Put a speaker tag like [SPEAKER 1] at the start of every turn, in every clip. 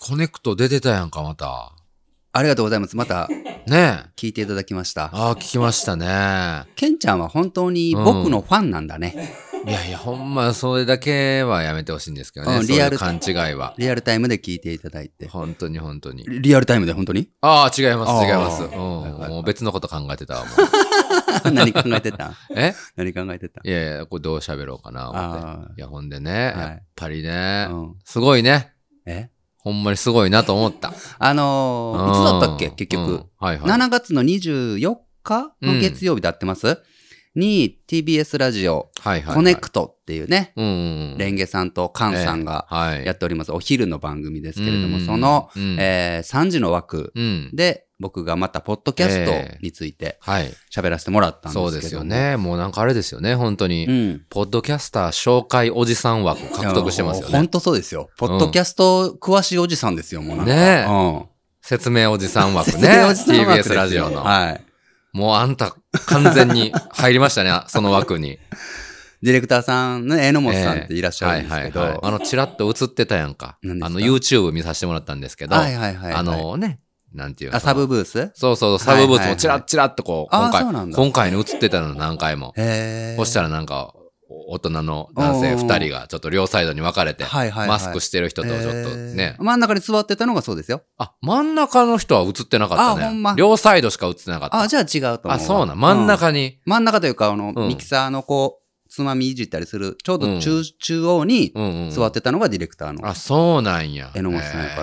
[SPEAKER 1] コネクト出てたやんか、また。
[SPEAKER 2] ありがとうございます。また
[SPEAKER 1] ねえ。
[SPEAKER 2] 聞いていただき ました。
[SPEAKER 1] ああ、聞きましたね。い
[SPEAKER 2] ケンちゃんは本当に僕のファンなんだね。
[SPEAKER 1] やいや、ほんま、それだけはやめてほしいんですけど
[SPEAKER 2] う
[SPEAKER 1] ね。
[SPEAKER 2] ん
[SPEAKER 1] リ
[SPEAKER 2] リ
[SPEAKER 1] ア
[SPEAKER 2] ア
[SPEAKER 1] ル
[SPEAKER 2] ル
[SPEAKER 1] 勘違いは。
[SPEAKER 2] リアルタイムで聞いていただいて。
[SPEAKER 1] 本当に本当に。
[SPEAKER 2] リリアルタイムで本当に
[SPEAKER 1] ああ、違います、
[SPEAKER 2] あー
[SPEAKER 1] 違います。うん。
[SPEAKER 2] いはい
[SPEAKER 1] もう別のこと考えてたわ、も う。
[SPEAKER 2] 何考えて たん
[SPEAKER 1] え
[SPEAKER 2] 何考えてたん
[SPEAKER 1] いやいや、これどう喋ろうかな、思っ
[SPEAKER 2] あ
[SPEAKER 1] て。いや、ほんでね、
[SPEAKER 2] はい
[SPEAKER 1] やっぱりね
[SPEAKER 2] あ、、うん。
[SPEAKER 1] すごいね。
[SPEAKER 2] え
[SPEAKER 1] ほんまにすごいなと思 った。い
[SPEAKER 2] あのーいつだったっけ結局。
[SPEAKER 1] はいはい。
[SPEAKER 2] 7月の24日の月曜日で合ってます、に TBS ラジオ
[SPEAKER 1] はいはいはい。
[SPEAKER 2] コネクトっていうね、
[SPEAKER 1] うんうん
[SPEAKER 2] レンゲさんとカンさんが
[SPEAKER 1] うん。はい。
[SPEAKER 2] やっております、お昼の番組ですけれども、
[SPEAKER 1] うん
[SPEAKER 2] その、、
[SPEAKER 1] うん
[SPEAKER 2] えー3時の枠
[SPEAKER 1] うん。
[SPEAKER 2] で僕がまたポッドキャストについて
[SPEAKER 1] はい。
[SPEAKER 2] 喋らせてもらったんですけど
[SPEAKER 1] そ
[SPEAKER 2] も
[SPEAKER 1] うですよ。ね。もうなんかあれですよね、本当に。
[SPEAKER 2] うん。
[SPEAKER 1] ポッドキャスター紹介おじさん枠を獲得してますよね
[SPEAKER 2] 本。当そうですよ。ポッドキャスト詳しいおじさんですよ、もうなんか。
[SPEAKER 1] ねえ
[SPEAKER 2] うん。
[SPEAKER 1] 説明おじさん枠ね。
[SPEAKER 2] 説明おじさん枠です
[SPEAKER 1] TBS
[SPEAKER 2] よ
[SPEAKER 1] ラジオの。
[SPEAKER 2] はい。
[SPEAKER 1] もうあんた完全に入りましたね、 その枠に。
[SPEAKER 2] ディレクターさんの榎本さんっていらっしゃるんですけど。
[SPEAKER 1] はいはいはい、あの、ちらっと映ってたやんか。
[SPEAKER 2] 何です
[SPEAKER 1] あ
[SPEAKER 2] か
[SPEAKER 1] の、YouTube 見させてもらったんですけど、
[SPEAKER 2] はいはいはいはい。
[SPEAKER 1] あのね、なんていうの
[SPEAKER 2] あ、サブブースへ
[SPEAKER 1] そうそう、サブブーツもチラ
[SPEAKER 2] はいはいは
[SPEAKER 1] ッチラッとこう、
[SPEAKER 2] あー
[SPEAKER 1] 今回
[SPEAKER 2] そうなん、だ
[SPEAKER 1] 今回の映ってたの何回も。
[SPEAKER 2] え。
[SPEAKER 1] そしたらなんか、お大人の男性
[SPEAKER 2] おー
[SPEAKER 1] 2人がちょっと両サイドに分かれて、
[SPEAKER 2] はいはいはい
[SPEAKER 1] マスクしてる人とちょっとね
[SPEAKER 2] えー、真ん中に座ってたのがそうですよ。
[SPEAKER 1] あ、真ん中の人は映ってなかったね。
[SPEAKER 2] あほんま
[SPEAKER 1] 両サイドしか映ってなかった。
[SPEAKER 2] あ、じゃあ違うと思うわ。
[SPEAKER 1] あそうなん。真ん
[SPEAKER 2] う
[SPEAKER 1] 中に。
[SPEAKER 2] 真ん中というか、あの、
[SPEAKER 1] うん
[SPEAKER 2] ミキサーのこう、つまみいじったりする、ちょ
[SPEAKER 1] う
[SPEAKER 2] う
[SPEAKER 1] ん
[SPEAKER 2] ど中、中央に
[SPEAKER 1] うんうん。
[SPEAKER 2] 座ってたのがディレクターの
[SPEAKER 1] あ、そうなんや。
[SPEAKER 2] 榎本さんやか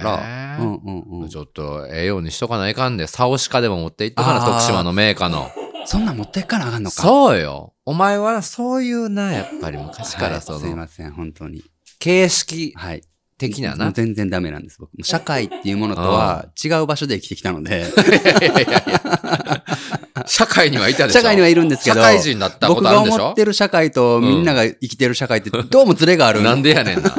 [SPEAKER 1] へ
[SPEAKER 2] ら。う
[SPEAKER 1] ー
[SPEAKER 2] んうんうん。
[SPEAKER 1] ちょっと、ええようにしとかないかんで、サオシカでも持って行ってから、
[SPEAKER 2] あー
[SPEAKER 1] 徳島のメーカーの。
[SPEAKER 2] そんなん持っていかなあかんのか。
[SPEAKER 1] そうよ。お前はそういうな、やっぱり昔か
[SPEAKER 2] は
[SPEAKER 1] ら
[SPEAKER 2] い
[SPEAKER 1] そ
[SPEAKER 2] すい
[SPEAKER 1] の、
[SPEAKER 2] ません、本当に。
[SPEAKER 1] 形 式
[SPEAKER 2] はい。
[SPEAKER 1] 的な
[SPEAKER 2] も
[SPEAKER 1] な
[SPEAKER 2] う。全然ダメなんです、僕。社会っていうものとは違う場所で生きてきた ので、
[SPEAKER 1] いやいやいや社会にはいたでしょ
[SPEAKER 2] 社会にはいるんですけど、
[SPEAKER 1] 社会人だったこ
[SPEAKER 2] 僕
[SPEAKER 1] とある
[SPEAKER 2] が
[SPEAKER 1] んでし
[SPEAKER 2] 思
[SPEAKER 1] ょ
[SPEAKER 2] ってる社会とみんなが生きてる社会ってどうもズレがある。
[SPEAKER 1] なんでやねんな。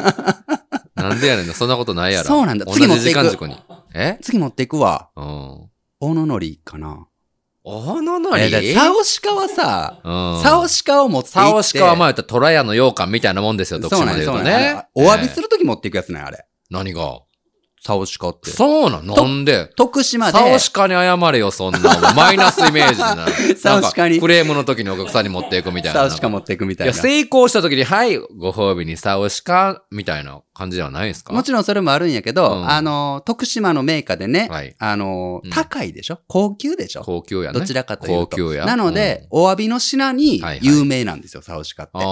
[SPEAKER 1] なんでやねんな。そんなことないやろ。
[SPEAKER 2] そうなんだ
[SPEAKER 1] 同
[SPEAKER 2] 次持
[SPEAKER 1] じ時
[SPEAKER 2] っていく
[SPEAKER 1] 間軸に。え
[SPEAKER 2] 次持っていくわ。
[SPEAKER 1] うん。
[SPEAKER 2] 大野のりかな。
[SPEAKER 1] おののり
[SPEAKER 2] えーだからサオシカはさ、サオ
[SPEAKER 1] シ
[SPEAKER 2] シカを持っていって。
[SPEAKER 1] サオシカはまあ言ったら虎屋の羊羹みたいなもんですよ、徳
[SPEAKER 2] そう
[SPEAKER 1] 島
[SPEAKER 2] なん
[SPEAKER 1] で
[SPEAKER 2] や
[SPEAKER 1] 言
[SPEAKER 2] そうう
[SPEAKER 1] と
[SPEAKER 2] なんや
[SPEAKER 1] ね
[SPEAKER 2] あ。れお詫び
[SPEAKER 1] る
[SPEAKER 2] するとき持っていくやつね、あれ。
[SPEAKER 1] 何が
[SPEAKER 2] サオシカって。
[SPEAKER 1] そうなんなんで
[SPEAKER 2] 徳島で。
[SPEAKER 1] サオシカに謝れよ、そんな。お 前マイナスイメージだな。
[SPEAKER 2] サオシカに
[SPEAKER 1] なんかクレームの時にお客さんに持っていくみたいな。
[SPEAKER 2] サオシカ持っていくみた
[SPEAKER 1] い
[SPEAKER 2] い
[SPEAKER 1] や、
[SPEAKER 2] な。
[SPEAKER 1] 成功した時に、はい、ご褒美にサオシカ、みたいな感じではないですか
[SPEAKER 2] もちろんそれもあるんやけ
[SPEAKER 1] う
[SPEAKER 2] ど、
[SPEAKER 1] ん
[SPEAKER 2] あの、徳島のメーカーでね
[SPEAKER 1] はい、
[SPEAKER 2] あの
[SPEAKER 1] うん、
[SPEAKER 2] 高いでしょ高級でしょ
[SPEAKER 1] 高級やね。
[SPEAKER 2] どちらかというと。
[SPEAKER 1] 高級や。
[SPEAKER 2] なので、お詫びの品に
[SPEAKER 1] はいはい
[SPEAKER 2] 有名なんですよ、サオシカっ
[SPEAKER 1] う
[SPEAKER 2] て
[SPEAKER 1] ん、。あ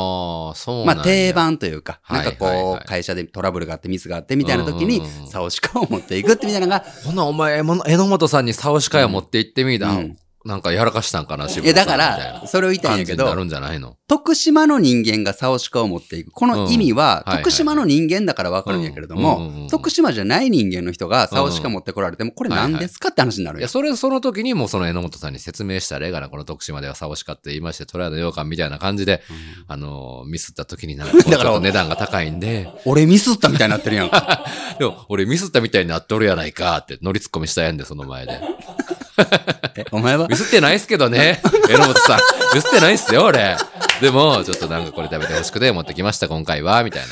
[SPEAKER 1] あ、そうなんや
[SPEAKER 2] まあ定。番というか、
[SPEAKER 1] はい
[SPEAKER 2] なんか
[SPEAKER 1] はい
[SPEAKER 2] こ、
[SPEAKER 1] はいう
[SPEAKER 2] 会社でトラブルがあってミスがあってみたいな時に
[SPEAKER 1] うんうんうん、
[SPEAKER 2] サオシカを持っていくってみたいなのが、
[SPEAKER 1] ほな、お前、もの榎本さんにサオシカや持って行ってみだ。
[SPEAKER 2] うん
[SPEAKER 1] なんかやらかしたんかな、渋
[SPEAKER 2] いや
[SPEAKER 1] 谷さ
[SPEAKER 2] だ
[SPEAKER 1] ん
[SPEAKER 2] か
[SPEAKER 1] みたい
[SPEAKER 2] ら、
[SPEAKER 1] な
[SPEAKER 2] それを言いたいん
[SPEAKER 1] 感
[SPEAKER 2] や
[SPEAKER 1] じ
[SPEAKER 2] け
[SPEAKER 1] にな
[SPEAKER 2] ど
[SPEAKER 1] る、んじゃないの
[SPEAKER 2] 徳島の人間がサオシカを持っていく。この意味は、
[SPEAKER 1] うんはいはい
[SPEAKER 2] 徳島の人間だからわかるんやけれども、
[SPEAKER 1] うんうんうんうん
[SPEAKER 2] 徳島じゃない人間の人がサオシカ持ってこられても、これ何ですかって話になる
[SPEAKER 1] い
[SPEAKER 2] んや
[SPEAKER 1] や、。それ、その時にもうその榎本さんに説明したらええがな、この徳島ではサオシカって言いまして、トライの羊羹みたいな感じで、あのー、ミスった時になん か、ちょっ
[SPEAKER 2] だから
[SPEAKER 1] と値段が高いんで、
[SPEAKER 2] 俺ミスったみたいになってるやんか。
[SPEAKER 1] でも、俺ミスったみたいになっとるやないかって、乗りツッコミしたやんで、その前で。
[SPEAKER 2] えお前は
[SPEAKER 1] ミスってないっすけど ね。榎本さん。ミスってないっすよ、俺。でも、ちょっとなんかこれ食べてほしくて持ってきました、今回は、みたいな。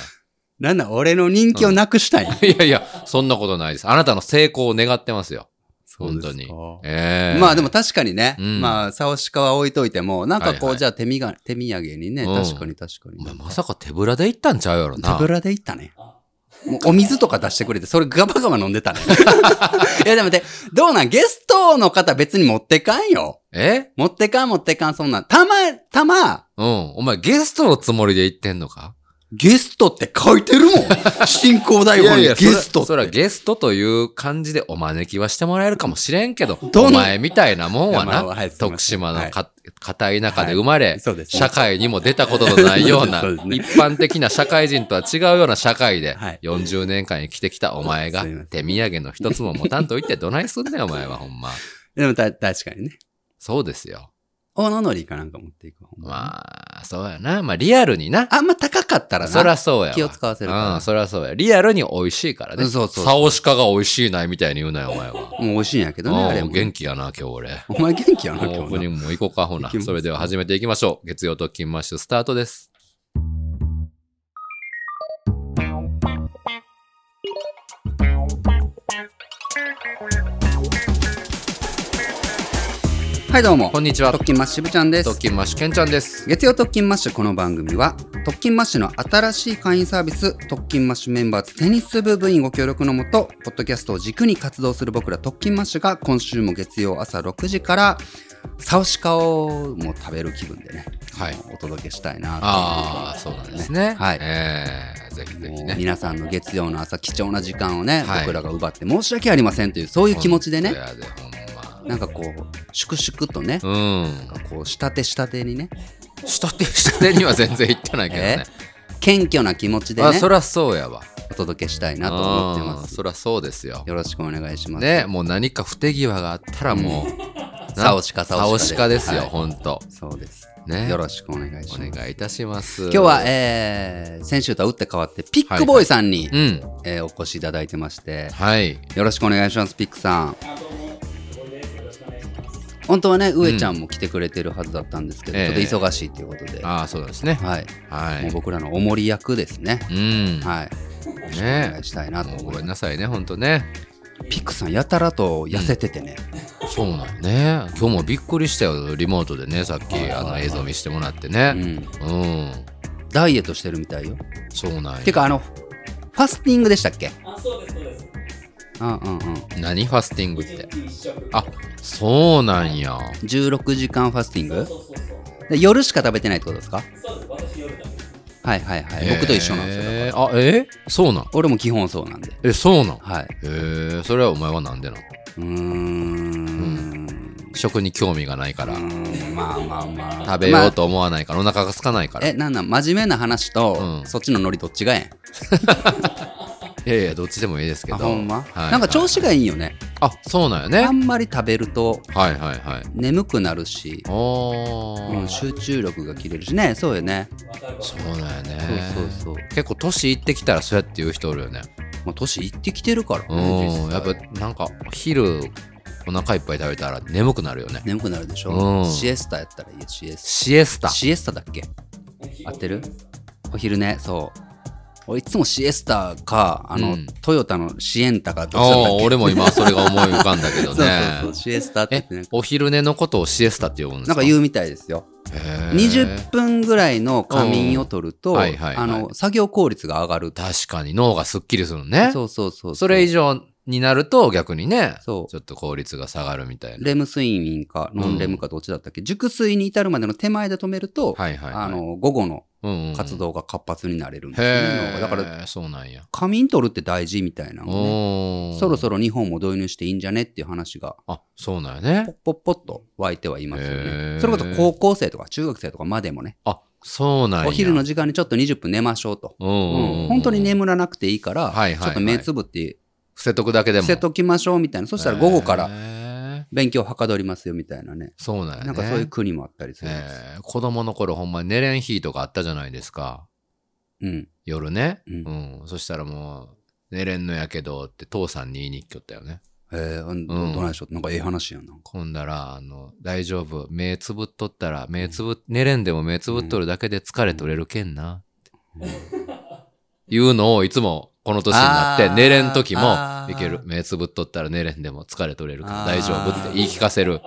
[SPEAKER 2] なんだ、俺の人気をなく したいんや。
[SPEAKER 1] いやいや、そんなことないです。あなたの成功を願ってますよ。
[SPEAKER 2] そう
[SPEAKER 1] 本
[SPEAKER 2] で
[SPEAKER 1] 当
[SPEAKER 2] すか
[SPEAKER 1] に。ええ
[SPEAKER 2] まあでも確かにね、
[SPEAKER 1] うん
[SPEAKER 2] まあ、サオシカは置いといても、なんかこう、
[SPEAKER 1] はいはい
[SPEAKER 2] じゃあ手みが手土産にね、
[SPEAKER 1] うん
[SPEAKER 2] 確かに確か
[SPEAKER 1] お
[SPEAKER 2] に。
[SPEAKER 1] 前まさか手ぶらで行ったんちゃうやろな。
[SPEAKER 2] 手ぶらで行ったね。もうお水とか出してくれて、それガバガバ飲んでたね。 いやでもね、どうなんゲストの方別に持ってかんよ。
[SPEAKER 1] え
[SPEAKER 2] 持ってかん持ってかん、そんなん。たま、たま、
[SPEAKER 1] うん。お前ゲストのつもりで行ってんのか
[SPEAKER 2] ゲストって書いて るもん。進行台本にゲストっ
[SPEAKER 1] そら
[SPEAKER 2] て。
[SPEAKER 1] ゲストという感じでお招きはしてもらえるかもしれんけど、
[SPEAKER 2] どの
[SPEAKER 1] お前みたいなもんはい
[SPEAKER 2] や
[SPEAKER 1] な、
[SPEAKER 2] まあはいすいません
[SPEAKER 1] 徳島
[SPEAKER 2] は
[SPEAKER 1] の
[SPEAKER 2] い
[SPEAKER 1] か、硬い中で生まれ、
[SPEAKER 2] はいそうですね
[SPEAKER 1] 社会にも出たことのないような、
[SPEAKER 2] そうですね
[SPEAKER 1] 一般的な社会人とは違うような社会で、
[SPEAKER 2] はい
[SPEAKER 1] 40年間生きてきたお前が
[SPEAKER 2] すいませ
[SPEAKER 1] 手
[SPEAKER 2] ん
[SPEAKER 1] 土産の一つも持たんと言ってどないすん ねん、お前はほんま。
[SPEAKER 2] でもた確かにね。
[SPEAKER 1] そうですよ。
[SPEAKER 2] 大野のりかなんか持っていく。
[SPEAKER 1] まあ、そうやな。まあ、リアルにな。
[SPEAKER 2] あんま高かったらな。
[SPEAKER 1] そらそうやわ。
[SPEAKER 2] 気を使わせるから
[SPEAKER 1] うん、そらそうや。リアルに美味しいからね。
[SPEAKER 2] そうそうそう
[SPEAKER 1] サオシカが美味しいないみたいに言うなよ、お前は。
[SPEAKER 2] もう美味しいんやけどね、あれ
[SPEAKER 1] おう
[SPEAKER 2] も。
[SPEAKER 1] 元気やな、今日俺。
[SPEAKER 2] お前元気やな、今
[SPEAKER 1] オー
[SPEAKER 2] 日
[SPEAKER 1] プニ
[SPEAKER 2] な。
[SPEAKER 1] ングも行こうか、ほな
[SPEAKER 2] 行きま。す
[SPEAKER 1] それでは始めていきましょう。月曜特勤マッシュスタートです。
[SPEAKER 2] はい、どうも。
[SPEAKER 1] こんにちは
[SPEAKER 2] 特勤マッシュぶちゃんです
[SPEAKER 1] 特。勤マッシュケンちゃんです。
[SPEAKER 2] 月曜特勤マッシュこの番組は特勤マッシュの新しい会員サービス特勤マッシュメンバーズテニス部部員ご協力のもとポッドキャストを軸に活動する僕ら特勤マッシュが今週も月曜朝6時からサウシカをもう食べる気分でね、
[SPEAKER 1] はい
[SPEAKER 2] お届けしたいなと
[SPEAKER 1] ああ、そうなんですね。
[SPEAKER 2] はい
[SPEAKER 1] えー、ぜひぜひ
[SPEAKER 2] もう
[SPEAKER 1] ね。
[SPEAKER 2] 皆さんの月曜の朝貴重な時間をね、
[SPEAKER 1] はい
[SPEAKER 2] 僕らが奪って申し訳ありませんというそういう気持ちで
[SPEAKER 1] 本
[SPEAKER 2] ね
[SPEAKER 1] 当やでほん
[SPEAKER 2] なんかこう粛々とね、
[SPEAKER 1] ま。
[SPEAKER 2] なんかこう下手下手にね
[SPEAKER 1] うん。下手、下手には全然行ってないけどね。
[SPEAKER 2] 謙虚な気持ちでね
[SPEAKER 1] あ、そらそうやわ。
[SPEAKER 2] お届けしたいなと思ってま
[SPEAKER 1] うん
[SPEAKER 2] す
[SPEAKER 1] そらそうですよ。
[SPEAKER 2] よろしくお願いします。
[SPEAKER 1] ね、もう何か不手際があったらもう、な
[SPEAKER 2] サオシカサ
[SPEAKER 1] サ
[SPEAKER 2] オ
[SPEAKER 1] オ
[SPEAKER 2] シ
[SPEAKER 1] シ
[SPEAKER 2] カ
[SPEAKER 1] カ
[SPEAKER 2] で
[SPEAKER 1] ですすよ、
[SPEAKER 2] はい
[SPEAKER 1] ほんと。
[SPEAKER 2] そうです。
[SPEAKER 1] ね。
[SPEAKER 2] よろしくお願いします。
[SPEAKER 1] お願いいたします。今
[SPEAKER 2] 今日は、、えー、先週とは打って変わって、ピックボーイさんに、
[SPEAKER 1] うん。
[SPEAKER 2] えーお越しいただいてまして、
[SPEAKER 1] はい。
[SPEAKER 2] よろしくお願いします、ピックさん。本当はね、上ちゃんも来てくれてるはずだったんですけど、
[SPEAKER 1] ええ
[SPEAKER 2] ちょっと忙しいということで、
[SPEAKER 1] ああ、そうなんですね。
[SPEAKER 2] はい、
[SPEAKER 1] は
[SPEAKER 2] も
[SPEAKER 1] い。
[SPEAKER 2] う僕らのおもり役ですね。
[SPEAKER 1] うん。
[SPEAKER 2] はい。お願
[SPEAKER 1] ね
[SPEAKER 2] いしたいなと
[SPEAKER 1] もう
[SPEAKER 2] 思
[SPEAKER 1] ご
[SPEAKER 2] い
[SPEAKER 1] め
[SPEAKER 2] ます
[SPEAKER 1] んなさいね、ほんとね。
[SPEAKER 2] ピックさん、やたらと痩せててね。
[SPEAKER 1] そうなのね。今日もびっくりしたよ、リモートでね、さっき、あの、映像見してもらって
[SPEAKER 2] う
[SPEAKER 1] ね。
[SPEAKER 2] ん。
[SPEAKER 1] うん。
[SPEAKER 2] ダイエットしてるみたいよ。
[SPEAKER 1] そうなん
[SPEAKER 2] て
[SPEAKER 1] や。
[SPEAKER 2] か、あの、ファスティングでしたっけ
[SPEAKER 3] あ、そうです、そうです。
[SPEAKER 2] うんうんうん。
[SPEAKER 1] 何ファスティングって。
[SPEAKER 3] 一食。
[SPEAKER 1] あ、そうなんや。
[SPEAKER 2] 16時間ファスティング
[SPEAKER 3] そうそうそう。
[SPEAKER 2] で夜しか食べてないってことですか
[SPEAKER 3] そうです、私夜だ。
[SPEAKER 2] はいはいはい。僕と一緒なんですよ。
[SPEAKER 1] よ。あ、えそうなん
[SPEAKER 2] 俺も基本そうなんで。
[SPEAKER 1] え、そうなん
[SPEAKER 2] はい。
[SPEAKER 1] えー、それはお前はなんでなの
[SPEAKER 2] うーん。
[SPEAKER 1] 食に興味がないから
[SPEAKER 2] うーんまあまあまあ。
[SPEAKER 1] 食べようと思わないから、お腹が空かないか
[SPEAKER 2] まあ。
[SPEAKER 1] ら
[SPEAKER 2] え、
[SPEAKER 1] い
[SPEAKER 2] なんなん真面目な話と、
[SPEAKER 1] うん
[SPEAKER 2] そっちのノリどっちがえ
[SPEAKER 1] やいやどっちでもいいです
[SPEAKER 2] え
[SPEAKER 1] け
[SPEAKER 2] んあ、
[SPEAKER 1] ど
[SPEAKER 2] ほんま、
[SPEAKER 1] はい
[SPEAKER 2] なんか調子がいいよね。
[SPEAKER 1] あそうなんよね
[SPEAKER 2] あんまり食べると
[SPEAKER 1] はいはいはい
[SPEAKER 2] 眠くなるし、
[SPEAKER 1] お
[SPEAKER 2] う
[SPEAKER 1] ー、
[SPEAKER 2] ん、集中力が切れるしね。そうよね。
[SPEAKER 1] そうなんよね
[SPEAKER 2] そうそうそう。
[SPEAKER 1] 結構年いってきたらそうやって言う人おるよね
[SPEAKER 2] まあ、年いってきてるから
[SPEAKER 1] う
[SPEAKER 2] ね。実
[SPEAKER 1] ん
[SPEAKER 2] 際
[SPEAKER 1] やっぱなんか昼お腹いっぱい食べたら眠くなるよね
[SPEAKER 2] 眠くなるでしょ。
[SPEAKER 1] うん
[SPEAKER 2] シエスタやったらいいよ、シエスタ。
[SPEAKER 1] シエスタ
[SPEAKER 2] シエスタだっけ合ってるお昼ね、そう。俺いつもシエスタか、あの、
[SPEAKER 1] うん
[SPEAKER 2] トヨタのシエンタかどっちだった
[SPEAKER 1] あ
[SPEAKER 2] っ
[SPEAKER 1] ー
[SPEAKER 2] け
[SPEAKER 1] 俺も今それが思い浮かんだけ ど
[SPEAKER 2] そう
[SPEAKER 1] ね
[SPEAKER 2] そうそう、シエスタって言
[SPEAKER 1] え
[SPEAKER 2] ってなんか
[SPEAKER 1] お昼寝のことをシエスタって呼ぶんです
[SPEAKER 2] なん
[SPEAKER 1] か
[SPEAKER 2] か言うみたいですよ。
[SPEAKER 1] へー
[SPEAKER 2] 20分ぐらいの仮眠を取る
[SPEAKER 1] う
[SPEAKER 2] と、
[SPEAKER 1] んはいはいはい
[SPEAKER 2] あの、作業効率が上がると。
[SPEAKER 1] 確かに脳がすっきりするのね
[SPEAKER 2] そうそうそう。
[SPEAKER 1] それ以
[SPEAKER 2] 上。
[SPEAKER 1] 上になると逆にね、
[SPEAKER 2] そう
[SPEAKER 1] ちょっと効率が下がるみたいな。
[SPEAKER 2] レム睡眠か、ノンレムかどっちだったっけ、熟睡に至るまでの手前で止めると、
[SPEAKER 1] はいはい、はい。
[SPEAKER 2] あの、午後の
[SPEAKER 1] うんうん
[SPEAKER 2] 活。動が活発になれるんですよね
[SPEAKER 1] へえ。
[SPEAKER 2] だから、、
[SPEAKER 1] そうなんや。
[SPEAKER 2] 仮眠取るって大事みたいなのね。
[SPEAKER 1] おー
[SPEAKER 2] そろそろ日本も導入していいんじゃねっていう話が、
[SPEAKER 1] あ、そうなんや
[SPEAKER 2] ポッ
[SPEAKER 1] ね。
[SPEAKER 2] ポッポッと湧いてはいますよ
[SPEAKER 1] へ
[SPEAKER 2] ね。
[SPEAKER 1] ー
[SPEAKER 2] それこそ高校生とか中学生とかまでもね、
[SPEAKER 1] あ、そうなんや。
[SPEAKER 2] お昼の時間にちょっと20分寝ましょうと。
[SPEAKER 1] うん
[SPEAKER 2] う
[SPEAKER 1] うんうん、
[SPEAKER 2] ん本当に眠らなくていいか
[SPEAKER 1] は
[SPEAKER 2] ら、
[SPEAKER 1] いはいはい
[SPEAKER 2] ちょっと目つぶって
[SPEAKER 1] 伏せとくだけでも。
[SPEAKER 2] 伏せときましょうみたいな。そしたら午後から
[SPEAKER 1] ら。
[SPEAKER 2] 勉強はかどりますよみたいなね。
[SPEAKER 1] そうなんやね。
[SPEAKER 2] なんかそういう国もあったりするんです。
[SPEAKER 1] えー子供の頃ほんま寝れん日とかあったじゃないですか。
[SPEAKER 2] うん。
[SPEAKER 1] 夜ね。
[SPEAKER 2] うん
[SPEAKER 1] うん。そしたらもう、寝れんのやけどって父さんに言いに来よったよね。
[SPEAKER 2] えー、あんどどないでしょうなんかええ話やん、なんか。
[SPEAKER 1] ほんだら、あの、大丈夫。目つぶっとったら、目つぶ、寝れんでも目つぶっとるだけで疲れ取れるけんな。って いうのをいつもこの年になって
[SPEAKER 2] あー
[SPEAKER 1] 寝れん時も
[SPEAKER 2] あー
[SPEAKER 1] いける目つぶっとったら寝れんでも疲れ取れるから
[SPEAKER 2] あー
[SPEAKER 1] 大丈夫って言い聞かせる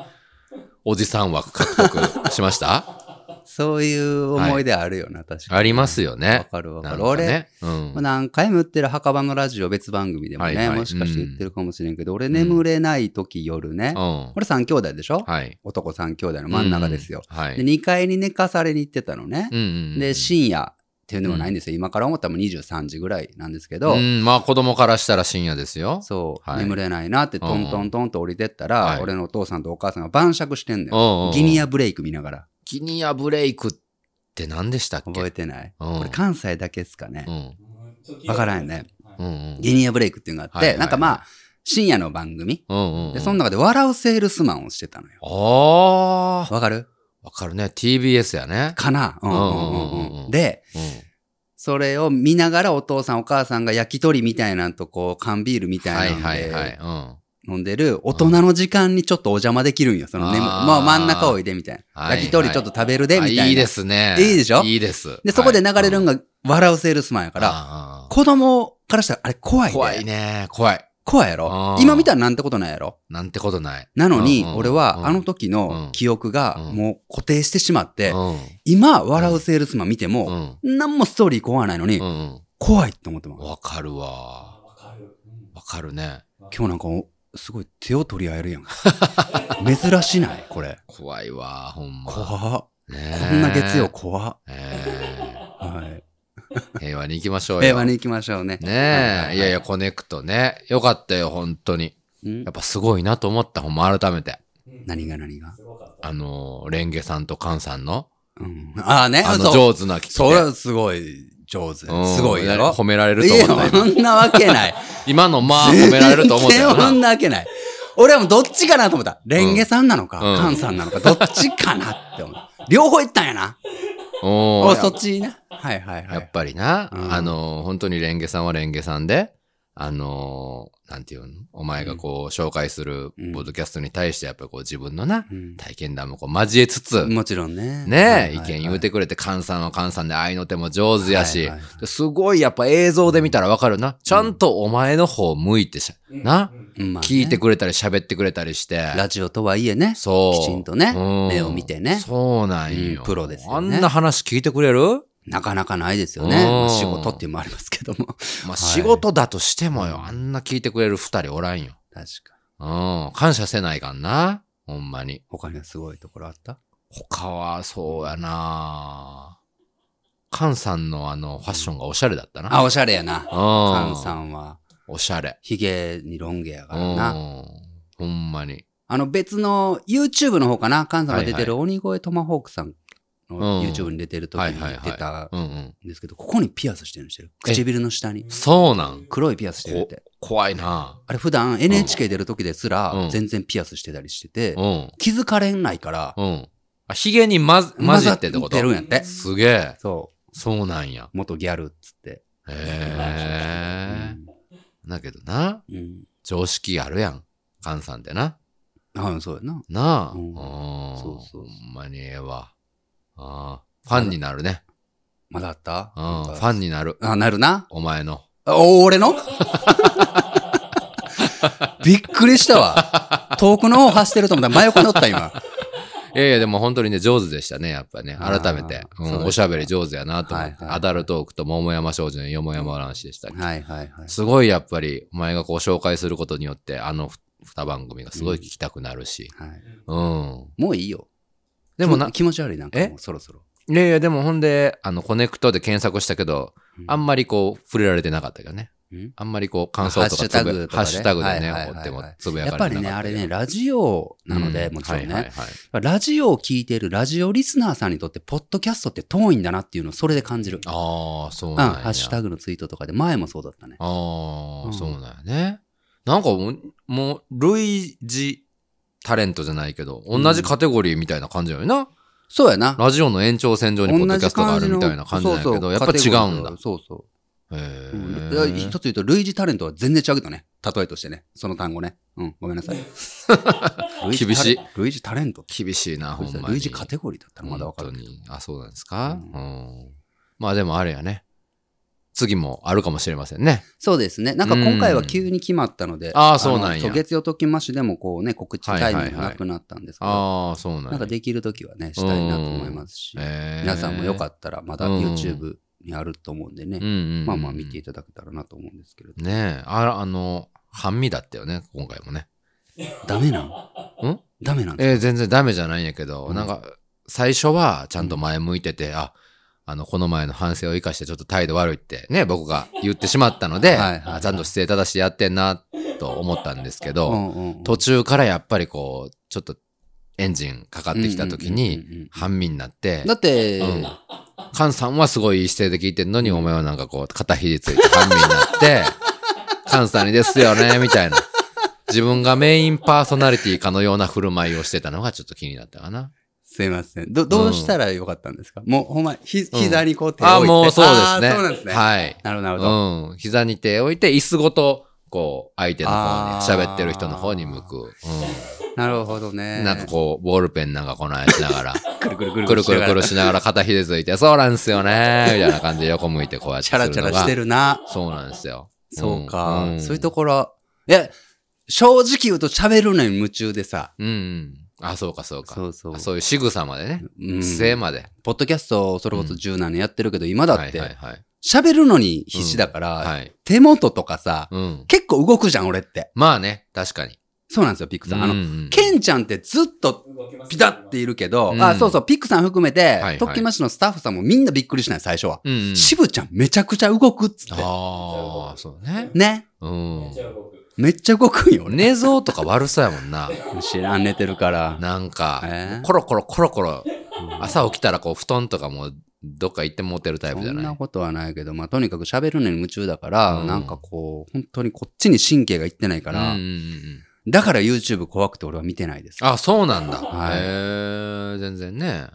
[SPEAKER 1] おじさん枠獲得 しました
[SPEAKER 2] そういう思い出あるよな、確かに。
[SPEAKER 1] ありますよ
[SPEAKER 2] わ
[SPEAKER 1] ね。
[SPEAKER 2] かるわか
[SPEAKER 1] なん
[SPEAKER 2] る。
[SPEAKER 1] か
[SPEAKER 2] 俺、
[SPEAKER 1] ね。うん
[SPEAKER 2] まあ、何回も言ってる墓場のラジオ別番組でもね、
[SPEAKER 1] はいはい
[SPEAKER 2] もしかして言ってるかもしれんけど、俺
[SPEAKER 1] ん
[SPEAKER 2] 眠れない時夜ね、
[SPEAKER 1] うん。
[SPEAKER 2] 俺3兄弟でしょ、
[SPEAKER 1] はい。
[SPEAKER 2] 男3兄弟の真ん中ですよ、
[SPEAKER 1] うん。はい。
[SPEAKER 2] で2階に寝かされに行ってたのね
[SPEAKER 1] う、んうんうん
[SPEAKER 2] で深夜っていうのもないんですよ今から思ったらもう23時ぐらいなんですけど、
[SPEAKER 1] うん、まあ子供からしたら深夜ですよ。
[SPEAKER 2] そう、
[SPEAKER 1] はい
[SPEAKER 2] 眠れないなってトントントンと降りてったら、
[SPEAKER 1] はい
[SPEAKER 2] 俺のお父さんとお母さんが晩酌してんだよ、
[SPEAKER 1] おうおう
[SPEAKER 2] ギニアブレイク見ながら
[SPEAKER 1] ギニアブレイクって何でしたっけ
[SPEAKER 2] 覚えてない、
[SPEAKER 1] うん
[SPEAKER 2] これ関西だけっすかね
[SPEAKER 1] う、ん。
[SPEAKER 2] わからんよね
[SPEAKER 1] うんうん。
[SPEAKER 2] ギニアブレイクっていうのがあって、
[SPEAKER 1] はいはいはい
[SPEAKER 2] なんかまあ深夜の番組
[SPEAKER 1] うんうんうん。
[SPEAKER 2] で、その中で笑うセールスマンをしてたのよ。
[SPEAKER 1] ああ。
[SPEAKER 2] わかる
[SPEAKER 1] わかるね。TBS やね。
[SPEAKER 2] かなうんうん
[SPEAKER 1] うんうん
[SPEAKER 2] うん
[SPEAKER 1] う
[SPEAKER 2] うんん。
[SPEAKER 1] うん
[SPEAKER 2] で、
[SPEAKER 1] うん。
[SPEAKER 2] それを見ながらお父さんお母さんが焼き鳥みたいなんとこう缶ビールみた
[SPEAKER 1] はいい
[SPEAKER 2] なんで、
[SPEAKER 1] はいはい。うん。
[SPEAKER 2] 飲んでる大人の時間にちょっとお邪魔できるんよ。そのね、
[SPEAKER 1] あー
[SPEAKER 2] まあ真ん中おいでみたいな。
[SPEAKER 1] はい
[SPEAKER 2] 焼き鳥ちょっと食べるでみ
[SPEAKER 1] あ
[SPEAKER 2] たいな。
[SPEAKER 1] いいですね。
[SPEAKER 2] いいでしょ
[SPEAKER 1] いいです。
[SPEAKER 2] で、そこで流れるん
[SPEAKER 1] が
[SPEAKER 2] が笑うセールスマンやから、
[SPEAKER 1] ら
[SPEAKER 2] 子供からしたらあれ怖いね。
[SPEAKER 1] 怖いね。怖い。
[SPEAKER 2] 怖やろ
[SPEAKER 1] あ。ー
[SPEAKER 2] 今見たらなんてことないやろ。
[SPEAKER 1] なんてことない。
[SPEAKER 2] なのに
[SPEAKER 1] うんう、ん
[SPEAKER 2] 俺は
[SPEAKER 1] うん
[SPEAKER 2] あの時の記憶が
[SPEAKER 1] うん
[SPEAKER 2] もう固定してしまって
[SPEAKER 1] う、ん。
[SPEAKER 2] 今、笑うセールスマン見ても、
[SPEAKER 1] うん。
[SPEAKER 2] 何もストーリー怖ないのに
[SPEAKER 1] う、ん。
[SPEAKER 2] 怖いって思ってます。
[SPEAKER 1] わかるわ。
[SPEAKER 3] わかる。うん
[SPEAKER 1] わかるね。
[SPEAKER 2] 今日なんかお、すごい手を取り合えるやん。珍しないこれ。
[SPEAKER 1] 怖いわ、ほんま。
[SPEAKER 2] 怖っ。
[SPEAKER 1] ねえ
[SPEAKER 2] こんな月曜。怖っ。
[SPEAKER 1] え
[SPEAKER 2] はい。
[SPEAKER 1] え平和に行きましょうよ。
[SPEAKER 2] 平和に行きましょうね。
[SPEAKER 1] ね
[SPEAKER 2] はいは
[SPEAKER 1] え。
[SPEAKER 2] い
[SPEAKER 1] いやいや、コネクトね。よかったよ、本当に。
[SPEAKER 2] うん
[SPEAKER 1] やっぱすごいなと思った、ほんま、改めて。
[SPEAKER 2] 何が何が
[SPEAKER 3] すごかった。
[SPEAKER 1] あのー、レンゲさんとカンさんの、
[SPEAKER 2] うん。ああね。
[SPEAKER 1] あの、
[SPEAKER 2] そ
[SPEAKER 1] 上
[SPEAKER 2] う。
[SPEAKER 1] 手な聞き手
[SPEAKER 2] それはすごい上手。す
[SPEAKER 1] うん
[SPEAKER 2] ごいやろ
[SPEAKER 1] 褒められる
[SPEAKER 2] い
[SPEAKER 1] と
[SPEAKER 2] や、
[SPEAKER 1] 思った
[SPEAKER 2] そんなわけない。
[SPEAKER 1] 今の まあ褒められると思ったよ
[SPEAKER 2] 全然
[SPEAKER 1] な。
[SPEAKER 2] そんなわけない。俺はもうどっちかなと思った。レンゲさんなのか、
[SPEAKER 1] うん
[SPEAKER 2] カンさんなのか、どっちかなって思った。 両方行ったんやな。
[SPEAKER 1] おー
[SPEAKER 2] おそっちな。はいはいは
[SPEAKER 1] やっ
[SPEAKER 2] い。
[SPEAKER 1] ぱりな、
[SPEAKER 2] うん
[SPEAKER 1] あのー、本当にレンゲさんはレンゲさんで、あのー、なんていうのお前がこう、紹介する
[SPEAKER 2] うん、
[SPEAKER 1] ポッドキャストに対して、やっぱりこう、自分のな、
[SPEAKER 2] うん
[SPEAKER 1] 体験談もこう、交えつつ、
[SPEAKER 2] もちろんね。
[SPEAKER 1] ねえ、意見言うて
[SPEAKER 2] く
[SPEAKER 1] くれて、菅さんは菅さんで愛の手も上手やし、
[SPEAKER 2] はいはい
[SPEAKER 1] ですごいやっぱ映像で見たらわかるな。ちゃんとお前の方向いてしゃ、
[SPEAKER 3] うん
[SPEAKER 1] な
[SPEAKER 3] う、ん
[SPEAKER 1] 聞いて
[SPEAKER 2] く
[SPEAKER 1] くれたり喋ってくれたりして、
[SPEAKER 2] ラジオとはいえね。
[SPEAKER 1] そう。
[SPEAKER 2] きちんとね
[SPEAKER 1] うん
[SPEAKER 2] 目を見てね
[SPEAKER 1] そうなんよ。
[SPEAKER 2] うんプロですよね
[SPEAKER 1] あんな話聞いてくれる
[SPEAKER 2] なかなかないですよね。
[SPEAKER 1] うん
[SPEAKER 2] まあ仕事っていうのもありますけども。 確
[SPEAKER 1] ま
[SPEAKER 2] い
[SPEAKER 1] あ仕事だとしてもよ、あんな聞いてくれる二人おらんよ。
[SPEAKER 2] かに。
[SPEAKER 1] うん、感謝せないかんな。ほんまに。
[SPEAKER 2] 他にはすごいところあった
[SPEAKER 1] 他は、そうやな菅さんのあの、ファッションがおしゃれだったな。
[SPEAKER 2] あ、おしゃれやな。カ
[SPEAKER 1] う
[SPEAKER 2] ン
[SPEAKER 1] ん。
[SPEAKER 2] さんは、
[SPEAKER 1] おしゃれ。
[SPEAKER 2] ヒゲにロン毛やか
[SPEAKER 1] う
[SPEAKER 2] らな。
[SPEAKER 1] ん。ほんまに。
[SPEAKER 2] あの別の YouTube の方かな、菅さんが出て
[SPEAKER 1] はい
[SPEAKER 2] る鬼越トマホークさんの
[SPEAKER 1] うん
[SPEAKER 2] YouTube に出てる時
[SPEAKER 1] はい
[SPEAKER 2] に
[SPEAKER 1] はいはい
[SPEAKER 2] 出た
[SPEAKER 1] うんうん。
[SPEAKER 2] んですけど、ここにピアスしてるんしてる。唇の下に。
[SPEAKER 1] そうなん
[SPEAKER 2] 黒いピアスしてるって。
[SPEAKER 1] 怖いな
[SPEAKER 2] あれ普段 NHK 出る時ですら
[SPEAKER 1] うん
[SPEAKER 2] 全然ピアスしてたりしてて
[SPEAKER 1] う、ん。
[SPEAKER 2] 気づかれないから、
[SPEAKER 1] うん。あ、髭にまず、混じってってこ
[SPEAKER 2] 混ざってるん
[SPEAKER 1] と
[SPEAKER 2] やって。
[SPEAKER 1] すげえ。
[SPEAKER 2] そう。
[SPEAKER 1] そうなんや。
[SPEAKER 2] 元ギャルっつって。
[SPEAKER 1] へえ。だけどな、
[SPEAKER 2] うん。
[SPEAKER 1] 常識あるやん。カンさんってな。
[SPEAKER 2] うん、そうやな。
[SPEAKER 1] なあ。
[SPEAKER 2] う
[SPEAKER 1] うんん。
[SPEAKER 2] そうそうそう
[SPEAKER 1] ほんまにええわ。ああ。ファンになるね。
[SPEAKER 2] まだあった
[SPEAKER 1] うん
[SPEAKER 2] なん。か
[SPEAKER 1] ファンになる。
[SPEAKER 2] あ、なるな。
[SPEAKER 1] お前の。
[SPEAKER 2] あお俺の びっくりしたわ。遠くの方走ってると思ったら真横におった今。
[SPEAKER 1] いやいや、でも本当にね、上手でしたね、やっぱね。
[SPEAKER 2] あー
[SPEAKER 1] 改めて。う
[SPEAKER 2] そうですか
[SPEAKER 1] ん、おしゃべり上手やなと思って。
[SPEAKER 2] はいはい
[SPEAKER 1] アダルトークと桃山少女のよもやま話でしたけど。
[SPEAKER 2] はいはいはい。
[SPEAKER 1] すごいやっぱり、お前がこう紹介することによって、あのふ二番組がすごい聞きたくなるし。
[SPEAKER 2] はい、
[SPEAKER 1] うん。
[SPEAKER 2] もういいよ。
[SPEAKER 1] でもな
[SPEAKER 2] 気、気持ち悪いなんか
[SPEAKER 1] え
[SPEAKER 2] もうそろそろ。
[SPEAKER 1] いやいや、でもほんで、あの、コネクトで検索したけど、あんまりこう、触れられてなかったけどね。
[SPEAKER 2] うん
[SPEAKER 1] あんまりこう、感想とかつぶや、
[SPEAKER 2] ハ
[SPEAKER 1] ハ
[SPEAKER 2] ッ
[SPEAKER 1] ッ
[SPEAKER 2] シ
[SPEAKER 1] シ
[SPEAKER 2] ュ
[SPEAKER 1] ュ
[SPEAKER 2] タ
[SPEAKER 1] タ
[SPEAKER 2] グ
[SPEAKER 1] グ
[SPEAKER 2] とかね
[SPEAKER 1] でね、
[SPEAKER 2] はいはい
[SPEAKER 1] こう
[SPEAKER 2] はい
[SPEAKER 1] でもつぶや
[SPEAKER 2] やっ
[SPEAKER 1] かれて
[SPEAKER 2] ぱり
[SPEAKER 1] な
[SPEAKER 2] ね、
[SPEAKER 1] か
[SPEAKER 2] あ
[SPEAKER 1] ったけど
[SPEAKER 2] れね、ラジオなので、
[SPEAKER 1] う
[SPEAKER 2] もちろん
[SPEAKER 1] はい
[SPEAKER 2] ね、
[SPEAKER 1] はいはい
[SPEAKER 2] ラジオを聞いてるラジオリスナーさんにとって、ポッドキャストって遠いんだなっていうのをそれで感じる。
[SPEAKER 1] ああ、そう
[SPEAKER 2] うん、
[SPEAKER 1] なんや。
[SPEAKER 2] ハッシュタグのツイートとかで、前もそうだったね。
[SPEAKER 1] ああ、
[SPEAKER 2] うん
[SPEAKER 1] そうなんやね。なんかもう、もう、類似タレントじゃないけど、同じカテゴリーみたいな感じだよな。
[SPEAKER 2] そうやな。
[SPEAKER 1] ラジオの延長線上にポッドキャストがあるみたいな感じだけど、
[SPEAKER 2] そうそう
[SPEAKER 1] やっぱ違うんだ。へ
[SPEAKER 2] そうそう。
[SPEAKER 1] え、
[SPEAKER 2] うんだから一つ言うと、類似タレントは全然違うけどね。例えとしてね。その単語ね。うん、ごめ んなさい。
[SPEAKER 1] 厳しい
[SPEAKER 2] 類似タレント。
[SPEAKER 1] 厳しいな、ほんまに。
[SPEAKER 2] 類似カテゴリーだったらまだわかる
[SPEAKER 1] 本。当にあ、そうなんですか、
[SPEAKER 2] う
[SPEAKER 1] うんん、まあでもあれやね。次もあるかもしれませんね。
[SPEAKER 2] そうですね。なんか今回は急に決まったので。
[SPEAKER 1] あーそうなんや
[SPEAKER 2] あのそう月曜ときましでもこうね、告知タイムがなくなったんですけど、
[SPEAKER 1] ああ、そうなんや
[SPEAKER 2] なんかできるときはね、したいなと思いますし、
[SPEAKER 1] えー
[SPEAKER 2] 皆さんもよかったらまだ
[SPEAKER 1] うん
[SPEAKER 2] YouTube にあると思うんでね、
[SPEAKER 1] うんうんうん
[SPEAKER 2] まあまあ見ていただけたらなと思うんですけれど。
[SPEAKER 1] ねえ、あら、あの、半身だったよね、今回もね。
[SPEAKER 2] ダ メなん
[SPEAKER 1] ん
[SPEAKER 2] ダメなんですか
[SPEAKER 1] えー全然ダメじゃないんやけど、
[SPEAKER 2] うん
[SPEAKER 1] なんか、最初はちゃんと前向いてて、あ、あの、この前の反省を生かしてちょっと態度悪いってね、僕が言ってしまったので、
[SPEAKER 2] はいはいはい
[SPEAKER 1] あちゃんと姿勢正してやってんな、と思ったんですけど、
[SPEAKER 2] うんうんうん
[SPEAKER 1] 途中からやっぱりこう、ちょっとエンジンかかってきた時
[SPEAKER 2] うんうんうんうん
[SPEAKER 1] に、半身になって、
[SPEAKER 2] だって、
[SPEAKER 1] うん。菅さんはすごいいい姿勢で聞いてんのに、お前はなんかこう、肩肘ついて半身にな って、菅さんにですよね、みたいな。自分がメインパーソナリティかのような振る舞いをしてたのがちょっと気になったかな。
[SPEAKER 2] すいません。ど、どうしたらよかったんですか、もうほんま、ひ、膝にこう手を置い
[SPEAKER 1] あ、
[SPEAKER 2] て、
[SPEAKER 1] もうそうですね。
[SPEAKER 2] あーそうなんですね。
[SPEAKER 1] はい。
[SPEAKER 2] なるほど、なるほど。
[SPEAKER 1] うん。膝に手を置いて、椅子ごと、こう、相手の方
[SPEAKER 2] あ
[SPEAKER 1] に、
[SPEAKER 2] ー
[SPEAKER 1] 喋ってる人の方に向く。う
[SPEAKER 2] なるほどね。
[SPEAKER 1] ん。なんかこう、ボールペンなんかこないしながら。
[SPEAKER 2] くるくるくる
[SPEAKER 1] くるくるくる
[SPEAKER 2] し
[SPEAKER 1] しながら肩ひでついて、そうなんですよね、みたいな感じで横向いてこうやって
[SPEAKER 2] チ
[SPEAKER 1] するの
[SPEAKER 2] ャラ
[SPEAKER 1] が。
[SPEAKER 2] チャラしてるな。
[SPEAKER 1] そうなんですよ。
[SPEAKER 2] そうか、
[SPEAKER 1] ん
[SPEAKER 2] そういうところ。や、正直言うと喋るのに夢中でさ。
[SPEAKER 1] うんうん。あ、そうかそうか。
[SPEAKER 2] そうそう
[SPEAKER 1] あそういう仕草までね。
[SPEAKER 2] うん
[SPEAKER 1] 姿勢まで。
[SPEAKER 2] ポッドキャスト、それこそ十何年やってるけど、今だ
[SPEAKER 1] は
[SPEAKER 2] っ
[SPEAKER 1] いはい
[SPEAKER 2] て、
[SPEAKER 1] はい。
[SPEAKER 2] 喋るのに必死だから、
[SPEAKER 1] はい。
[SPEAKER 2] 手元とかさ、
[SPEAKER 1] うん。
[SPEAKER 2] 結構動くじゃん、俺って。
[SPEAKER 1] まあね、確かに。
[SPEAKER 2] そうなんですよ、ピックさん。あの、
[SPEAKER 1] の
[SPEAKER 2] ケンちゃんってずっとピタっているけど、
[SPEAKER 1] うん
[SPEAKER 2] あ、そうそう、ピックさん含めて、
[SPEAKER 1] はい
[SPEAKER 2] トッキマッシュのスタッフさんもみんなびっくりしない、最初は。
[SPEAKER 1] うんうん。
[SPEAKER 2] 渋ちゃんめちゃくちゃ動くっつって。
[SPEAKER 1] ああ、そうね。
[SPEAKER 2] ね。
[SPEAKER 1] うん。
[SPEAKER 2] めっちゃ動くんよね。
[SPEAKER 1] 寝相とか悪そうやもんな。
[SPEAKER 2] 知らん寝てるから。
[SPEAKER 1] なんか、
[SPEAKER 2] えー
[SPEAKER 1] コロコロコロコロ、朝起きたらこう、布団とかもうどっか行って持ってるタイ
[SPEAKER 2] そ
[SPEAKER 1] プじゃ
[SPEAKER 2] ん
[SPEAKER 1] な
[SPEAKER 2] ないことはないけど、まあ、とにかく喋るのに夢中だから、
[SPEAKER 1] うん
[SPEAKER 2] なんかこう、本当にこっちに神経がいってないか、
[SPEAKER 1] からうんうんうん。
[SPEAKER 2] だから YouTube 怖くて俺は見てないです。
[SPEAKER 1] あ、そうなんだ。
[SPEAKER 2] はい
[SPEAKER 1] へえ、全然ね。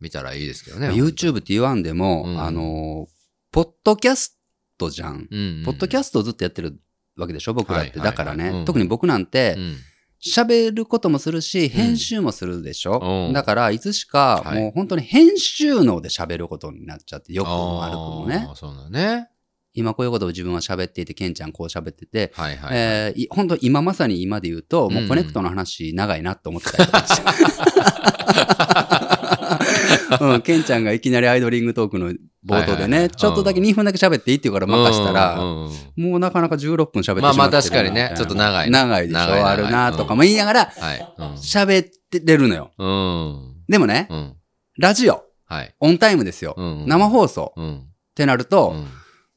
[SPEAKER 1] 見たらいいですけどね。
[SPEAKER 2] まあ YouTube って言わんでも、
[SPEAKER 1] うん
[SPEAKER 2] あのー、ポッドキャストじゃん。
[SPEAKER 1] うんうんうん、
[SPEAKER 2] ポッドキャストをずっとやってるわけでしょ、僕らって。
[SPEAKER 1] はいはいはい
[SPEAKER 2] だから
[SPEAKER 1] う
[SPEAKER 2] ね
[SPEAKER 1] ん、
[SPEAKER 2] 特に僕なんて、
[SPEAKER 1] うん
[SPEAKER 2] 喋ることもするし、編集もするでしょ、
[SPEAKER 1] うん
[SPEAKER 2] だから、いつしか、
[SPEAKER 1] はい
[SPEAKER 2] もう本当に編集能で喋ることになっちゃって、よくも悪くもね
[SPEAKER 1] あ。ーそうだね。
[SPEAKER 2] 今こういうことを自分は喋っていて、ケンちゃんこう喋ってて、
[SPEAKER 1] はいはい、
[SPEAKER 2] えーい本当今まさに今で言うと、もううんコネクトの話長いなと思ってたりとか して。うん、ケンちゃんがいきなりアイドリングトークの冒頭
[SPEAKER 1] は
[SPEAKER 2] で
[SPEAKER 1] いはいは
[SPEAKER 2] ね、
[SPEAKER 1] い
[SPEAKER 2] ちょっとだけ
[SPEAKER 1] うん
[SPEAKER 2] 2分だけ喋っていいって言うから任した
[SPEAKER 1] う
[SPEAKER 2] ら、
[SPEAKER 1] んうんうん
[SPEAKER 2] もうなかなか16分喋ってしまってるな
[SPEAKER 1] まあまあ確かにねちょっと長いね
[SPEAKER 2] 長いでしょ、
[SPEAKER 1] 長い長い
[SPEAKER 2] あるなとかも言いながら
[SPEAKER 1] はい。
[SPEAKER 2] 喋って出るのよ。
[SPEAKER 1] うん。
[SPEAKER 2] でもね、
[SPEAKER 1] うん。うん。
[SPEAKER 2] ラジオ、
[SPEAKER 1] はい。
[SPEAKER 2] オンタイムですよ。
[SPEAKER 1] うん
[SPEAKER 2] 生放送
[SPEAKER 1] う
[SPEAKER 2] っ
[SPEAKER 1] ん。
[SPEAKER 2] てなる
[SPEAKER 1] う
[SPEAKER 2] と、
[SPEAKER 1] ん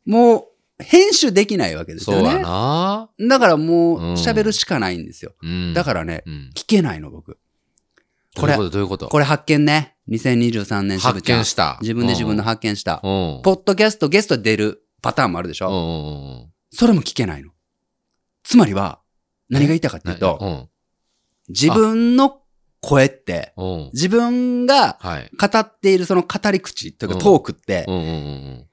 [SPEAKER 2] もう編集できないわけです
[SPEAKER 1] そう
[SPEAKER 2] よ
[SPEAKER 1] や
[SPEAKER 2] ね。
[SPEAKER 1] な。
[SPEAKER 2] だからもう
[SPEAKER 1] うん
[SPEAKER 2] 喋るしかないんですよ。
[SPEAKER 1] うん。
[SPEAKER 2] だからね、
[SPEAKER 1] うん、
[SPEAKER 2] 聞けないの、僕。こ
[SPEAKER 1] これ、
[SPEAKER 2] れ
[SPEAKER 1] どういうことどういうこと
[SPEAKER 2] これ発見ね。2023年
[SPEAKER 1] 発
[SPEAKER 2] 渋ちゃん
[SPEAKER 1] 見した。
[SPEAKER 2] 自分で自分の
[SPEAKER 1] の。
[SPEAKER 2] 発見した。
[SPEAKER 1] うん。
[SPEAKER 2] ポッドキャストゲスト出るパターンもあるでし
[SPEAKER 1] うんうん
[SPEAKER 2] ょ
[SPEAKER 1] うんうん。
[SPEAKER 2] それも聞けないの。つまりは、何が言いたかっていうと、
[SPEAKER 1] な
[SPEAKER 2] 自分の声って、
[SPEAKER 1] うん。うん。
[SPEAKER 2] 自分が
[SPEAKER 1] はい。
[SPEAKER 2] 語っているその語り口というか
[SPEAKER 1] うん
[SPEAKER 2] トークって
[SPEAKER 1] うん、うんうんうん。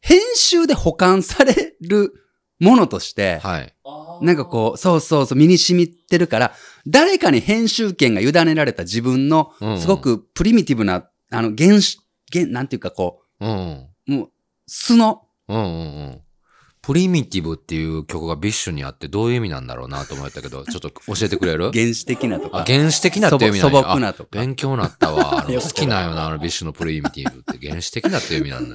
[SPEAKER 2] 編集で保管されるものとして、
[SPEAKER 1] はい。
[SPEAKER 2] なんかこう、そうそうそう、身に染みてるから、誰かに編集権が委ねられた自分の
[SPEAKER 1] うんうん
[SPEAKER 2] すごくプリミティブな、あの、原始、原、なんていうかこ
[SPEAKER 1] うんうん。
[SPEAKER 2] う、もう、素の、
[SPEAKER 1] うんうんうん。プリミティブっていう曲がビッシュにあってどういう意味なんだろうなと思ったけど、ちょっと教えてくれる
[SPEAKER 2] 原始的なと
[SPEAKER 1] あ
[SPEAKER 2] か、
[SPEAKER 1] 原始的なっていう意味
[SPEAKER 2] 素
[SPEAKER 1] なんや
[SPEAKER 2] 朴素朴なと
[SPEAKER 1] あ
[SPEAKER 2] か
[SPEAKER 1] 勉強なった わ。あの
[SPEAKER 2] よか
[SPEAKER 1] 好
[SPEAKER 2] った
[SPEAKER 1] きなんよな、あのビッシュのプリミティブって原始的なっていう意味なんだ。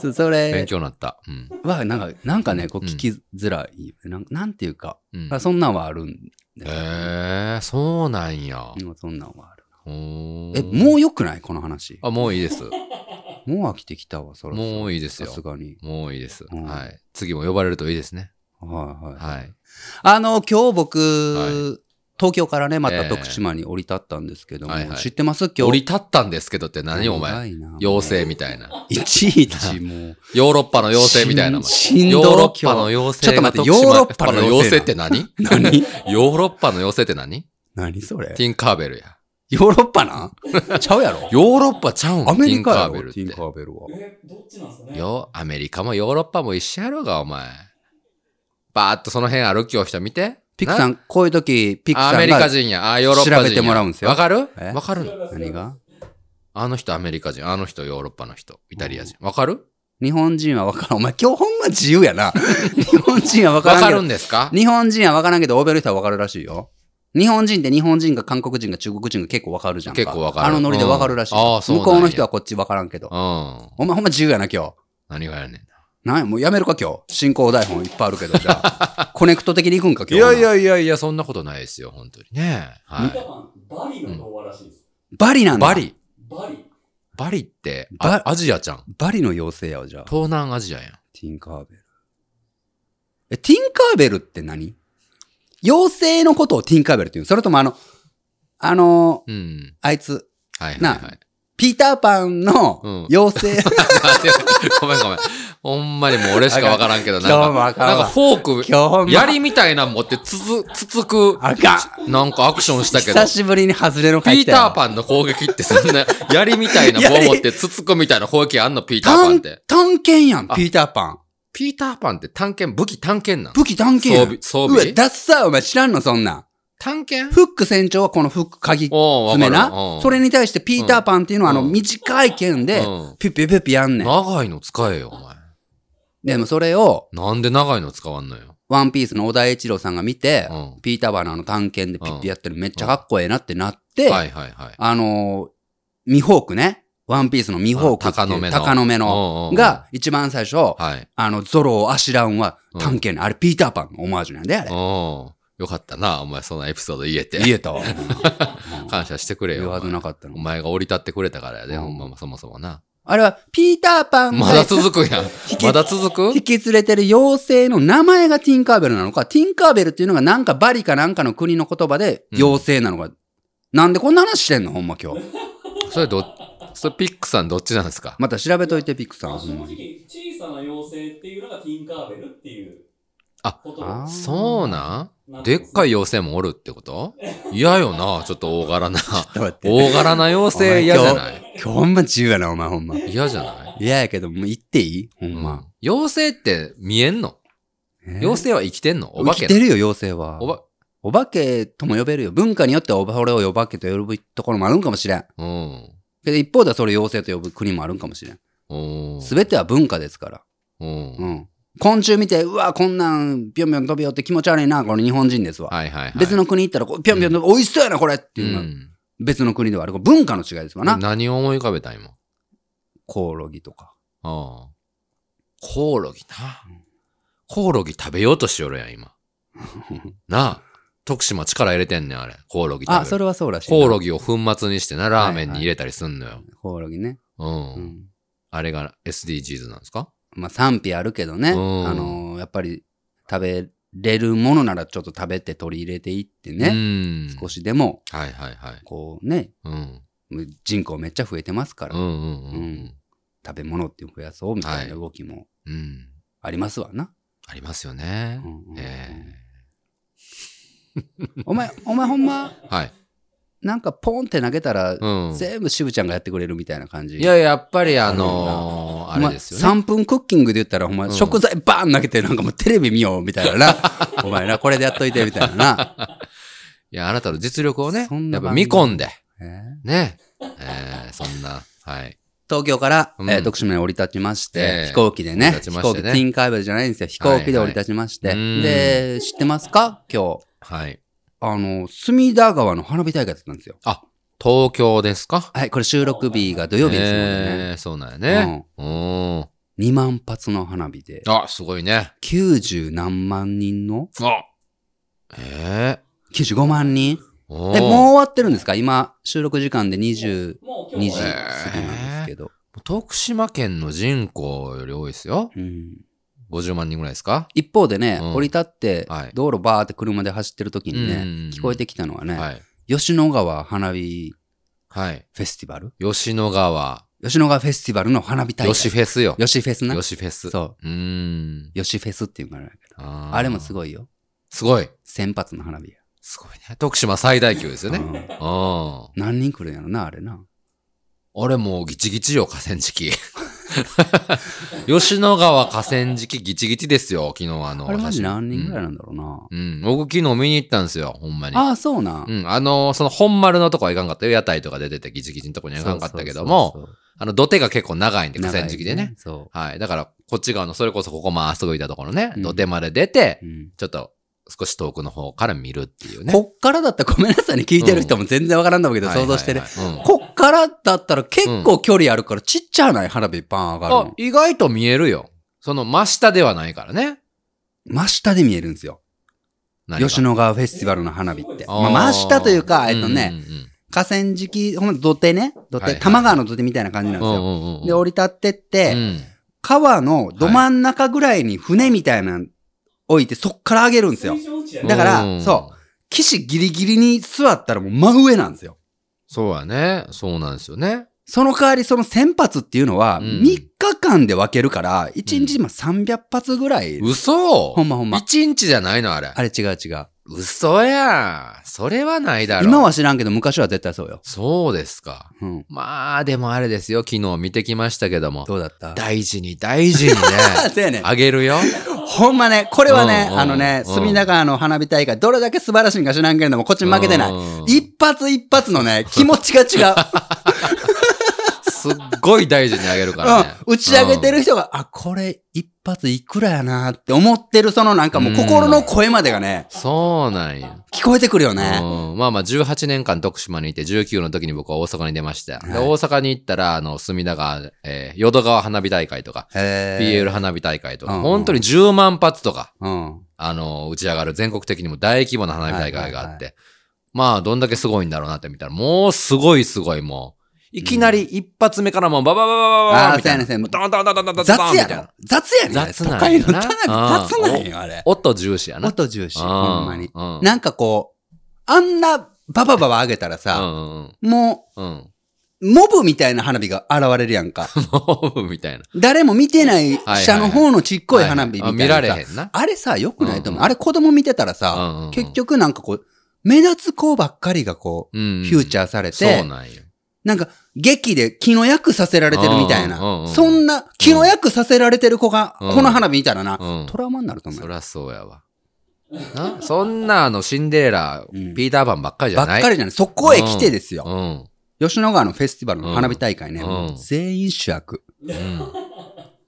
[SPEAKER 2] そそ
[SPEAKER 1] 勉
[SPEAKER 2] れ
[SPEAKER 1] 強なった。うん。
[SPEAKER 2] は、なんか、なんかね、こう
[SPEAKER 1] うん
[SPEAKER 2] 聞きづらい、なん。なんていうか、
[SPEAKER 1] うん、
[SPEAKER 2] そんなんはあるんだよね
[SPEAKER 1] えー、そうなんや。
[SPEAKER 2] うんそんなんはある。
[SPEAKER 1] え、も
[SPEAKER 2] え、もう良くないこの話。
[SPEAKER 1] あ、もういいです。
[SPEAKER 2] もう飽きてきたわ、そろそろ。
[SPEAKER 1] もういいですよ
[SPEAKER 2] さすがに。
[SPEAKER 1] もういいです。
[SPEAKER 2] うん
[SPEAKER 1] はい。次も呼ばれるといいですね。
[SPEAKER 2] はいはい。
[SPEAKER 1] はい。
[SPEAKER 2] あの、今日僕、
[SPEAKER 1] は
[SPEAKER 2] 東京からね、ま
[SPEAKER 1] え
[SPEAKER 2] た
[SPEAKER 1] え
[SPEAKER 2] 徳島に降り立ったんですけども、
[SPEAKER 1] はいはい
[SPEAKER 2] 知ってます今日。
[SPEAKER 1] 降り立ったんですけどって何お前。
[SPEAKER 2] やばいな。
[SPEAKER 1] 妖精みたいな。
[SPEAKER 2] いちいちもう。
[SPEAKER 1] ヨーロッパの妖精みたいなもん。
[SPEAKER 2] しんしんど
[SPEAKER 1] ヨーロッパの妖精
[SPEAKER 2] ちょっと待って
[SPEAKER 1] が徳島
[SPEAKER 2] ヨーロッパの妖 精
[SPEAKER 1] って何
[SPEAKER 2] 何
[SPEAKER 1] ヨーロッパの妖精って何
[SPEAKER 2] 何それ
[SPEAKER 1] ティンカーベルや。
[SPEAKER 2] ヨーロッパなんちゃ うやろ
[SPEAKER 1] ヨーロッパちゃうん
[SPEAKER 2] アメリカ
[SPEAKER 1] ティン
[SPEAKER 2] や
[SPEAKER 1] カーベル
[SPEAKER 2] ろ
[SPEAKER 1] っ
[SPEAKER 2] ティンカ
[SPEAKER 1] て。
[SPEAKER 2] ーベルは。
[SPEAKER 3] えどっちなんすかね
[SPEAKER 1] よ、アメリカもヨーロッパも一緒やろが、お前。バーっとその辺歩きよう人見て。
[SPEAKER 2] ピクさ
[SPEAKER 1] ん、
[SPEAKER 2] ん、こういう時、ピク
[SPEAKER 1] あ
[SPEAKER 2] さ
[SPEAKER 1] アメ
[SPEAKER 2] ん
[SPEAKER 1] リカ
[SPEAKER 2] が
[SPEAKER 1] 人や。あ、ヨーロッパ人や。
[SPEAKER 2] 調べてもらうんですよ
[SPEAKER 1] わかる
[SPEAKER 2] え
[SPEAKER 1] わかるの
[SPEAKER 2] 何が
[SPEAKER 1] あの人アメリカ人、あの人ヨーロッパの人、イタリア人。わかる
[SPEAKER 2] 日本人はわからん。お前今日ほんま自由 やな。日本人はわか
[SPEAKER 1] わ
[SPEAKER 2] らん
[SPEAKER 1] か
[SPEAKER 2] け
[SPEAKER 1] る
[SPEAKER 2] ど
[SPEAKER 1] ん。ですか
[SPEAKER 2] 日本人はわからんけど、欧米の人はわかるらしいよ。日本人って日本人が韓国人が中国人が結構わかるじゃんか。
[SPEAKER 1] 結構わかる
[SPEAKER 2] あのノリでわかるらしいよ、
[SPEAKER 1] うんああそうなん
[SPEAKER 2] 向
[SPEAKER 1] や
[SPEAKER 2] こうの人はこっちわからんけど
[SPEAKER 1] う。ん。
[SPEAKER 2] お前ほんま自由やな、今日。
[SPEAKER 1] 何がやねん
[SPEAKER 2] なんや、もうやめるか、今日。進行台本いっぱいあるけど、じ ゃあ。コネクト的に行くんか、
[SPEAKER 1] な。い
[SPEAKER 2] 今
[SPEAKER 1] や
[SPEAKER 2] 日。
[SPEAKER 1] いやいやいや、そんなことないですよ、本当にね。は
[SPEAKER 3] 三日
[SPEAKER 1] い。
[SPEAKER 3] 間、バリの童話らしいです。
[SPEAKER 2] バリなんだ。
[SPEAKER 1] バ。リ。
[SPEAKER 3] バリ。
[SPEAKER 1] バリって、
[SPEAKER 2] バ
[SPEAKER 1] あアジアじゃん。
[SPEAKER 2] バリの妖精やわ、じゃあ。
[SPEAKER 1] 東南アジアやん。
[SPEAKER 2] ティンカーベル。え、ティンカーベルって何妖精のことをティンカーベルって言うのそれともあの、あの、
[SPEAKER 1] うん。
[SPEAKER 2] あいつ、
[SPEAKER 1] はいはいは。
[SPEAKER 2] ないピーターパンの
[SPEAKER 1] うん
[SPEAKER 2] 妖精、
[SPEAKER 1] ごめんごめん。ほんまにもう俺しかわからんけど、なん
[SPEAKER 2] 今日も
[SPEAKER 1] か、
[SPEAKER 2] あかんわ
[SPEAKER 1] なんかフォー
[SPEAKER 2] 今日 も
[SPEAKER 1] ク、槍みたいなん持ってつつ、つつく、
[SPEAKER 2] あかん
[SPEAKER 1] なんかアクションしたけど
[SPEAKER 2] 久、しぶりに外れの書
[SPEAKER 1] ピ
[SPEAKER 2] い
[SPEAKER 1] ー
[SPEAKER 2] てたよ
[SPEAKER 1] ターパンの攻撃ってそんな、槍みたいな棒持ってつつくみたいな攻撃あんの、ピーターパンっ
[SPEAKER 2] 探
[SPEAKER 1] て。
[SPEAKER 2] 探検やん、
[SPEAKER 1] あ
[SPEAKER 2] ピーターパン。
[SPEAKER 1] ピーターパンって探検、武器探検なの
[SPEAKER 2] 武器探検や
[SPEAKER 1] 装
[SPEAKER 2] ん
[SPEAKER 1] 備、。装
[SPEAKER 2] うわ、
[SPEAKER 1] 備
[SPEAKER 2] ダッサーお前知らんの、そんなん。
[SPEAKER 1] 探検
[SPEAKER 2] フック船長はこのフック鍵
[SPEAKER 1] お
[SPEAKER 2] 爪な。それ
[SPEAKER 1] に、
[SPEAKER 2] に対してピーターパンっていうのはあの
[SPEAKER 1] うん
[SPEAKER 2] 短い剣で
[SPEAKER 1] うん、
[SPEAKER 2] ピュッピュッピュッピュやんねん。
[SPEAKER 1] 長いの使えよ、お前。
[SPEAKER 2] でもそれを、
[SPEAKER 1] なんで長いの使わんのよ。
[SPEAKER 2] ワンピースの小田栄一郎さんが見て、
[SPEAKER 1] うん
[SPEAKER 2] ピーターバーナーの探検でピッてやってるめっちゃかっこええなってなって、
[SPEAKER 1] はいはいはい。
[SPEAKER 2] あのーミホークね。ワンピースのミホークってい
[SPEAKER 1] あ鷹の
[SPEAKER 2] う。
[SPEAKER 1] 目の
[SPEAKER 2] 鷹の目の。
[SPEAKER 1] おうおうおう、
[SPEAKER 2] が、一番最初、
[SPEAKER 1] はい。
[SPEAKER 2] あの、ゾロをあしらうんは
[SPEAKER 1] うん
[SPEAKER 2] 探検の、あれピーターパンのオマージュなんだよ、あれ。
[SPEAKER 1] おうよかったな、お前そんなエピソード言えて。
[SPEAKER 2] 言 えたわ。
[SPEAKER 1] 感謝してくれ
[SPEAKER 2] 言
[SPEAKER 1] よ。
[SPEAKER 2] わ
[SPEAKER 1] お
[SPEAKER 2] ず
[SPEAKER 1] 前
[SPEAKER 2] なかった
[SPEAKER 1] お
[SPEAKER 2] の。
[SPEAKER 1] 前が降り立ってくれたからやで、
[SPEAKER 2] うん
[SPEAKER 1] ほんまそもそもな。
[SPEAKER 2] あれは、ピーターパンが
[SPEAKER 1] まだ続くやん。
[SPEAKER 2] き
[SPEAKER 1] まだ続く
[SPEAKER 2] 引き連れてる妖精の名前がティンカーベルなのか、ティンカーベルっていうのがなんかバリかなんかの国の言葉で
[SPEAKER 1] うん
[SPEAKER 2] 妖精なのか、なんでこんな話してんのほんま今日。
[SPEAKER 1] それど、それピックさんどっちなんですか
[SPEAKER 2] また調べといて、ピックさ
[SPEAKER 3] ま
[SPEAKER 2] ん。
[SPEAKER 3] あ
[SPEAKER 2] ほ
[SPEAKER 3] 正
[SPEAKER 2] んま
[SPEAKER 3] 直
[SPEAKER 2] に。、
[SPEAKER 3] 小さな妖精っていうのがティンカーベルっていう。
[SPEAKER 1] あ
[SPEAKER 3] こと
[SPEAKER 2] あー
[SPEAKER 1] そうなん
[SPEAKER 3] なん
[SPEAKER 1] でっかい
[SPEAKER 3] よ。
[SPEAKER 1] 妖精もおるってこと嫌よな、ちょっと大柄な。
[SPEAKER 2] ちょっと待って
[SPEAKER 1] 大柄な妖精嫌じゃない
[SPEAKER 2] 今日ほんま自由やな、お前ほんま。
[SPEAKER 1] 嫌じゃない
[SPEAKER 2] 嫌やけど、もう言っていいほんま。
[SPEAKER 1] うん妖精って見えんの
[SPEAKER 2] えー
[SPEAKER 1] 妖精は生きてんのお化け
[SPEAKER 2] 生きて
[SPEAKER 1] な
[SPEAKER 2] るよ、妖精は。
[SPEAKER 1] おば、
[SPEAKER 2] お化けとも呼べるよ。文化によってはおば、俺をお化けと呼ぶところもあるんかもしれん。
[SPEAKER 1] うん。
[SPEAKER 2] けど一方ではそれを妖精と呼ぶ国もあるんかもしれん。
[SPEAKER 1] うん。
[SPEAKER 2] すべては文化ですから。
[SPEAKER 1] うん
[SPEAKER 2] う。ん。昆虫見て、うわ、こんなん、ぴょんぴょん飛びよって気持ち悪いな、この日本人ですわ。
[SPEAKER 1] はいはいはい。
[SPEAKER 2] 別の国行ったら、こうぴょんぴょん飛び、美味しそうやな、これって
[SPEAKER 1] う
[SPEAKER 2] いうのは、
[SPEAKER 1] ん。
[SPEAKER 2] 別の国ではある。これ文化の違いですわな。
[SPEAKER 1] 何を思い浮かべた今。
[SPEAKER 2] コオロギとか。
[SPEAKER 1] ああ。コオロギな。コオロギ食べようとしよるやん、 今。なあ。徳島力入れてんねん、あれ。コオロギ食べる
[SPEAKER 2] あ、それはそうらしいな。
[SPEAKER 1] コオロギを粉末にしてな、ラーメンに入れたりすんのよ。
[SPEAKER 2] コオロギね。う
[SPEAKER 1] うん。
[SPEAKER 2] ん。
[SPEAKER 1] あれが SDGs なんですか
[SPEAKER 2] まあ賛否あるけどね。あ
[SPEAKER 1] うん
[SPEAKER 2] のーやっぱり食べれるものならちょっと食べて取り入れていって
[SPEAKER 1] う
[SPEAKER 2] ね。
[SPEAKER 1] ん。
[SPEAKER 2] 少しでも、
[SPEAKER 1] はいはいはい。
[SPEAKER 2] こうね、
[SPEAKER 1] うん。
[SPEAKER 2] 人口めっちゃ増えてますから、
[SPEAKER 1] うんうんうん。う
[SPEAKER 2] うんん食べ物っていうのを増やそうみたいな動きも
[SPEAKER 1] うん。
[SPEAKER 2] ありますわな。
[SPEAKER 1] ありますよね
[SPEAKER 2] う。んうんうん
[SPEAKER 1] え
[SPEAKER 2] お前、お前ほんま、
[SPEAKER 1] えはい。
[SPEAKER 2] なんかポンって投げたら、
[SPEAKER 1] うん。
[SPEAKER 2] 全部渋ちゃんがやってくれるみたいな感じ。
[SPEAKER 1] いや、やっぱりあのー、あれですよね。
[SPEAKER 2] 3分クッキングで言ったら、お前、
[SPEAKER 1] うん
[SPEAKER 2] 食材バーン投げて、なんかもうテレビ見ようみたい なな。お前な、これでやっといてみたいなな。
[SPEAKER 1] いや、あなたの実力をね
[SPEAKER 2] そん、
[SPEAKER 1] や
[SPEAKER 2] な
[SPEAKER 1] っぱ
[SPEAKER 2] 番
[SPEAKER 1] 見
[SPEAKER 2] 組
[SPEAKER 1] 込んで、
[SPEAKER 2] えー
[SPEAKER 1] ね。えー、そんな、はい。
[SPEAKER 2] 東京から、
[SPEAKER 1] うん
[SPEAKER 2] えー徳島に降り立ちまして、
[SPEAKER 1] ええ
[SPEAKER 2] 飛行機でね
[SPEAKER 1] 降り立ち
[SPEAKER 2] 飛
[SPEAKER 1] まし
[SPEAKER 2] 行
[SPEAKER 1] て
[SPEAKER 2] 機、
[SPEAKER 1] ね
[SPEAKER 2] ティンカーベルじゃないんですよ。飛行機で降り立ちまして。
[SPEAKER 1] はいはいうん
[SPEAKER 2] で、知ってますか今日。
[SPEAKER 1] はい。
[SPEAKER 2] あの、隅田川の花火大会だったんですよ。
[SPEAKER 1] あ、東京ですか
[SPEAKER 2] はい、これ収録日が土曜日ですので
[SPEAKER 1] え
[SPEAKER 2] ね。
[SPEAKER 1] ーそうなんやね。うん。
[SPEAKER 2] 2万発の花火で、
[SPEAKER 1] あ、すごいね。
[SPEAKER 2] 90何万人の
[SPEAKER 1] あええ
[SPEAKER 2] ?95 万人
[SPEAKER 1] お
[SPEAKER 2] で、
[SPEAKER 1] ー
[SPEAKER 2] もう終わってるんですか今、収録時間で22
[SPEAKER 3] もう
[SPEAKER 2] 時
[SPEAKER 3] 今日
[SPEAKER 2] 過
[SPEAKER 1] え
[SPEAKER 3] は
[SPEAKER 2] ぎなんですけど。
[SPEAKER 1] 徳島県の人口より多いですよ。
[SPEAKER 2] うん
[SPEAKER 1] 50万人ぐらいですか
[SPEAKER 2] 一方でね、
[SPEAKER 1] うん
[SPEAKER 2] 降り立って
[SPEAKER 1] はい、
[SPEAKER 2] 道路バーって車で走ってる時にね、
[SPEAKER 1] うん
[SPEAKER 2] 聞こえてきたのはね、
[SPEAKER 1] はい。
[SPEAKER 2] 吉野川花火
[SPEAKER 1] はい。
[SPEAKER 2] フェスティバル
[SPEAKER 1] 吉野川。
[SPEAKER 2] 吉野川フェスティバルの花火大会。
[SPEAKER 1] 吉フェスよ。
[SPEAKER 2] 吉フェスな。
[SPEAKER 1] 吉フェス。う
[SPEAKER 2] そう。
[SPEAKER 1] ーん。
[SPEAKER 2] 吉フェスっていうから、
[SPEAKER 1] あー
[SPEAKER 2] あれもすごいよ。
[SPEAKER 1] すごい。
[SPEAKER 2] 千発の花火や。
[SPEAKER 1] すごいね。徳島最大級ですよね。うん。
[SPEAKER 2] うん
[SPEAKER 1] あ
[SPEAKER 2] 何人来るんやろな、あれな。
[SPEAKER 1] れもうギチギチよ、河川敷。 吉野川河川敷ギチギチですよ、昨日あの。
[SPEAKER 2] あれマジ何人ぐ
[SPEAKER 1] な
[SPEAKER 2] らいなんだろうな。
[SPEAKER 1] うん。僕昨日見に行ったんですよ、ほんまに。
[SPEAKER 2] ああ、そうな。
[SPEAKER 1] うんん、あのーその本丸のとこはいかんかったよ。屋台とか出ててギチギチのとこにはいかんかったけども、
[SPEAKER 2] そうそう
[SPEAKER 1] あの、土手が結構長いんで、
[SPEAKER 2] そう、
[SPEAKER 1] 河川敷でね。
[SPEAKER 2] 長い。そ
[SPEAKER 1] はい。だから、こっち側の、それこそここまあすぐいたところね、
[SPEAKER 2] うん
[SPEAKER 1] 土手まで出て
[SPEAKER 2] う。、うん
[SPEAKER 1] ちょっと少し遠くの方から見るっていうね。
[SPEAKER 2] こっからだったらごめんなさいね、聞いてる人も全然わからんだろうけど、
[SPEAKER 1] はいは
[SPEAKER 2] 想
[SPEAKER 1] いはい
[SPEAKER 2] 像してね。
[SPEAKER 1] うん
[SPEAKER 2] こっからだったら結構距離あるから、ちっちゃない花火バーン上がる
[SPEAKER 1] あ
[SPEAKER 2] の、。
[SPEAKER 1] 意外と見えるよ。その真下ではないからね。
[SPEAKER 2] 真下で見えるんですよ。
[SPEAKER 1] 何が
[SPEAKER 2] 吉野川フェスティバルの花火って。
[SPEAKER 1] あー
[SPEAKER 2] まあ、真下というか、えっとね、
[SPEAKER 1] うんうん
[SPEAKER 2] 河川敷、ほんま土手ね。土手、
[SPEAKER 1] はいはい
[SPEAKER 2] 玉川の土手みたいな感じなんで
[SPEAKER 1] う
[SPEAKER 2] す
[SPEAKER 1] ん
[SPEAKER 2] よ。
[SPEAKER 1] うんうんうん
[SPEAKER 2] で、降り立ってって、
[SPEAKER 1] うん
[SPEAKER 2] 川のど真ん中ぐらいに船みたいなの置いて、そっから上げるんですよ
[SPEAKER 3] 水。上打ちや
[SPEAKER 2] だ
[SPEAKER 3] ね。
[SPEAKER 2] から
[SPEAKER 1] ん
[SPEAKER 2] そ岸ギリギリに座ったらもう真上なんですよ。
[SPEAKER 1] そうやね。そうなんですよね。
[SPEAKER 2] その代わりその1000発っていうのは、
[SPEAKER 1] うん
[SPEAKER 2] 3日間で分けるから、1日今300発ぐらい。
[SPEAKER 1] 嘘
[SPEAKER 2] ほんまほんま。
[SPEAKER 1] 一日じゃないのあれ。
[SPEAKER 2] あれ違う違う。
[SPEAKER 1] 嘘やん。それはないだろ。
[SPEAKER 2] 今は知らんけど、昔は絶対そうよ。
[SPEAKER 1] そうですか。
[SPEAKER 2] うん。
[SPEAKER 1] まあ、でもあれですよ。昨日見てきましたけども。
[SPEAKER 2] どうだった
[SPEAKER 1] 大事に大事にね。
[SPEAKER 2] そうやねん。
[SPEAKER 1] あげるよ。
[SPEAKER 2] ほんまね、これはね、
[SPEAKER 1] うんうん
[SPEAKER 2] あのね、
[SPEAKER 1] うん
[SPEAKER 2] 隅田川の花火大会、どれだけ素晴らしいんか知らんけれども、こっち負けてない
[SPEAKER 1] うん。
[SPEAKER 2] 一発一発のね、気持ちが違う。
[SPEAKER 1] すっごい大事にあげるからね。
[SPEAKER 2] うん。打ち上げてる人が、あ、これ一発いくらやなって思ってる、そのなんかもう心の声までがね、
[SPEAKER 1] そうなんや。
[SPEAKER 2] 聞こえてくるよね。
[SPEAKER 1] うん、まあまあ18年間徳島にいて19の時に僕は大阪に出ましたよ。で
[SPEAKER 2] はい
[SPEAKER 1] 大阪に行ったら、あの、隅田川、えー淀川花火大会とか、
[SPEAKER 2] へー
[SPEAKER 1] BL 花火大会とか、
[SPEAKER 2] うんうん
[SPEAKER 1] 本当に10万発とか、
[SPEAKER 2] うん。
[SPEAKER 1] あの、打ち上がる全国的にも大規模な花火大会があって、
[SPEAKER 2] はいはい
[SPEAKER 1] まあ、どんだけすごいんだろうなって見たら、もうすごいすごいもう。いきなり一発目からもうババババババ
[SPEAKER 2] あー
[SPEAKER 1] みたいな。
[SPEAKER 2] そうやねそう
[SPEAKER 1] ドンドンドンドンドンドン
[SPEAKER 2] 雑や
[SPEAKER 1] みたい
[SPEAKER 2] ろ
[SPEAKER 1] な。
[SPEAKER 2] 雑やね
[SPEAKER 1] 雑なんやな
[SPEAKER 2] 都会の花火雑なんよ、あれ。
[SPEAKER 1] 音重視やな。
[SPEAKER 2] 音重視、
[SPEAKER 1] うん
[SPEAKER 2] ほんまに。
[SPEAKER 1] うん
[SPEAKER 2] なんかこう、あんなババババ上げたら
[SPEAKER 1] う
[SPEAKER 2] さ、
[SPEAKER 1] んうん
[SPEAKER 2] も
[SPEAKER 1] うん。うん。
[SPEAKER 2] う、モブみたいな花火が現れるや んか。
[SPEAKER 1] モブみたいな。
[SPEAKER 2] 誰も見てない
[SPEAKER 1] はい
[SPEAKER 2] 下の方のちっこい花火みたいなさ。
[SPEAKER 1] 見られへんな。
[SPEAKER 2] あれさ、良くないと
[SPEAKER 1] う
[SPEAKER 2] 思
[SPEAKER 1] ん
[SPEAKER 2] う。
[SPEAKER 1] うん
[SPEAKER 2] あれ子供見てたら
[SPEAKER 1] うんうんう
[SPEAKER 2] さ
[SPEAKER 1] ん、
[SPEAKER 2] 結局なんかこう、目立つ子ばっかりがこう、
[SPEAKER 1] フ
[SPEAKER 2] フューチ
[SPEAKER 1] ャ
[SPEAKER 2] ャーされ
[SPEAKER 1] そう
[SPEAKER 2] て、
[SPEAKER 1] なんよ。
[SPEAKER 2] なんか劇で気の役させられてるみたいな
[SPEAKER 1] うんうんうんう。ん
[SPEAKER 2] そんな気の役させられてる子が、
[SPEAKER 1] うん
[SPEAKER 2] この花火見たらな、
[SPEAKER 1] うん
[SPEAKER 2] トラウマになると思う
[SPEAKER 1] そ
[SPEAKER 2] よ。
[SPEAKER 1] りゃそうやわ。なそんなあのシンデレラ、
[SPEAKER 2] うん
[SPEAKER 1] ピーターパンばっかりじ
[SPEAKER 2] ば
[SPEAKER 1] ゃ
[SPEAKER 2] っ
[SPEAKER 1] ない。
[SPEAKER 2] かりじゃない。そこへ来てですよ。
[SPEAKER 1] うん。
[SPEAKER 2] 吉野川のフェスティバルの花火大会ね、
[SPEAKER 1] うん
[SPEAKER 2] もう全員主役。
[SPEAKER 1] うん。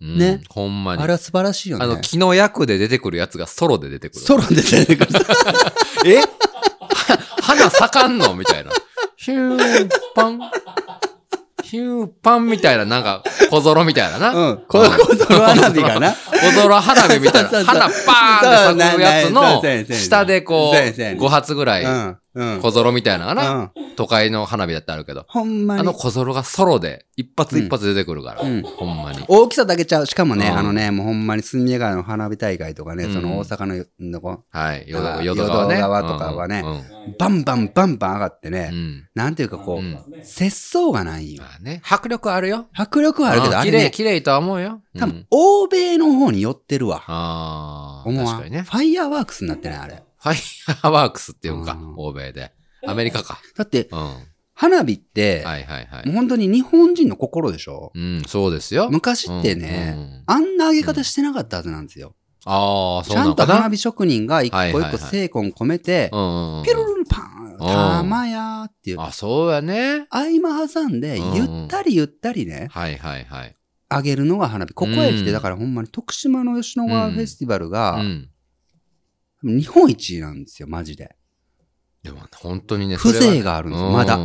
[SPEAKER 1] うん
[SPEAKER 2] ね。
[SPEAKER 1] ほんまに。
[SPEAKER 2] あれは素晴らしいよ
[SPEAKER 1] あの、
[SPEAKER 2] ね。
[SPEAKER 1] 気の役で出てくるやつがソロで出て くる。
[SPEAKER 2] ソロで出てくる。
[SPEAKER 1] え花咲かんのみたいな。ヒューパン。ヒューパンみたいな、なんか、小ぞろみたいなな。
[SPEAKER 2] うん。この小園花火 がな。
[SPEAKER 1] 小ぞろ花火みたい
[SPEAKER 2] そうそ
[SPEAKER 1] な。
[SPEAKER 2] うそう
[SPEAKER 1] 花パーンって咲くやつ
[SPEAKER 2] そうそうそうそう
[SPEAKER 1] の、下でこう、
[SPEAKER 2] そうそうそう
[SPEAKER 1] 5発ぐら
[SPEAKER 2] う
[SPEAKER 1] い、
[SPEAKER 2] ん。うん。
[SPEAKER 1] 小ぞろみたいなのがな。
[SPEAKER 2] うん
[SPEAKER 1] 都会の花火だってあるけど。
[SPEAKER 2] ほんまに。
[SPEAKER 1] あの小ぞろがソロで、一発一発出てくるから。
[SPEAKER 2] うん
[SPEAKER 1] ほんまに。
[SPEAKER 2] 大きさだけちゃう。しかもね、
[SPEAKER 1] うん
[SPEAKER 2] あのね、もうほんまに隅田川の花火大会とかね、
[SPEAKER 1] うん
[SPEAKER 2] その大阪のよのこ、
[SPEAKER 1] はい。
[SPEAKER 2] あ
[SPEAKER 1] 淀
[SPEAKER 2] ー
[SPEAKER 1] 淀川ね。
[SPEAKER 2] 淀川とかはね
[SPEAKER 1] うんうん
[SPEAKER 2] バンバンバンバン上がってね、
[SPEAKER 1] うん。
[SPEAKER 2] なんていうかこう、
[SPEAKER 1] うん
[SPEAKER 2] 節操がないよ。
[SPEAKER 1] まあね。迫力あるよ。
[SPEAKER 2] 迫力はあるけど、
[SPEAKER 1] うん
[SPEAKER 2] あれ
[SPEAKER 1] 綺麗、
[SPEAKER 2] ね、
[SPEAKER 1] 綺麗とは思うよ。
[SPEAKER 2] 多
[SPEAKER 1] うん
[SPEAKER 2] 分欧米の方に寄ってるわ。
[SPEAKER 1] ああ、
[SPEAKER 2] 思
[SPEAKER 1] 確
[SPEAKER 2] わん
[SPEAKER 1] かにね。
[SPEAKER 2] ファイヤーワークスになってない、あれ。
[SPEAKER 1] ファイアーワークスっていうんか
[SPEAKER 2] うん、
[SPEAKER 1] 欧米で。アメリカか。
[SPEAKER 2] だって、
[SPEAKER 1] うん。は
[SPEAKER 2] 花火って、
[SPEAKER 1] いはいは
[SPEAKER 2] もう
[SPEAKER 1] い。
[SPEAKER 2] 本当に日本人の心でしょ
[SPEAKER 1] うん、そうですよ。
[SPEAKER 2] 昔ってね、
[SPEAKER 1] うんうん
[SPEAKER 2] あんな上げ方してなかったはずなんですよ。
[SPEAKER 1] ああ、そう
[SPEAKER 2] ちゃ
[SPEAKER 1] なんの
[SPEAKER 2] と
[SPEAKER 1] か
[SPEAKER 2] 花
[SPEAKER 1] な。
[SPEAKER 2] 火職人が一個
[SPEAKER 1] はいはい
[SPEAKER 2] 一
[SPEAKER 1] は
[SPEAKER 2] 個
[SPEAKER 1] い
[SPEAKER 2] 精魂込めて、
[SPEAKER 1] うんうんうん
[SPEAKER 2] ピロルルパン、玉やーっていう。
[SPEAKER 1] あ、そうやね。
[SPEAKER 2] 合間挟んで、
[SPEAKER 1] うんうん
[SPEAKER 2] ゆったりゆったりね、
[SPEAKER 1] はいはいはい。
[SPEAKER 2] 上げるのが花火。ここへ来
[SPEAKER 1] う
[SPEAKER 2] て、
[SPEAKER 1] ん
[SPEAKER 2] だからほんまに徳島の吉野川フェスティバル
[SPEAKER 1] う
[SPEAKER 2] が、
[SPEAKER 1] ん。
[SPEAKER 2] 日本一なんですよ、マジで。
[SPEAKER 1] でも本当にね、
[SPEAKER 2] 風情
[SPEAKER 1] が
[SPEAKER 2] があるんですよ、まだ。
[SPEAKER 1] だ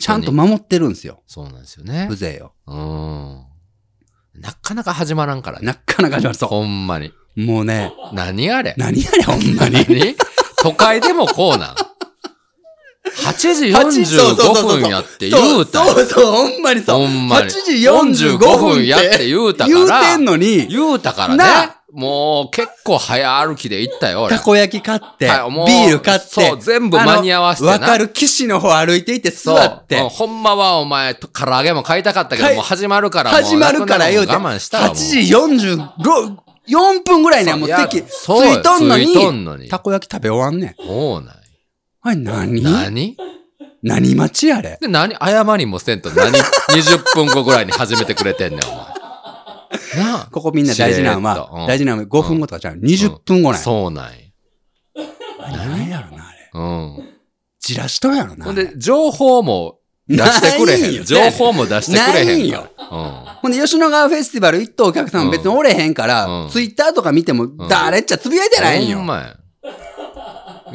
[SPEAKER 2] ちゃんと守ってるんですよ、
[SPEAKER 1] そうなんですよね。
[SPEAKER 2] 風情を。
[SPEAKER 1] うん。なかなか始まらんからね。
[SPEAKER 2] なかなかじゃそ
[SPEAKER 1] ほんまに。
[SPEAKER 2] う。もうね、
[SPEAKER 1] 何あれ
[SPEAKER 2] 何やねん、ほんま に。
[SPEAKER 1] 何都会でもこうなん。8時45分やって言うた
[SPEAKER 2] そ
[SPEAKER 1] よ。
[SPEAKER 2] うそう、ほんまにそう。
[SPEAKER 1] ほんま
[SPEAKER 2] 8
[SPEAKER 1] に。
[SPEAKER 2] 時45分
[SPEAKER 1] 分やって言うたか
[SPEAKER 2] 言う
[SPEAKER 1] ら。
[SPEAKER 2] てんのに、
[SPEAKER 1] 言うたから
[SPEAKER 2] な
[SPEAKER 1] ね。もう結構早歩きで行ったよ、俺。
[SPEAKER 2] たこ焼き買って、ビ
[SPEAKER 1] はいもう
[SPEAKER 2] ール買って、
[SPEAKER 1] そう全部間に合わせてな
[SPEAKER 2] あのわかる岸の方歩いていって座
[SPEAKER 1] そう
[SPEAKER 2] って
[SPEAKER 1] うん、ほんまはお前、唐揚げも買いたかったけ
[SPEAKER 2] は
[SPEAKER 1] ど、
[SPEAKER 2] い
[SPEAKER 1] もう始まるからもう。
[SPEAKER 2] 始まるから言うて、
[SPEAKER 1] 我慢したわ。も
[SPEAKER 2] 8
[SPEAKER 1] う
[SPEAKER 2] 時45、4分ぐらいにはもう
[SPEAKER 1] そう
[SPEAKER 2] 席、
[SPEAKER 1] いや
[SPEAKER 2] つ
[SPEAKER 1] そう
[SPEAKER 2] いとんのに、
[SPEAKER 1] ついとんのに
[SPEAKER 2] たこ焼き食べ終わんねん。
[SPEAKER 1] もうない。
[SPEAKER 2] あれ何
[SPEAKER 1] 何
[SPEAKER 2] 何待ちあれ
[SPEAKER 1] で、何謝りもせんと 何20分後ぐらいに始めてくれてんねん、お前。なあ。
[SPEAKER 2] ここみんな大事なの
[SPEAKER 1] しれっとう
[SPEAKER 2] は、
[SPEAKER 1] ん
[SPEAKER 2] 大事なのは5分後とかじゃん。20分後なんや。
[SPEAKER 1] そうなんや。
[SPEAKER 2] 何やろな、あれ。
[SPEAKER 1] うん。
[SPEAKER 2] じらしとんやろな。
[SPEAKER 1] ほん
[SPEAKER 2] あれ
[SPEAKER 1] で、情報も出してくれ
[SPEAKER 2] ない
[SPEAKER 1] へ
[SPEAKER 2] よ
[SPEAKER 1] ん。情報も出してくれ
[SPEAKER 2] な
[SPEAKER 1] へ
[SPEAKER 2] い
[SPEAKER 1] ん
[SPEAKER 2] よ
[SPEAKER 1] から。
[SPEAKER 2] ほんで、吉野川フェスティバル行ったお客さんも別におれへんから、
[SPEAKER 1] うん
[SPEAKER 2] ツイッターとか見ても、誰っちゃつぶやいてな
[SPEAKER 1] うん。
[SPEAKER 2] いんよ。
[SPEAKER 1] ほんまや。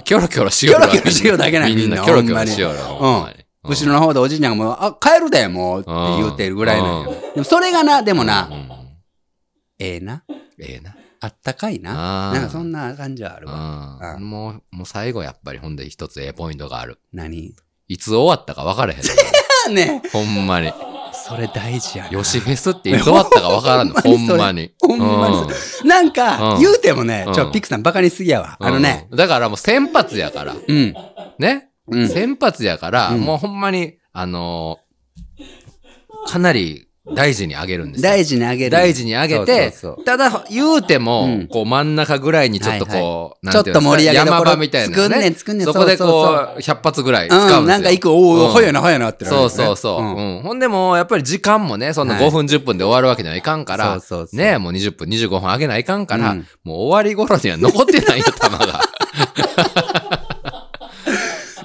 [SPEAKER 1] キョロキョロしよう
[SPEAKER 2] キョロキョロしよるだけなんや
[SPEAKER 1] みん
[SPEAKER 2] みんな
[SPEAKER 1] なキョロキョロしよる。ほんまにうん
[SPEAKER 2] 後ろの方でおじいちゃんがもう、あ、帰るでもうって言うてるぐらいなんよ。でもそれがな、でも
[SPEAKER 1] うんう
[SPEAKER 2] な、
[SPEAKER 1] ん
[SPEAKER 2] ええな、
[SPEAKER 1] ええな。
[SPEAKER 2] あったかいな。
[SPEAKER 1] あ
[SPEAKER 2] なんかそんな感じはあるわ。
[SPEAKER 1] な
[SPEAKER 2] う
[SPEAKER 1] もう、もう最後やっぱりほんで一つええポイントがある。
[SPEAKER 2] 何
[SPEAKER 1] いつ終わったか分からへん。
[SPEAKER 2] だね、
[SPEAKER 1] ほんまに。
[SPEAKER 2] それ大事やな。
[SPEAKER 1] ヨシフェスっていつ終わったか分からんの。
[SPEAKER 2] ほ
[SPEAKER 1] ほ
[SPEAKER 2] ん
[SPEAKER 1] ん
[SPEAKER 2] ま
[SPEAKER 1] まに。
[SPEAKER 2] ほんまにそう
[SPEAKER 1] うん
[SPEAKER 2] なんか
[SPEAKER 1] う、ん
[SPEAKER 2] 言うてもね
[SPEAKER 1] う、ん
[SPEAKER 2] ちょ、ピクさんバカにしすぎやわ。あのね、
[SPEAKER 1] うん。だからもう先発やから。
[SPEAKER 2] うん。
[SPEAKER 1] ね。
[SPEAKER 2] うん
[SPEAKER 1] 先発やから、
[SPEAKER 2] うん
[SPEAKER 1] もうほんまに、あのーかなり大事に上げるんですよ。
[SPEAKER 2] 大事にあげる。
[SPEAKER 1] 大事に上げて、
[SPEAKER 2] そうそうそう
[SPEAKER 1] ただ言うても、
[SPEAKER 2] うん
[SPEAKER 1] こう真ん中ぐらいにちょっとこう、
[SPEAKER 2] ちょっと盛り上げ
[SPEAKER 1] る
[SPEAKER 2] どころ
[SPEAKER 1] 山場みたいなの
[SPEAKER 2] 作んねん作んねん
[SPEAKER 1] そこでこう
[SPEAKER 2] そう
[SPEAKER 1] 100発ぐらい使うんですよ。
[SPEAKER 2] うん、なんか行く、お
[SPEAKER 1] う
[SPEAKER 2] お、
[SPEAKER 1] ん
[SPEAKER 2] 早いな、早いなってなるよ
[SPEAKER 1] そ
[SPEAKER 2] ね
[SPEAKER 1] うそうそう。
[SPEAKER 2] ん
[SPEAKER 1] うんほんでもう、やっぱり時間もね、そんな
[SPEAKER 2] はい
[SPEAKER 1] 5分、10分で終わるわけにはいかんから、
[SPEAKER 2] そうそうそう
[SPEAKER 1] ね、もう20分、25分上げないかんから、
[SPEAKER 2] うん
[SPEAKER 1] もう終わり頃には残って ないよ、玉が。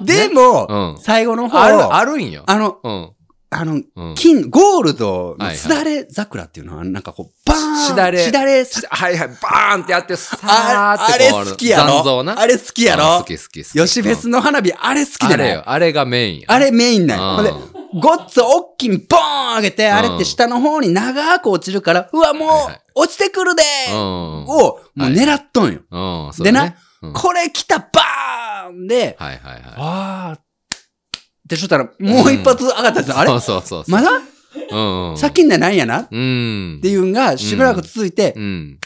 [SPEAKER 2] でも、
[SPEAKER 1] うん
[SPEAKER 2] 最後の方、
[SPEAKER 1] ある、あるんよ。
[SPEAKER 2] あの、
[SPEAKER 1] うん。
[SPEAKER 2] あの、
[SPEAKER 1] うん。
[SPEAKER 2] 金、ゴール
[SPEAKER 1] は
[SPEAKER 2] ド
[SPEAKER 1] い
[SPEAKER 2] の
[SPEAKER 1] はい
[SPEAKER 2] すだれ桜っていうのは、なんかこう、バーン
[SPEAKER 1] しだれ
[SPEAKER 2] しだれさ
[SPEAKER 1] はいはい、バーンってやって、さ
[SPEAKER 2] あ
[SPEAKER 1] ーっ
[SPEAKER 2] あ
[SPEAKER 1] て
[SPEAKER 2] れ
[SPEAKER 1] こう
[SPEAKER 2] 好きやろ
[SPEAKER 1] 残像な。
[SPEAKER 2] あれ好きや
[SPEAKER 1] あ好
[SPEAKER 2] ろ
[SPEAKER 1] き好き好き。
[SPEAKER 2] 吉フェスの花火、あれ好き
[SPEAKER 1] うんあ
[SPEAKER 2] じゃな
[SPEAKER 1] れ
[SPEAKER 2] い
[SPEAKER 1] よ、あれがメインや。
[SPEAKER 2] あれメインなん
[SPEAKER 1] う
[SPEAKER 2] よ。
[SPEAKER 1] ん
[SPEAKER 2] ほんで、ごっつおっきにボーン上げて、
[SPEAKER 1] ん
[SPEAKER 2] あれって下の方に長く落ちるから、うわ、もう
[SPEAKER 1] はいはい
[SPEAKER 2] 落ちてくるで
[SPEAKER 1] うんうんうん。
[SPEAKER 2] を、もう狙っとんよ。
[SPEAKER 1] うん、そう
[SPEAKER 2] で
[SPEAKER 1] だ
[SPEAKER 2] な、
[SPEAKER 1] ね。うん
[SPEAKER 2] これ来たバーンで、
[SPEAKER 1] はいはいは
[SPEAKER 2] あーってしとったら、もう一発上がったんですよ。あ
[SPEAKER 1] い。
[SPEAKER 2] れ
[SPEAKER 1] そうそうそうそう。
[SPEAKER 2] まだ
[SPEAKER 1] うんうん。
[SPEAKER 2] さっきんでないんやなっ
[SPEAKER 1] うん。
[SPEAKER 2] ていうんが、しばらく続いて
[SPEAKER 1] う、ん。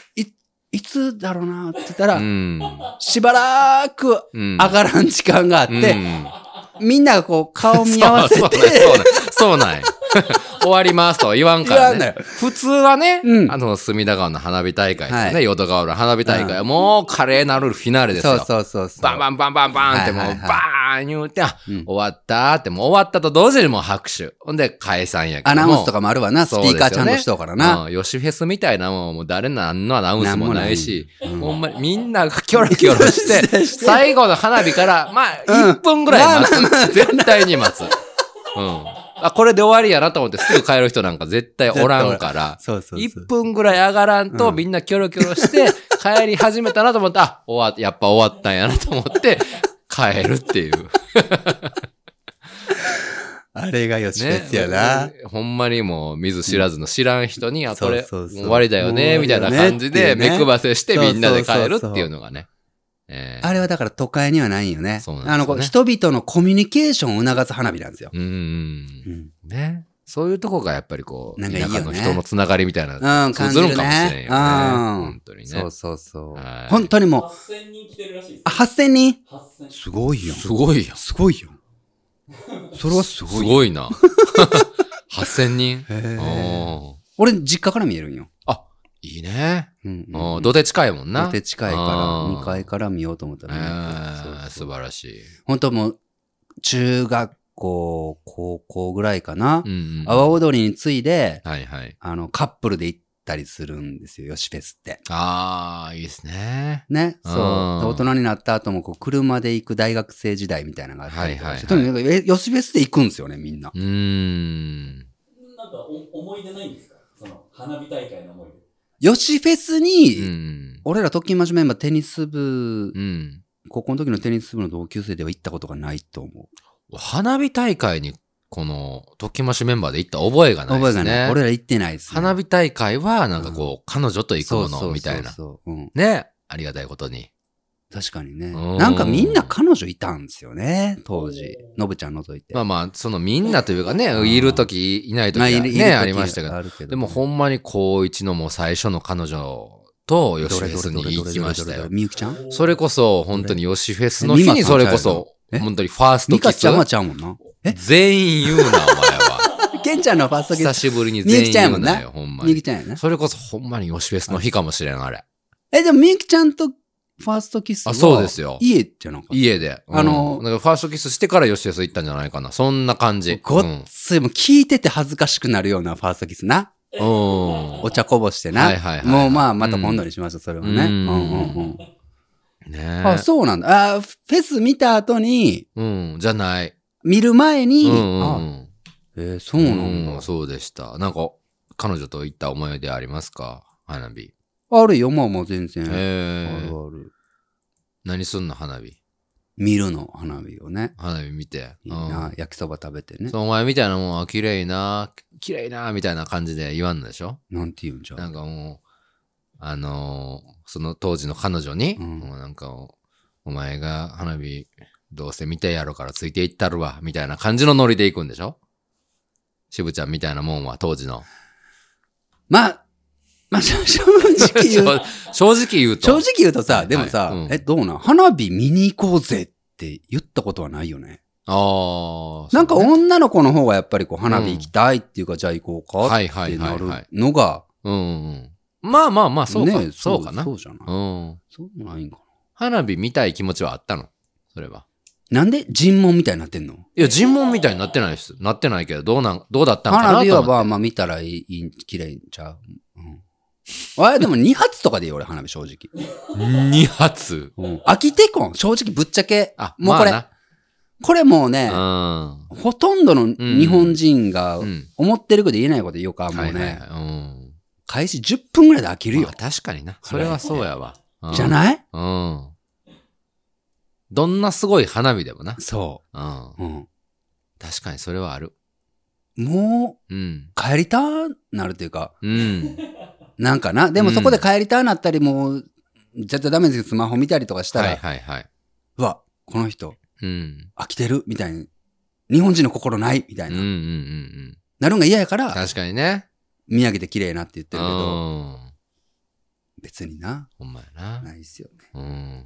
[SPEAKER 2] いつだろうなって言ったら、
[SPEAKER 1] うん。
[SPEAKER 2] しばらーく
[SPEAKER 1] 上
[SPEAKER 2] 上がらん時間があっ
[SPEAKER 1] うん
[SPEAKER 2] て、みんながこう顔見合わ せ
[SPEAKER 1] そう
[SPEAKER 2] て、
[SPEAKER 1] そうなんそうなんそうなんや 終わりますとは言わんから
[SPEAKER 2] 言わん
[SPEAKER 1] ね
[SPEAKER 2] の。
[SPEAKER 1] 普通はね、
[SPEAKER 2] うん
[SPEAKER 1] あの、隅田川の花火大会とかね、
[SPEAKER 2] はい
[SPEAKER 1] 淀川の花火大会、もう華麗なるフィナーレですよ。
[SPEAKER 2] そうそうそうそう。
[SPEAKER 1] バンバンバンバンバンってもう、
[SPEAKER 2] はい
[SPEAKER 1] バ
[SPEAKER 2] はいはい
[SPEAKER 1] ーン言うて、あ
[SPEAKER 2] うん
[SPEAKER 1] 終わったって、もう終わったと同時にもう拍手。ほんで、解散やけども
[SPEAKER 2] アナウンスとかもあるわな、ス
[SPEAKER 1] そう
[SPEAKER 2] ピ
[SPEAKER 1] ですよね
[SPEAKER 2] ーカーちゃんとしとうからな。
[SPEAKER 1] うん。ヨシフェスみたいなもん、もう誰なんのアナウンスもないし、
[SPEAKER 2] なんも
[SPEAKER 1] ほ
[SPEAKER 2] ない
[SPEAKER 1] んまにみんながキョロキョロ して、最後の花火から、まあ、
[SPEAKER 2] うん
[SPEAKER 1] 1分ぐらい待つ。絶対に待つ。うん。あ、これで終わりやなと思ってすぐ帰る人なんか絶対おらんから。
[SPEAKER 2] そうそうそ
[SPEAKER 1] 1
[SPEAKER 2] う。
[SPEAKER 1] 分ぐらい上がらんと、みんなキョロキョロ して、帰り始めたなと思って、あ、終わっやっぱ終わったんやなと思って、帰るっていう。
[SPEAKER 2] あれが吉
[SPEAKER 1] ね
[SPEAKER 2] ですよな。。
[SPEAKER 1] ほんまにもう見ず知らずの知らん人に、あ、これ
[SPEAKER 2] そうそうそう
[SPEAKER 1] 終わりだよね、みたいな感じで
[SPEAKER 2] もう終わりだよ
[SPEAKER 1] 目
[SPEAKER 2] ね
[SPEAKER 1] 配せしてみんなで帰るっていうのがね。ええ
[SPEAKER 2] あれはだから都会にはないよね。
[SPEAKER 1] そうなんですよね
[SPEAKER 2] あの、こう人々のコミュニケーションを促す花火なんですよ。
[SPEAKER 1] うんうん
[SPEAKER 2] う
[SPEAKER 1] うん
[SPEAKER 2] ん。
[SPEAKER 1] ん。ね。そういうとこがやっぱりこう、
[SPEAKER 2] なんかいい
[SPEAKER 1] 田
[SPEAKER 2] よね
[SPEAKER 1] 舎の人のつながりみたいな、
[SPEAKER 2] うん
[SPEAKER 1] 通
[SPEAKER 2] 感
[SPEAKER 1] ず
[SPEAKER 2] じ
[SPEAKER 1] る
[SPEAKER 2] る
[SPEAKER 1] んか
[SPEAKER 2] ね
[SPEAKER 1] もしれんよね。
[SPEAKER 2] うん
[SPEAKER 1] 本当にね
[SPEAKER 2] そ。うそうそう
[SPEAKER 1] は。い
[SPEAKER 2] 本当にも
[SPEAKER 3] 8000人来てるらしいで
[SPEAKER 2] う、
[SPEAKER 3] す。
[SPEAKER 2] 8000人
[SPEAKER 3] 8000。
[SPEAKER 2] すごいよ。
[SPEAKER 1] すごいやん。
[SPEAKER 2] すごいよ。それはす
[SPEAKER 1] す
[SPEAKER 2] ごいよ。
[SPEAKER 1] ごいな。8000人。
[SPEAKER 2] へー
[SPEAKER 1] おー
[SPEAKER 2] 俺、実家から見えるんよ。
[SPEAKER 1] あ、いいね。
[SPEAKER 2] うんうん
[SPEAKER 1] おー土手近いもんな。
[SPEAKER 2] 土手近いから、
[SPEAKER 1] うん
[SPEAKER 2] 2階から見ようと思った
[SPEAKER 1] え
[SPEAKER 2] ら見えてる。
[SPEAKER 1] ー
[SPEAKER 2] そうそ
[SPEAKER 1] 素
[SPEAKER 2] う
[SPEAKER 1] 晴らしい。
[SPEAKER 2] 本当もう、中学校、高校ぐらいかな
[SPEAKER 1] う。んうん。
[SPEAKER 2] 阿波踊りに次いで、
[SPEAKER 1] はいはい。
[SPEAKER 2] あの、カップルで行ったりするんですよ、ヨシフェスって。
[SPEAKER 1] ああ、いいですね。
[SPEAKER 2] ね、そう
[SPEAKER 1] うん。
[SPEAKER 2] で大人になった後も、こう、車で行く大学生時代みたいなのがあったりとかして、
[SPEAKER 1] はいはいは
[SPEAKER 2] とにかくえ、ヨシフェスで行くんですよね、みんな。
[SPEAKER 1] うーん。
[SPEAKER 3] なんかお思い出ないんですかその花火大会の思い
[SPEAKER 2] ヨシフェス
[SPEAKER 1] う
[SPEAKER 2] に、
[SPEAKER 1] ん。
[SPEAKER 2] 俺ら特訓マジメンバーテニス部
[SPEAKER 1] う、ん。
[SPEAKER 2] 高校の時のテニス部の同級生では行ったことがないと思う。
[SPEAKER 1] 花火大会に、この、ときましメンバーで行った覚えがないで
[SPEAKER 2] 覚え
[SPEAKER 1] す
[SPEAKER 2] が
[SPEAKER 1] ね。
[SPEAKER 2] ない。俺ら行ってないです、ね。
[SPEAKER 1] 花
[SPEAKER 2] 火
[SPEAKER 1] 火大会は、なんかこう、彼女と行くもの、みたいな。
[SPEAKER 2] そうそうそう。うん。
[SPEAKER 1] ね。ありがたいことに。
[SPEAKER 2] 確かにね。
[SPEAKER 1] うん
[SPEAKER 2] なんかみんな彼女いたんですよね、当時。のぶちゃん除いて。
[SPEAKER 1] まあまあ、そのみんなというかね、いるとき、いないとき
[SPEAKER 2] まあいるいる時
[SPEAKER 1] ね、ありましたけど。
[SPEAKER 2] あるけど
[SPEAKER 1] でもほんまに高一のもう最初の彼女と、ヨシフェスに行きましたよ。
[SPEAKER 2] みゆきちゃん
[SPEAKER 3] 出。
[SPEAKER 1] それこそ、本当にヨシフェスの日にそれこそ、
[SPEAKER 2] え
[SPEAKER 1] 本当にファースト
[SPEAKER 2] み
[SPEAKER 1] キ
[SPEAKER 2] か
[SPEAKER 1] ス
[SPEAKER 2] ちゃんはちゃうもんな。え
[SPEAKER 1] 全員言うな、お前は。
[SPEAKER 2] ケンちゃんのファーストキ
[SPEAKER 1] 久
[SPEAKER 2] ス。
[SPEAKER 1] しぶりに全員言うな
[SPEAKER 2] みゆきちゃんや
[SPEAKER 1] よ、ほんま
[SPEAKER 2] みゆき
[SPEAKER 1] に。
[SPEAKER 2] ちゃんやな。
[SPEAKER 1] それこそほんまにヨシフェスの日かもしれん、あれ。
[SPEAKER 2] え、でもみゆきちゃんとファーストキスは
[SPEAKER 1] あそうですよ
[SPEAKER 2] 家じゃなかった。
[SPEAKER 1] 家で。うん
[SPEAKER 2] あの
[SPEAKER 1] なんかファーストキスしてからヨシフェス行ったんじゃないかな。そんな感じ。
[SPEAKER 2] ご
[SPEAKER 1] う
[SPEAKER 2] っ
[SPEAKER 1] ん
[SPEAKER 2] つい、もう聞いてて恥ずかしくなるようなファーストキスな。
[SPEAKER 1] うん。
[SPEAKER 2] お茶こぼしてな。
[SPEAKER 1] はいはいはいはい
[SPEAKER 2] もうまあ、また今度にしましょう、それはね。う
[SPEAKER 1] うんん
[SPEAKER 2] うんうん。
[SPEAKER 1] ね
[SPEAKER 2] あ、そうなんだ。あ、フェス見た後に、
[SPEAKER 1] う。うん、じゃない。
[SPEAKER 2] 見る前
[SPEAKER 1] う
[SPEAKER 2] に、
[SPEAKER 1] んう
[SPEAKER 2] あ、
[SPEAKER 1] ん
[SPEAKER 2] えーそう
[SPEAKER 1] う
[SPEAKER 2] なん
[SPEAKER 1] ん。う
[SPEAKER 2] だ
[SPEAKER 1] ん、。そうでした。なんか、彼女と行った思い出ありますか花火。
[SPEAKER 2] あるよ、まあまあ全然。あ
[SPEAKER 1] え
[SPEAKER 2] る
[SPEAKER 1] ー
[SPEAKER 2] ある。
[SPEAKER 1] 何すんの花火。
[SPEAKER 2] 見るの、花火をね。
[SPEAKER 1] 花火見て。、
[SPEAKER 2] いいうなん焼きそば食べてね
[SPEAKER 1] そ。うお前みたいなもんは綺麗な、綺麗な、みたいな感じで言わんのでしょ
[SPEAKER 2] なんて言うんじゃ。
[SPEAKER 1] なんんかもう、あのーその当時の彼女に、
[SPEAKER 2] うん
[SPEAKER 1] もうなんか、お前が花火どうせ見てやろからついていったるわ、みたいな感じのノリで行くんでしょしぶちゃんみたいなもんは当時の。
[SPEAKER 2] まあ、まあ、正正直 言う。
[SPEAKER 1] 正直言うと。
[SPEAKER 2] 正直言うとさ、でもさ、
[SPEAKER 1] はいうん
[SPEAKER 2] え、どうなん花火見に行こうぜって言ったことはないよね。
[SPEAKER 1] ああ。
[SPEAKER 2] なんか
[SPEAKER 1] そうね
[SPEAKER 2] 女の子の方がやっぱりこう花火行きたいっていうか、じゃあ行こうか
[SPEAKER 1] は
[SPEAKER 2] っ
[SPEAKER 1] いはい
[SPEAKER 2] て
[SPEAKER 1] は
[SPEAKER 2] ないる
[SPEAKER 1] はい。
[SPEAKER 2] のが、
[SPEAKER 1] うんうんうん。まあまあまあ、そうか。
[SPEAKER 2] ね
[SPEAKER 1] そうかな。
[SPEAKER 2] そううじゃない。
[SPEAKER 1] ん。
[SPEAKER 2] そうないんか
[SPEAKER 1] 花火見たい気持ちはあったのそれは。
[SPEAKER 2] な。なんで尋問みたいになってんの
[SPEAKER 1] いや、尋問みたいになってないです。なってないけど、どうなん、どうだったんかなと思
[SPEAKER 2] 花
[SPEAKER 1] って。
[SPEAKER 2] 火はまあまあ見たらいい、いい綺麗ちゃう。うん。あれでも2発とかでいいよ、俺花火正直。
[SPEAKER 1] 2発。
[SPEAKER 2] うん。飽きてこん。正直ぶっちゃけ。
[SPEAKER 1] あ、
[SPEAKER 2] もう
[SPEAKER 1] ま
[SPEAKER 2] こ
[SPEAKER 1] あ
[SPEAKER 2] れ、
[SPEAKER 1] な
[SPEAKER 2] これもうね、
[SPEAKER 1] うん。
[SPEAKER 2] ほとんどの日本人が
[SPEAKER 1] うん。
[SPEAKER 2] 思ってること言えないこと言おうか、もう
[SPEAKER 1] は
[SPEAKER 2] ね、
[SPEAKER 1] いはいはいうん。
[SPEAKER 2] 開始10分ぐらいで飽きるよ
[SPEAKER 1] ま。あ確かにな。それはそうやわ。うん
[SPEAKER 2] じゃない
[SPEAKER 1] うん。どんなすごい花火でもな。
[SPEAKER 2] そ
[SPEAKER 1] うん。
[SPEAKER 2] う。うん。
[SPEAKER 1] 確かにそれはある。
[SPEAKER 2] もう、
[SPEAKER 1] うん。
[SPEAKER 2] 帰りたーなるというか、
[SPEAKER 1] うん。
[SPEAKER 2] なんかな。でも
[SPEAKER 1] うん
[SPEAKER 2] そこで帰りたーなったり、もう、絶対ダメですよ。スマホ見たりとかしたら、
[SPEAKER 1] はいはいはい。
[SPEAKER 2] うわ、この人、
[SPEAKER 1] うん。
[SPEAKER 2] 飽きてるみたいに。日本人の心ないみた
[SPEAKER 1] う
[SPEAKER 2] い
[SPEAKER 1] んうんう
[SPEAKER 2] な。
[SPEAKER 1] んうん。
[SPEAKER 2] なるんが嫌やから、
[SPEAKER 1] 確かにね。
[SPEAKER 2] 見上げて綺麗なって言って
[SPEAKER 1] うん。
[SPEAKER 2] るけど、
[SPEAKER 1] ほ
[SPEAKER 2] 別にな、
[SPEAKER 1] んまやな。
[SPEAKER 2] ないですよね。
[SPEAKER 1] うん。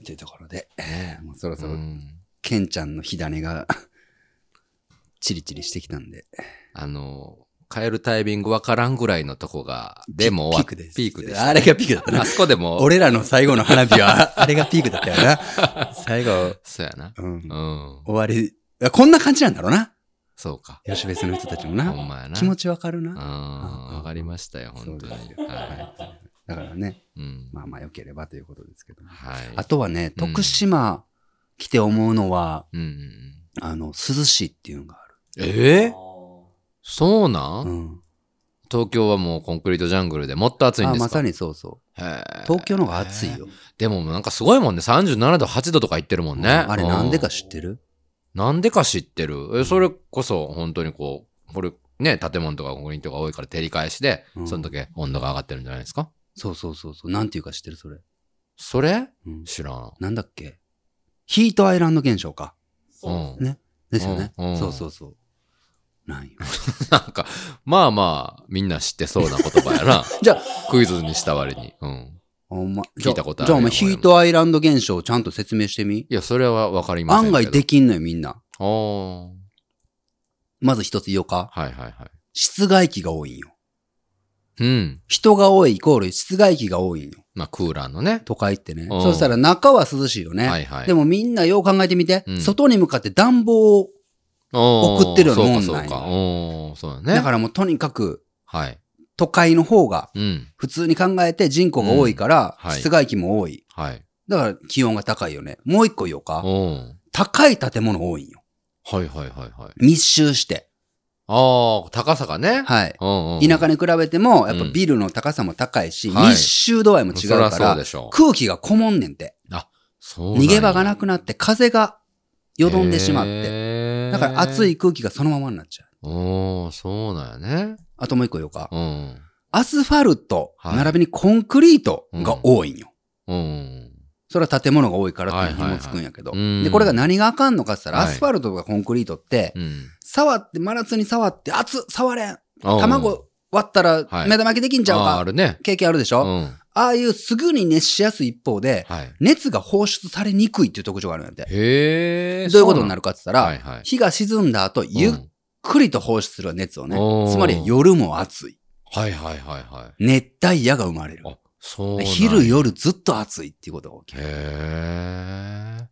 [SPEAKER 2] っていうところで、
[SPEAKER 1] ね
[SPEAKER 2] もうそろ
[SPEAKER 1] え。
[SPEAKER 2] そうろ、
[SPEAKER 1] ん。
[SPEAKER 2] ケンちゃんの火種が、 チリチリしてきたんで。
[SPEAKER 1] あの、帰るタイミングわからんぐらいのとこが、でも終
[SPEAKER 2] ピ
[SPEAKER 1] わ
[SPEAKER 2] ー
[SPEAKER 1] っ
[SPEAKER 2] クです。
[SPEAKER 1] ピークでした。
[SPEAKER 2] あれがピークだったな
[SPEAKER 1] あ。そこでも、
[SPEAKER 2] 俺らの最後の花火 は、あれがピークだったよな。最後、
[SPEAKER 1] そうやな。
[SPEAKER 2] うん、
[SPEAKER 1] うん。
[SPEAKER 2] 終わり、あこんな感じなんだろうな。
[SPEAKER 1] そうか。
[SPEAKER 2] 吉別の人たちも
[SPEAKER 1] ほん
[SPEAKER 2] な。
[SPEAKER 1] まやな。
[SPEAKER 2] 気持ちわかる
[SPEAKER 1] うん。
[SPEAKER 2] な。
[SPEAKER 1] わかりましたよ、
[SPEAKER 2] そう
[SPEAKER 1] 本当
[SPEAKER 2] です
[SPEAKER 1] に。
[SPEAKER 2] よ
[SPEAKER 1] は
[SPEAKER 2] だからね、
[SPEAKER 1] い。うん。
[SPEAKER 2] まあまあ良ければということですけども。
[SPEAKER 1] はい。
[SPEAKER 2] あとはね、
[SPEAKER 1] うん
[SPEAKER 2] 徳島来て思うのは、
[SPEAKER 1] うんうんうん。
[SPEAKER 2] あの、涼しいっていうのがあ
[SPEAKER 1] ええ
[SPEAKER 3] あー
[SPEAKER 1] そうなん、
[SPEAKER 2] る。うん。
[SPEAKER 1] 東京はもうコンクリートジャングルでもっと暑いん
[SPEAKER 2] あ、
[SPEAKER 1] ですか
[SPEAKER 2] まさにそうそ
[SPEAKER 1] へ
[SPEAKER 2] う。
[SPEAKER 1] え
[SPEAKER 2] 東京の方が暑いよ。
[SPEAKER 1] でもなんかすごいもんね。37度、8度とか言ってるもんね。
[SPEAKER 2] うんあれ
[SPEAKER 1] う
[SPEAKER 2] なんでか知ってる
[SPEAKER 1] なんでか知ってる。え、それこそ本当にこう、これ、ね、建物とかコンクリートが多いから照り返しで
[SPEAKER 2] う、ん
[SPEAKER 1] その時温度が上がってるんじゃないですか、
[SPEAKER 2] そうそうそうそう。なんていうか知ってるそれ。
[SPEAKER 1] それ
[SPEAKER 2] うん。
[SPEAKER 1] 知らん。
[SPEAKER 2] なんだっけヒートアイランド現象か。
[SPEAKER 1] う
[SPEAKER 3] そ
[SPEAKER 1] ん。
[SPEAKER 2] ねですよね。
[SPEAKER 1] うんうん
[SPEAKER 2] そうそうそう。なんよ。
[SPEAKER 1] なんか、まあまあ、みんな知ってそうな言葉やな。
[SPEAKER 2] じゃあ、
[SPEAKER 1] クイズにした割に。うん。
[SPEAKER 2] お前、
[SPEAKER 1] 聞いたことある
[SPEAKER 2] じゃあ、じゃあお前、
[SPEAKER 1] 俺も
[SPEAKER 2] ヒートアイランド現象をちゃんと説明してみ。
[SPEAKER 1] いや、それはわかりません
[SPEAKER 2] 案
[SPEAKER 1] けど。
[SPEAKER 2] 外できんのよ、みんな。
[SPEAKER 1] あー
[SPEAKER 2] まず一つ言おうか。
[SPEAKER 1] はいはいはい。
[SPEAKER 2] 室外機が多いんよ。
[SPEAKER 1] うん。
[SPEAKER 2] 人が多いイコール室外機が多いんよ。
[SPEAKER 1] まあ、クーラーのね。
[SPEAKER 2] 都会ってね。
[SPEAKER 1] うん
[SPEAKER 2] そしたら中は涼しいよね。
[SPEAKER 1] はいはい。
[SPEAKER 2] でもみんなよう考えてみて、
[SPEAKER 1] うん
[SPEAKER 2] 外に向かって暖房を、
[SPEAKER 1] おー
[SPEAKER 2] 送ってるようなもんなんよ
[SPEAKER 1] そうかそうか。おーそうだね。
[SPEAKER 2] だからもうとにかく
[SPEAKER 1] はい。
[SPEAKER 2] 都会の方が
[SPEAKER 1] うん。
[SPEAKER 2] 普通に考えて人口が多いから、
[SPEAKER 1] うんはい
[SPEAKER 2] 室外機も多い。
[SPEAKER 1] はい。
[SPEAKER 2] だから気温が高いよね。もう一個言おうか。
[SPEAKER 1] おー
[SPEAKER 2] 高い建物多いんよ。
[SPEAKER 1] はいはいはいはい。
[SPEAKER 2] 密集して。
[SPEAKER 1] ああ、高さがね。
[SPEAKER 2] はい。
[SPEAKER 1] うんうん。
[SPEAKER 2] 田舎に比べても、やっぱ
[SPEAKER 1] うん
[SPEAKER 2] ビルの高さも高いし、
[SPEAKER 1] はい
[SPEAKER 2] 密集度合いも違う
[SPEAKER 1] そら
[SPEAKER 2] か
[SPEAKER 1] そう
[SPEAKER 2] ら
[SPEAKER 1] で、しょう。
[SPEAKER 2] 空気がこもんねんて。
[SPEAKER 1] そう
[SPEAKER 2] 逃げ場が
[SPEAKER 1] な
[SPEAKER 2] なくなって、風がよどんでしまって。
[SPEAKER 1] て
[SPEAKER 2] だから暑
[SPEAKER 1] い。
[SPEAKER 2] い空気がそのままになっちゃう。
[SPEAKER 1] おーそうなんやね。
[SPEAKER 2] あともう一個言おうか。
[SPEAKER 1] うん。
[SPEAKER 2] アスファルト、
[SPEAKER 1] はい
[SPEAKER 2] 並びにコンクリートが多いんよ。
[SPEAKER 1] うん。
[SPEAKER 2] それは建物が多いからっていうの
[SPEAKER 1] はい
[SPEAKER 2] に
[SPEAKER 1] はいは
[SPEAKER 2] 紐
[SPEAKER 1] い
[SPEAKER 2] つくんやけど。
[SPEAKER 1] うん
[SPEAKER 2] で、これが何があかんのかって言ったら、
[SPEAKER 1] はい
[SPEAKER 2] アスファルトとかコンクリートって
[SPEAKER 1] う、ん。
[SPEAKER 2] 触って、真夏に触って、熱っ触れん
[SPEAKER 1] おー
[SPEAKER 2] 卵割ったら
[SPEAKER 1] はい
[SPEAKER 2] 目玉焼きできんちゃう
[SPEAKER 1] あーあ
[SPEAKER 2] か
[SPEAKER 1] るね。
[SPEAKER 2] 経験あるでし
[SPEAKER 1] う
[SPEAKER 2] ょ、あ
[SPEAKER 1] ん。
[SPEAKER 2] あいうすぐに熱しやすい一方で、
[SPEAKER 1] はい。
[SPEAKER 2] 熱が放出されにくいっていう特徴があるんやって。
[SPEAKER 1] へえ。
[SPEAKER 2] どういうことになるかって言ったら、
[SPEAKER 1] はいはい
[SPEAKER 2] 火が沈んだ後、ゆっ
[SPEAKER 1] うん
[SPEAKER 2] くりと放出する熱をね
[SPEAKER 1] お、ー
[SPEAKER 2] つまり夜も暑い。
[SPEAKER 1] はいはいはいはい。
[SPEAKER 2] 熱帯夜が生まれる。
[SPEAKER 1] あ、そうなんや
[SPEAKER 2] 昼夜ずっと暑いっていうことが起きる。
[SPEAKER 1] へえ。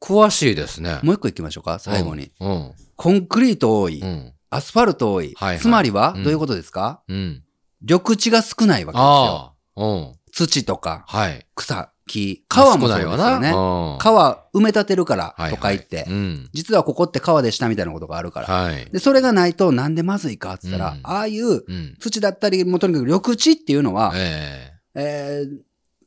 [SPEAKER 1] 詳しいですね。
[SPEAKER 2] もう一個行きましょうか、最後に。
[SPEAKER 1] うん。
[SPEAKER 2] コンクリート多い、
[SPEAKER 1] うん。うん。
[SPEAKER 2] アスファルト多い。
[SPEAKER 1] はいはい
[SPEAKER 2] つまりは、
[SPEAKER 1] うん
[SPEAKER 2] どういうことですか
[SPEAKER 1] うん。
[SPEAKER 2] 緑地が少ないわけですよ。
[SPEAKER 1] ああ。うん。
[SPEAKER 2] 土とか
[SPEAKER 1] はい。
[SPEAKER 2] 草、木、川もそうですよね。
[SPEAKER 1] 川
[SPEAKER 2] 川埋め立てるから、都会って、
[SPEAKER 1] うん。
[SPEAKER 2] 実はここって川でしたみたいなことがあるから。
[SPEAKER 1] はい。
[SPEAKER 2] で、それがないとなんでまずいかって言ったら、
[SPEAKER 1] うん
[SPEAKER 2] ああいう
[SPEAKER 1] うん。
[SPEAKER 2] 土だったり、もうとにかく緑地っていうのは、
[SPEAKER 1] え
[SPEAKER 2] えー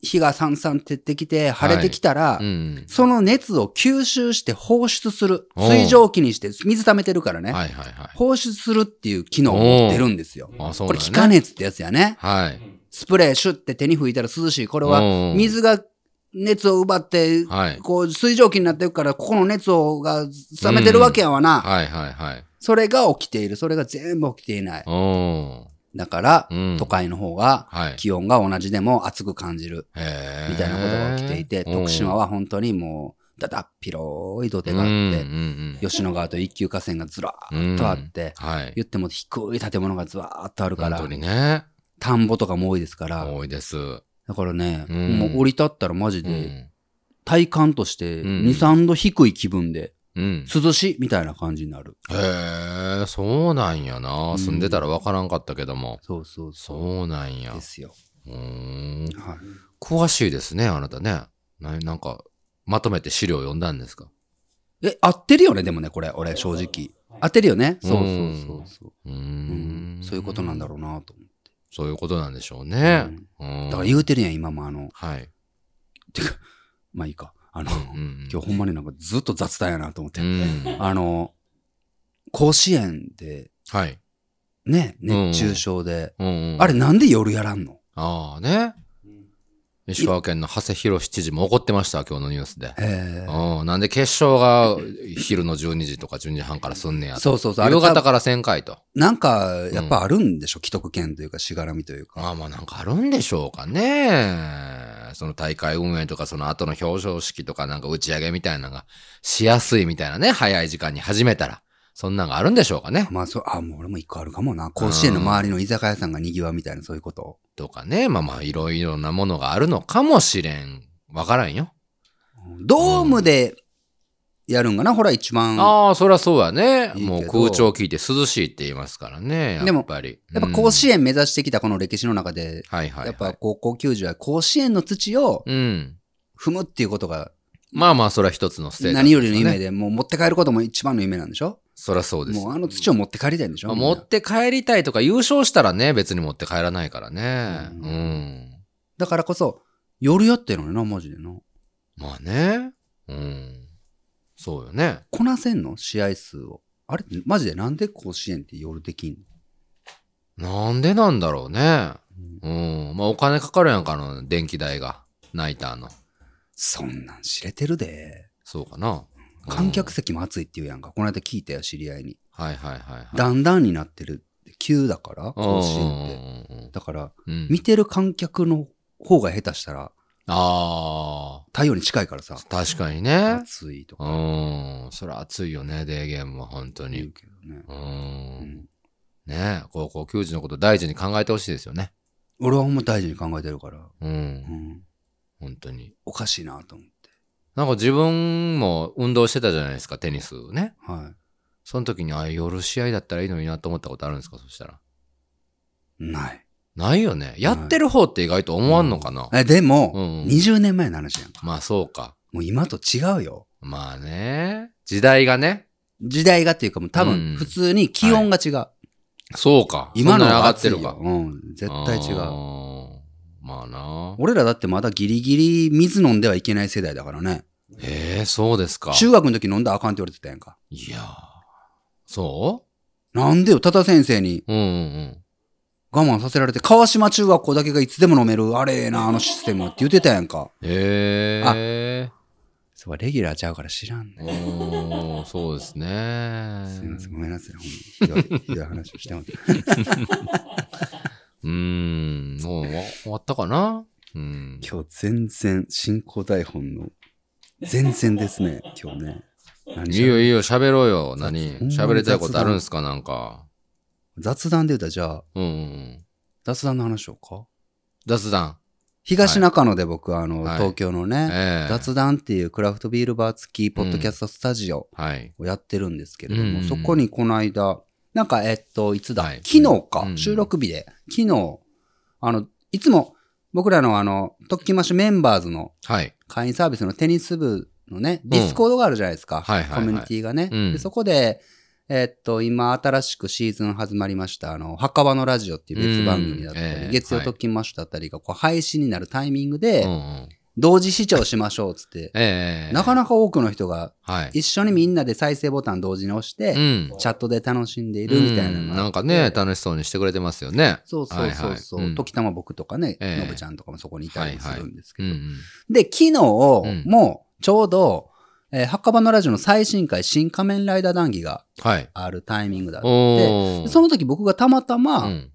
[SPEAKER 2] 日がさんさん照ってきて、晴れてきたら、
[SPEAKER 1] え。うん。
[SPEAKER 2] その熱を吸収して放出する。
[SPEAKER 1] おう
[SPEAKER 2] 水蒸気にして、水溜めてるからね。
[SPEAKER 1] はいはいはい。
[SPEAKER 2] 放出するっていう機能を持ってるんですよ。
[SPEAKER 1] あ、そう
[SPEAKER 2] これ
[SPEAKER 1] なん
[SPEAKER 2] 気
[SPEAKER 1] だ
[SPEAKER 2] 化
[SPEAKER 1] ね。
[SPEAKER 2] 熱ってやつやね。
[SPEAKER 1] はい。
[SPEAKER 2] スプレーシュって手に拭いたら涼しい。これは
[SPEAKER 1] は
[SPEAKER 2] 水が熱を奪って、
[SPEAKER 1] はい。
[SPEAKER 2] こう水蒸気になっていくから、ここの熱をが冷めてるわけやわな。
[SPEAKER 1] はいはいはい。
[SPEAKER 2] それが起きている。それが全部起きていない。
[SPEAKER 1] お
[SPEAKER 2] だから
[SPEAKER 1] ー。、うん。
[SPEAKER 2] 都会の方が
[SPEAKER 1] はい。
[SPEAKER 2] 気温が同じでも暑く感じる
[SPEAKER 1] へえ。
[SPEAKER 2] みたいなことが起きていて、徳島
[SPEAKER 1] は
[SPEAKER 2] は本当にもう、だだっ広い土手があって、
[SPEAKER 1] うんうんうん。
[SPEAKER 2] 吉野川と一級河川がずら
[SPEAKER 1] う
[SPEAKER 2] ー
[SPEAKER 1] ん
[SPEAKER 2] っとあって、
[SPEAKER 1] はい。
[SPEAKER 2] 言っても低い建物がずわーっとあるか
[SPEAKER 1] 本
[SPEAKER 2] ら
[SPEAKER 1] 当、にね。
[SPEAKER 2] 田んぼとかも多いですから、
[SPEAKER 1] 多いです。う
[SPEAKER 2] だからね、
[SPEAKER 1] うん
[SPEAKER 2] もう降り立ったらマジで、
[SPEAKER 1] ん。
[SPEAKER 2] 体感として
[SPEAKER 1] うん
[SPEAKER 2] 2、3度低い気分で、
[SPEAKER 1] うん。
[SPEAKER 2] 涼しいみたいな感じになる。
[SPEAKER 1] へえ、そうなんやな。
[SPEAKER 2] ん
[SPEAKER 1] 住んでたらわからんかったけども。
[SPEAKER 2] そうそうそ
[SPEAKER 1] そうなん
[SPEAKER 2] う。
[SPEAKER 1] や
[SPEAKER 2] で。すよ。
[SPEAKER 1] うーん。
[SPEAKER 2] はい。
[SPEAKER 1] 詳しいですね、あなたね。ななんか、まとめて資料を読んだんですか
[SPEAKER 2] え、合ってるよね、でもね、これ、俺、正直。合ってるよね。
[SPEAKER 1] うん
[SPEAKER 2] そうそうそうそう。
[SPEAKER 1] うー
[SPEAKER 2] うん
[SPEAKER 1] ん。
[SPEAKER 2] そういうことなんだろ
[SPEAKER 1] う。
[SPEAKER 2] うなと思う。
[SPEAKER 1] そういうことなんでしょうね。うん
[SPEAKER 2] だから言うてるやん、今もあの、
[SPEAKER 1] はい。
[SPEAKER 2] まあいいか。あの、
[SPEAKER 1] うん
[SPEAKER 2] 今日ほんまになんかずっと雑談やなと思って
[SPEAKER 1] う。ん。
[SPEAKER 2] あの、甲子園で、
[SPEAKER 1] はい。
[SPEAKER 2] ね、熱中症で、
[SPEAKER 1] うんうん
[SPEAKER 2] あれなんで夜やらんの
[SPEAKER 1] ああね。
[SPEAKER 3] うん
[SPEAKER 1] 石川県の長谷博知事も怒ってました、今日のニュースで。
[SPEAKER 2] えー
[SPEAKER 1] うん。なんで決勝が昼の12時とか12時半からすんねやと。
[SPEAKER 2] そうそうそう。あれ
[SPEAKER 1] 夕方
[SPEAKER 2] か
[SPEAKER 1] から1000回と。
[SPEAKER 2] なんか、やっぱあるんでしょ、既得権というか、しがらみというか。
[SPEAKER 1] ああ、まあなんかあるんでしょうかね。その大会運営とか、その後の表彰式とか、なんか打ち上げみたいなのがしやすいみたいなね、早い時間に始めたら。そんなんがあるんでしょうかね。
[SPEAKER 2] まあ、そう、あ、もう俺も一個あるかもな。甲子園の周りの居酒屋さんが賑わうみたいな、そういうこと。
[SPEAKER 1] とかね、まあまあいろいろなものがあるのかもしれん。わからんよ。
[SPEAKER 2] ドームでやるんかな、ほら、一番。
[SPEAKER 1] ああ、そりゃそうやね。
[SPEAKER 2] いいけど
[SPEAKER 1] もう空調聞いて涼しいって言いますからね。
[SPEAKER 2] で
[SPEAKER 1] や
[SPEAKER 2] も
[SPEAKER 1] っぱり。
[SPEAKER 2] やっぱ甲子園目指してきたこの歴史の中で、
[SPEAKER 1] うんはいはい、はい。
[SPEAKER 2] やっぱ高校球児は甲子園の土を
[SPEAKER 1] うん。
[SPEAKER 2] 踏むっていうことが
[SPEAKER 1] まあまあ、そりゃ一つのステージ、
[SPEAKER 2] 何よりの夢。で、もう持って帰ることも一番の夢なんでしょ
[SPEAKER 1] そりゃそうです
[SPEAKER 2] も。うあの土を持って帰りたいんでしょ
[SPEAKER 1] まあ
[SPEAKER 2] みんな
[SPEAKER 1] 持って帰りたいとか優勝したらね、別に持って帰らないからね。
[SPEAKER 2] う
[SPEAKER 1] うんん。
[SPEAKER 2] だからこそ、夜やってるのよな、マジでな。
[SPEAKER 1] まあね。うん。そうよね。
[SPEAKER 2] こなせんの試合数を。あれマジでなんで甲子園って夜できんの
[SPEAKER 1] なんでなんだろうね。うん。まあお金かかるやんか、あの、電気代が。ナイターの。
[SPEAKER 2] そんなん知れてるで。
[SPEAKER 1] そうかな。
[SPEAKER 2] 観客席も暑いって言うやんか。この間聞いたよ、知り合いに。
[SPEAKER 1] うん。はいはいはい、はい。
[SPEAKER 2] だんだんになってるって。急だから、
[SPEAKER 1] うん
[SPEAKER 2] 甲子園って。だから、
[SPEAKER 1] うんうんうん
[SPEAKER 2] 見てる観客の方が下手したら、
[SPEAKER 1] あ
[SPEAKER 2] 太陽に近いからさ
[SPEAKER 1] あ、、確かにね。
[SPEAKER 2] 暑いとか
[SPEAKER 1] うん。それ暑いよね、デーゲームは本当
[SPEAKER 2] 言
[SPEAKER 1] に
[SPEAKER 2] う。けどね。
[SPEAKER 1] う
[SPEAKER 2] うん
[SPEAKER 1] ん。ねえ、高校球児のこと大事に考えてほしいですよね。
[SPEAKER 2] 俺はほんま大事に考えてるから、
[SPEAKER 1] う。
[SPEAKER 2] うんん、
[SPEAKER 1] 本当に。
[SPEAKER 2] おかしいなと思って。
[SPEAKER 1] なんか自分も運動してたじゃないですか、テニスをね。
[SPEAKER 2] はい。
[SPEAKER 1] その時に、あ、夜試合だったらいいのになと思ったことあるんですかそしたら。
[SPEAKER 2] ない。
[SPEAKER 1] ないよね。やってる方って意外と思わんのかな、
[SPEAKER 2] えでも、
[SPEAKER 1] うんうん
[SPEAKER 2] 20年前の話やんか。
[SPEAKER 1] まあそうか。
[SPEAKER 2] もう今と違うよ。
[SPEAKER 1] まあね。時代がね。
[SPEAKER 2] 時代がっていうかもう
[SPEAKER 1] う
[SPEAKER 2] 多分
[SPEAKER 1] ん
[SPEAKER 2] 普通に気温が違う。
[SPEAKER 1] そうか。
[SPEAKER 2] 今
[SPEAKER 1] そんな
[SPEAKER 2] の
[SPEAKER 1] に
[SPEAKER 2] は
[SPEAKER 1] 上がってる
[SPEAKER 2] 暑
[SPEAKER 1] か
[SPEAKER 2] い。ようん、絶対違う。
[SPEAKER 1] う。まあな。
[SPEAKER 2] 俺らだってまだギリギリ水飲んではいけない世代だからね。
[SPEAKER 1] ええそうですか。
[SPEAKER 2] 中学の時飲んだらあかんって言われてたやんか。
[SPEAKER 1] いやーそ
[SPEAKER 2] なんでよ、多田先生に
[SPEAKER 1] ううんうん
[SPEAKER 2] 我慢させられて、川島中学校だけがいつでも飲める、あれええな、あのシステムって言ってたやんか。
[SPEAKER 1] うん。ええ
[SPEAKER 2] そうかレギュラーちゃうから知らんね。
[SPEAKER 1] ー。おーそうですね。
[SPEAKER 2] すみません、ごめんなさい。ほんまにひどい、ひどい話をしてます。
[SPEAKER 1] うーん、もうわ終わったかなうん。
[SPEAKER 2] 今日全然、進行台本の前線です ね、今日ね。何
[SPEAKER 1] い
[SPEAKER 2] しゃ
[SPEAKER 1] いよいいよ、喋ろうよ。何
[SPEAKER 2] ほんまに
[SPEAKER 1] 喋りたいことあるんすかなんか。
[SPEAKER 2] 雑談で言うたら、じゃあ、
[SPEAKER 1] うんうん。
[SPEAKER 2] 雑談の話しようか。
[SPEAKER 1] 雑談。
[SPEAKER 2] 東中野で僕、あの、
[SPEAKER 1] はい
[SPEAKER 2] 東京のね、
[SPEAKER 1] ええ
[SPEAKER 2] 雑談っていうクラフトビールバー付きポッドキャストスタジオ
[SPEAKER 1] はい。
[SPEAKER 2] をやってるんですけれども、
[SPEAKER 1] うん
[SPEAKER 2] そこにこの間、なんか、えっと、いつだ、
[SPEAKER 1] はい
[SPEAKER 2] 昨日か、
[SPEAKER 1] うん
[SPEAKER 2] 収録日で、昨日、あの、いつも僕らのあの、特訓マッシュメンバーズの
[SPEAKER 1] はい。
[SPEAKER 2] 会員サービスのテニス部のね、ディスコードがあるじゃないです
[SPEAKER 1] は
[SPEAKER 2] か。
[SPEAKER 1] いはいはい
[SPEAKER 2] コミュニティがね。
[SPEAKER 1] うん
[SPEAKER 2] でそこで、えーっと、今新しくシーズン始まりました、あの、墓場のラジオっていう別番組だったり、
[SPEAKER 1] うんええ
[SPEAKER 2] 月曜特勤マッシュだったりが、こう、配信になるタイミングで、
[SPEAKER 1] うんうん。
[SPEAKER 2] 同時視聴しましょうっつって、
[SPEAKER 1] ええ
[SPEAKER 2] なかなか多くの人が、
[SPEAKER 1] か。はい。
[SPEAKER 2] 一緒にみんなで再生ボタン同時に押して、
[SPEAKER 1] うん。
[SPEAKER 2] チャットで楽しんでいるみたい
[SPEAKER 1] う
[SPEAKER 2] なの
[SPEAKER 1] ん
[SPEAKER 2] が
[SPEAKER 1] なんかね、楽しそうにしてくれてますよね。
[SPEAKER 2] そうそうそうそう、
[SPEAKER 1] はいはいうん
[SPEAKER 2] 時たま僕とかね、
[SPEAKER 1] ええ
[SPEAKER 2] のぶちゃんとかもそこにいたりもするんですけ
[SPEAKER 1] う
[SPEAKER 2] ど、
[SPEAKER 1] んうん。
[SPEAKER 2] で、昨日、
[SPEAKER 1] ん
[SPEAKER 2] もう、ちょうど、えー墓場のラジオの最新回、新仮面ライダー談義が
[SPEAKER 1] はい。
[SPEAKER 2] あるタイミングだった。
[SPEAKER 1] お
[SPEAKER 2] で
[SPEAKER 1] ー
[SPEAKER 2] その時僕がたまた
[SPEAKER 1] う
[SPEAKER 2] ま
[SPEAKER 1] ん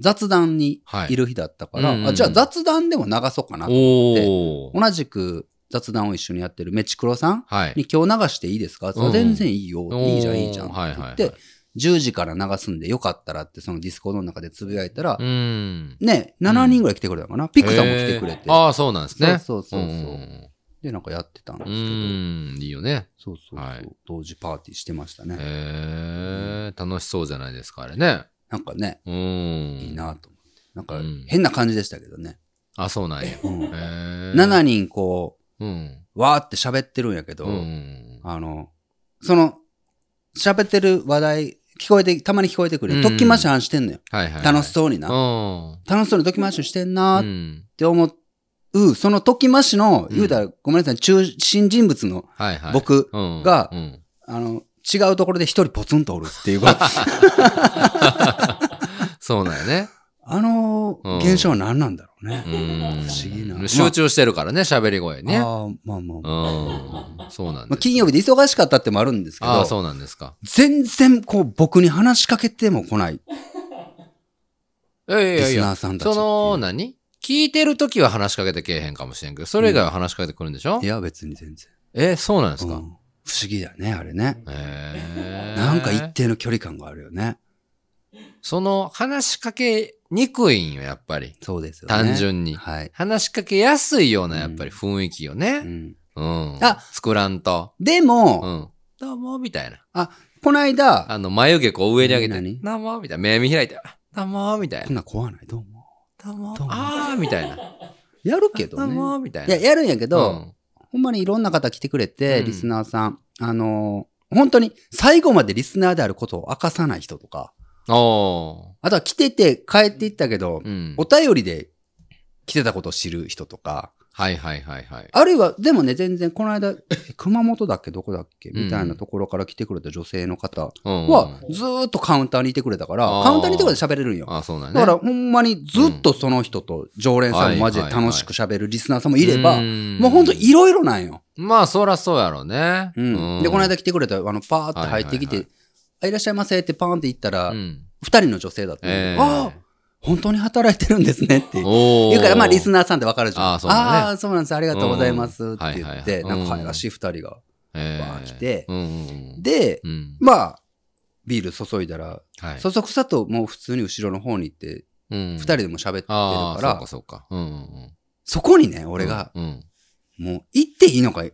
[SPEAKER 2] 雑談に
[SPEAKER 1] はい
[SPEAKER 2] いる日だったから、
[SPEAKER 1] うんうんうん
[SPEAKER 2] あじゃあ雑談でも流そうかな。
[SPEAKER 1] おー
[SPEAKER 2] 同じく雑談を一緒にやってるメチクロさん
[SPEAKER 1] はい。
[SPEAKER 2] に今日流していいですか、
[SPEAKER 1] うん
[SPEAKER 2] 全然いいよ。いいじゃん
[SPEAKER 1] おー
[SPEAKER 2] いいじゃんって言って、
[SPEAKER 1] はいはいはい
[SPEAKER 2] 10時から流すんでよかったらってそのディスコードの中でつぶやいたら、
[SPEAKER 1] うん。
[SPEAKER 2] ね、7人ぐらい来てくれたかな、ピクさんも来てくれて。
[SPEAKER 1] へーああ、そうなんですね。
[SPEAKER 2] そうそうそうそう
[SPEAKER 1] うん
[SPEAKER 2] で、なんかやってたんです
[SPEAKER 1] う
[SPEAKER 2] けど。
[SPEAKER 1] ん、いいよね。
[SPEAKER 2] そうそうそう、
[SPEAKER 1] はい
[SPEAKER 2] 同時パーティーしてましたね。
[SPEAKER 1] へえ、楽しそうじゃないですか、あれね。
[SPEAKER 2] なんかね、
[SPEAKER 1] うん。
[SPEAKER 2] いいなと思って。なんか
[SPEAKER 1] うん
[SPEAKER 2] 変な感じでしたけどね。
[SPEAKER 1] あ、そうなんや。へ
[SPEAKER 2] うん
[SPEAKER 1] え。
[SPEAKER 2] 7人こう、
[SPEAKER 1] うん。
[SPEAKER 2] わーって喋ってるんやけど、
[SPEAKER 1] うん。
[SPEAKER 2] あの、その、喋ってる話題、聞こえて、たまに聞こえてく
[SPEAKER 1] う
[SPEAKER 2] る。
[SPEAKER 1] ん
[SPEAKER 2] トッキンマッシュ話してんのよ。
[SPEAKER 1] はいはいはい。
[SPEAKER 2] 楽しそうに
[SPEAKER 1] う
[SPEAKER 2] な。
[SPEAKER 1] ん。
[SPEAKER 2] 楽しそうにトッキンマッシュしてんな
[SPEAKER 1] う
[SPEAKER 2] ーっ
[SPEAKER 1] ん。
[SPEAKER 2] て思う、そのトッキンマッシュの、
[SPEAKER 1] うん
[SPEAKER 2] 言うたら、ごめんなさい、中心人物の
[SPEAKER 1] はいはい。
[SPEAKER 2] 僕、
[SPEAKER 1] うん
[SPEAKER 2] が
[SPEAKER 1] うん
[SPEAKER 2] あの、違うところで一人ポツンとおるっていうこと。
[SPEAKER 1] そうなんよね。
[SPEAKER 2] あの
[SPEAKER 1] うん
[SPEAKER 2] 現象は何なんだろうね。
[SPEAKER 1] うん。
[SPEAKER 2] 不思議な
[SPEAKER 1] 集中してるからね、喋り声ね。
[SPEAKER 2] ああ、まあまあ
[SPEAKER 1] う
[SPEAKER 2] まあ。
[SPEAKER 1] ん。そうなん
[SPEAKER 2] まあ、
[SPEAKER 1] です。
[SPEAKER 2] 金曜日で忙しかったってもあるんですけ
[SPEAKER 1] ああ、
[SPEAKER 2] ど、
[SPEAKER 1] そうなんですか。
[SPEAKER 2] 全然こう僕に話しかけても来ない
[SPEAKER 1] いやい
[SPEAKER 2] リ
[SPEAKER 1] やい
[SPEAKER 2] ス
[SPEAKER 1] や
[SPEAKER 2] ナ。ーさんたちってい。
[SPEAKER 1] そうの、何聞いてるときは話しかけてけえへんかもしれんけど、それ以外は話しかけてくるんでしょ、
[SPEAKER 2] いや、別に全然。
[SPEAKER 1] えーそうなんです
[SPEAKER 2] う
[SPEAKER 1] か
[SPEAKER 2] ん、不思議だね、あれね。
[SPEAKER 1] えー
[SPEAKER 2] なんか一定の距離感があるよね。
[SPEAKER 1] その、話しかけにくいんよ、やっぱり。
[SPEAKER 2] そうですよね。
[SPEAKER 1] 単純に。
[SPEAKER 2] はい。
[SPEAKER 1] 話しかけやすいような、
[SPEAKER 2] うん
[SPEAKER 1] やっぱり雰囲気よ
[SPEAKER 2] う
[SPEAKER 1] ね。
[SPEAKER 2] ん、
[SPEAKER 1] うん。
[SPEAKER 2] あ
[SPEAKER 1] 作らんと。
[SPEAKER 2] でも、
[SPEAKER 1] うん。どうも、みたいな。
[SPEAKER 2] この間、
[SPEAKER 1] あの、眉毛こう上に上げて、
[SPEAKER 2] 何
[SPEAKER 1] どうも、みたいな。目見開いて、あどうも、みたい
[SPEAKER 2] こ
[SPEAKER 1] な。
[SPEAKER 2] んなん怖ないどうも。
[SPEAKER 1] どうも
[SPEAKER 2] どうも
[SPEAKER 1] あー、みたいな。
[SPEAKER 2] やるけ
[SPEAKER 1] ど
[SPEAKER 2] ど
[SPEAKER 1] う
[SPEAKER 2] ね。
[SPEAKER 1] も、みたい
[SPEAKER 2] い
[SPEAKER 1] な。
[SPEAKER 2] や、やるんやけど、
[SPEAKER 1] うん
[SPEAKER 2] ほんまにいろんな方来てくれて、
[SPEAKER 1] うん
[SPEAKER 2] リスナーさん。あのー本当に最後までリスナーであることを明かさない人とか、
[SPEAKER 1] お
[SPEAKER 2] あとは来てて帰っていったけど、
[SPEAKER 1] ー。うん。
[SPEAKER 2] お便りで来てたことを知る人とか、
[SPEAKER 1] はいはいはいはい。
[SPEAKER 2] あるいは、でもね、全然この間、え熊本だっけどこだっけみたいなところから来てくれた女性の方
[SPEAKER 1] うん
[SPEAKER 2] は、ずーっとカウンターにいてくれたから
[SPEAKER 1] あー、
[SPEAKER 2] カウンターにいてくれて喋れるんよ。
[SPEAKER 1] あ、そうなん
[SPEAKER 2] だからほんまにずっとその人と常連さんも交えて楽しく喋るリスナーさんもいれば、もうほんといろいろなんよ。
[SPEAKER 1] まあ、そらそうやろうね。
[SPEAKER 2] うん、でこの
[SPEAKER 1] 間、
[SPEAKER 2] 間来てくれたあのパーって入って
[SPEAKER 1] は
[SPEAKER 2] き
[SPEAKER 1] い
[SPEAKER 2] て
[SPEAKER 1] は
[SPEAKER 2] 「あいらっしゃいませ」ってパーンって言ったら、
[SPEAKER 1] う
[SPEAKER 2] 二
[SPEAKER 1] ん。
[SPEAKER 2] 2人の女性だったんで、
[SPEAKER 1] ええ
[SPEAKER 2] ああ本当に働いてるんですね」って
[SPEAKER 1] お
[SPEAKER 2] 言うからまあリス
[SPEAKER 1] ナ
[SPEAKER 2] ナーさんって分かるじゃん「
[SPEAKER 1] ああそうだね
[SPEAKER 2] ああそうなんですありがとうございます」って言
[SPEAKER 1] うんはい
[SPEAKER 2] っ
[SPEAKER 1] はいはい
[SPEAKER 2] て、
[SPEAKER 1] うん
[SPEAKER 2] なんか可愛らしい2人がわー来て
[SPEAKER 1] うんうん
[SPEAKER 2] で
[SPEAKER 1] うん。うん。
[SPEAKER 2] まあビール注いだら、
[SPEAKER 1] はい。
[SPEAKER 2] 注ぐさともう普通に後ろの方に行って
[SPEAKER 1] 二
[SPEAKER 2] 2人でも喋ってるか
[SPEAKER 1] ああ、そ
[SPEAKER 2] ら、
[SPEAKER 1] うかそうか。うんうんうん。
[SPEAKER 2] そこにね俺が
[SPEAKER 1] うんうん。
[SPEAKER 2] もう行っていいのか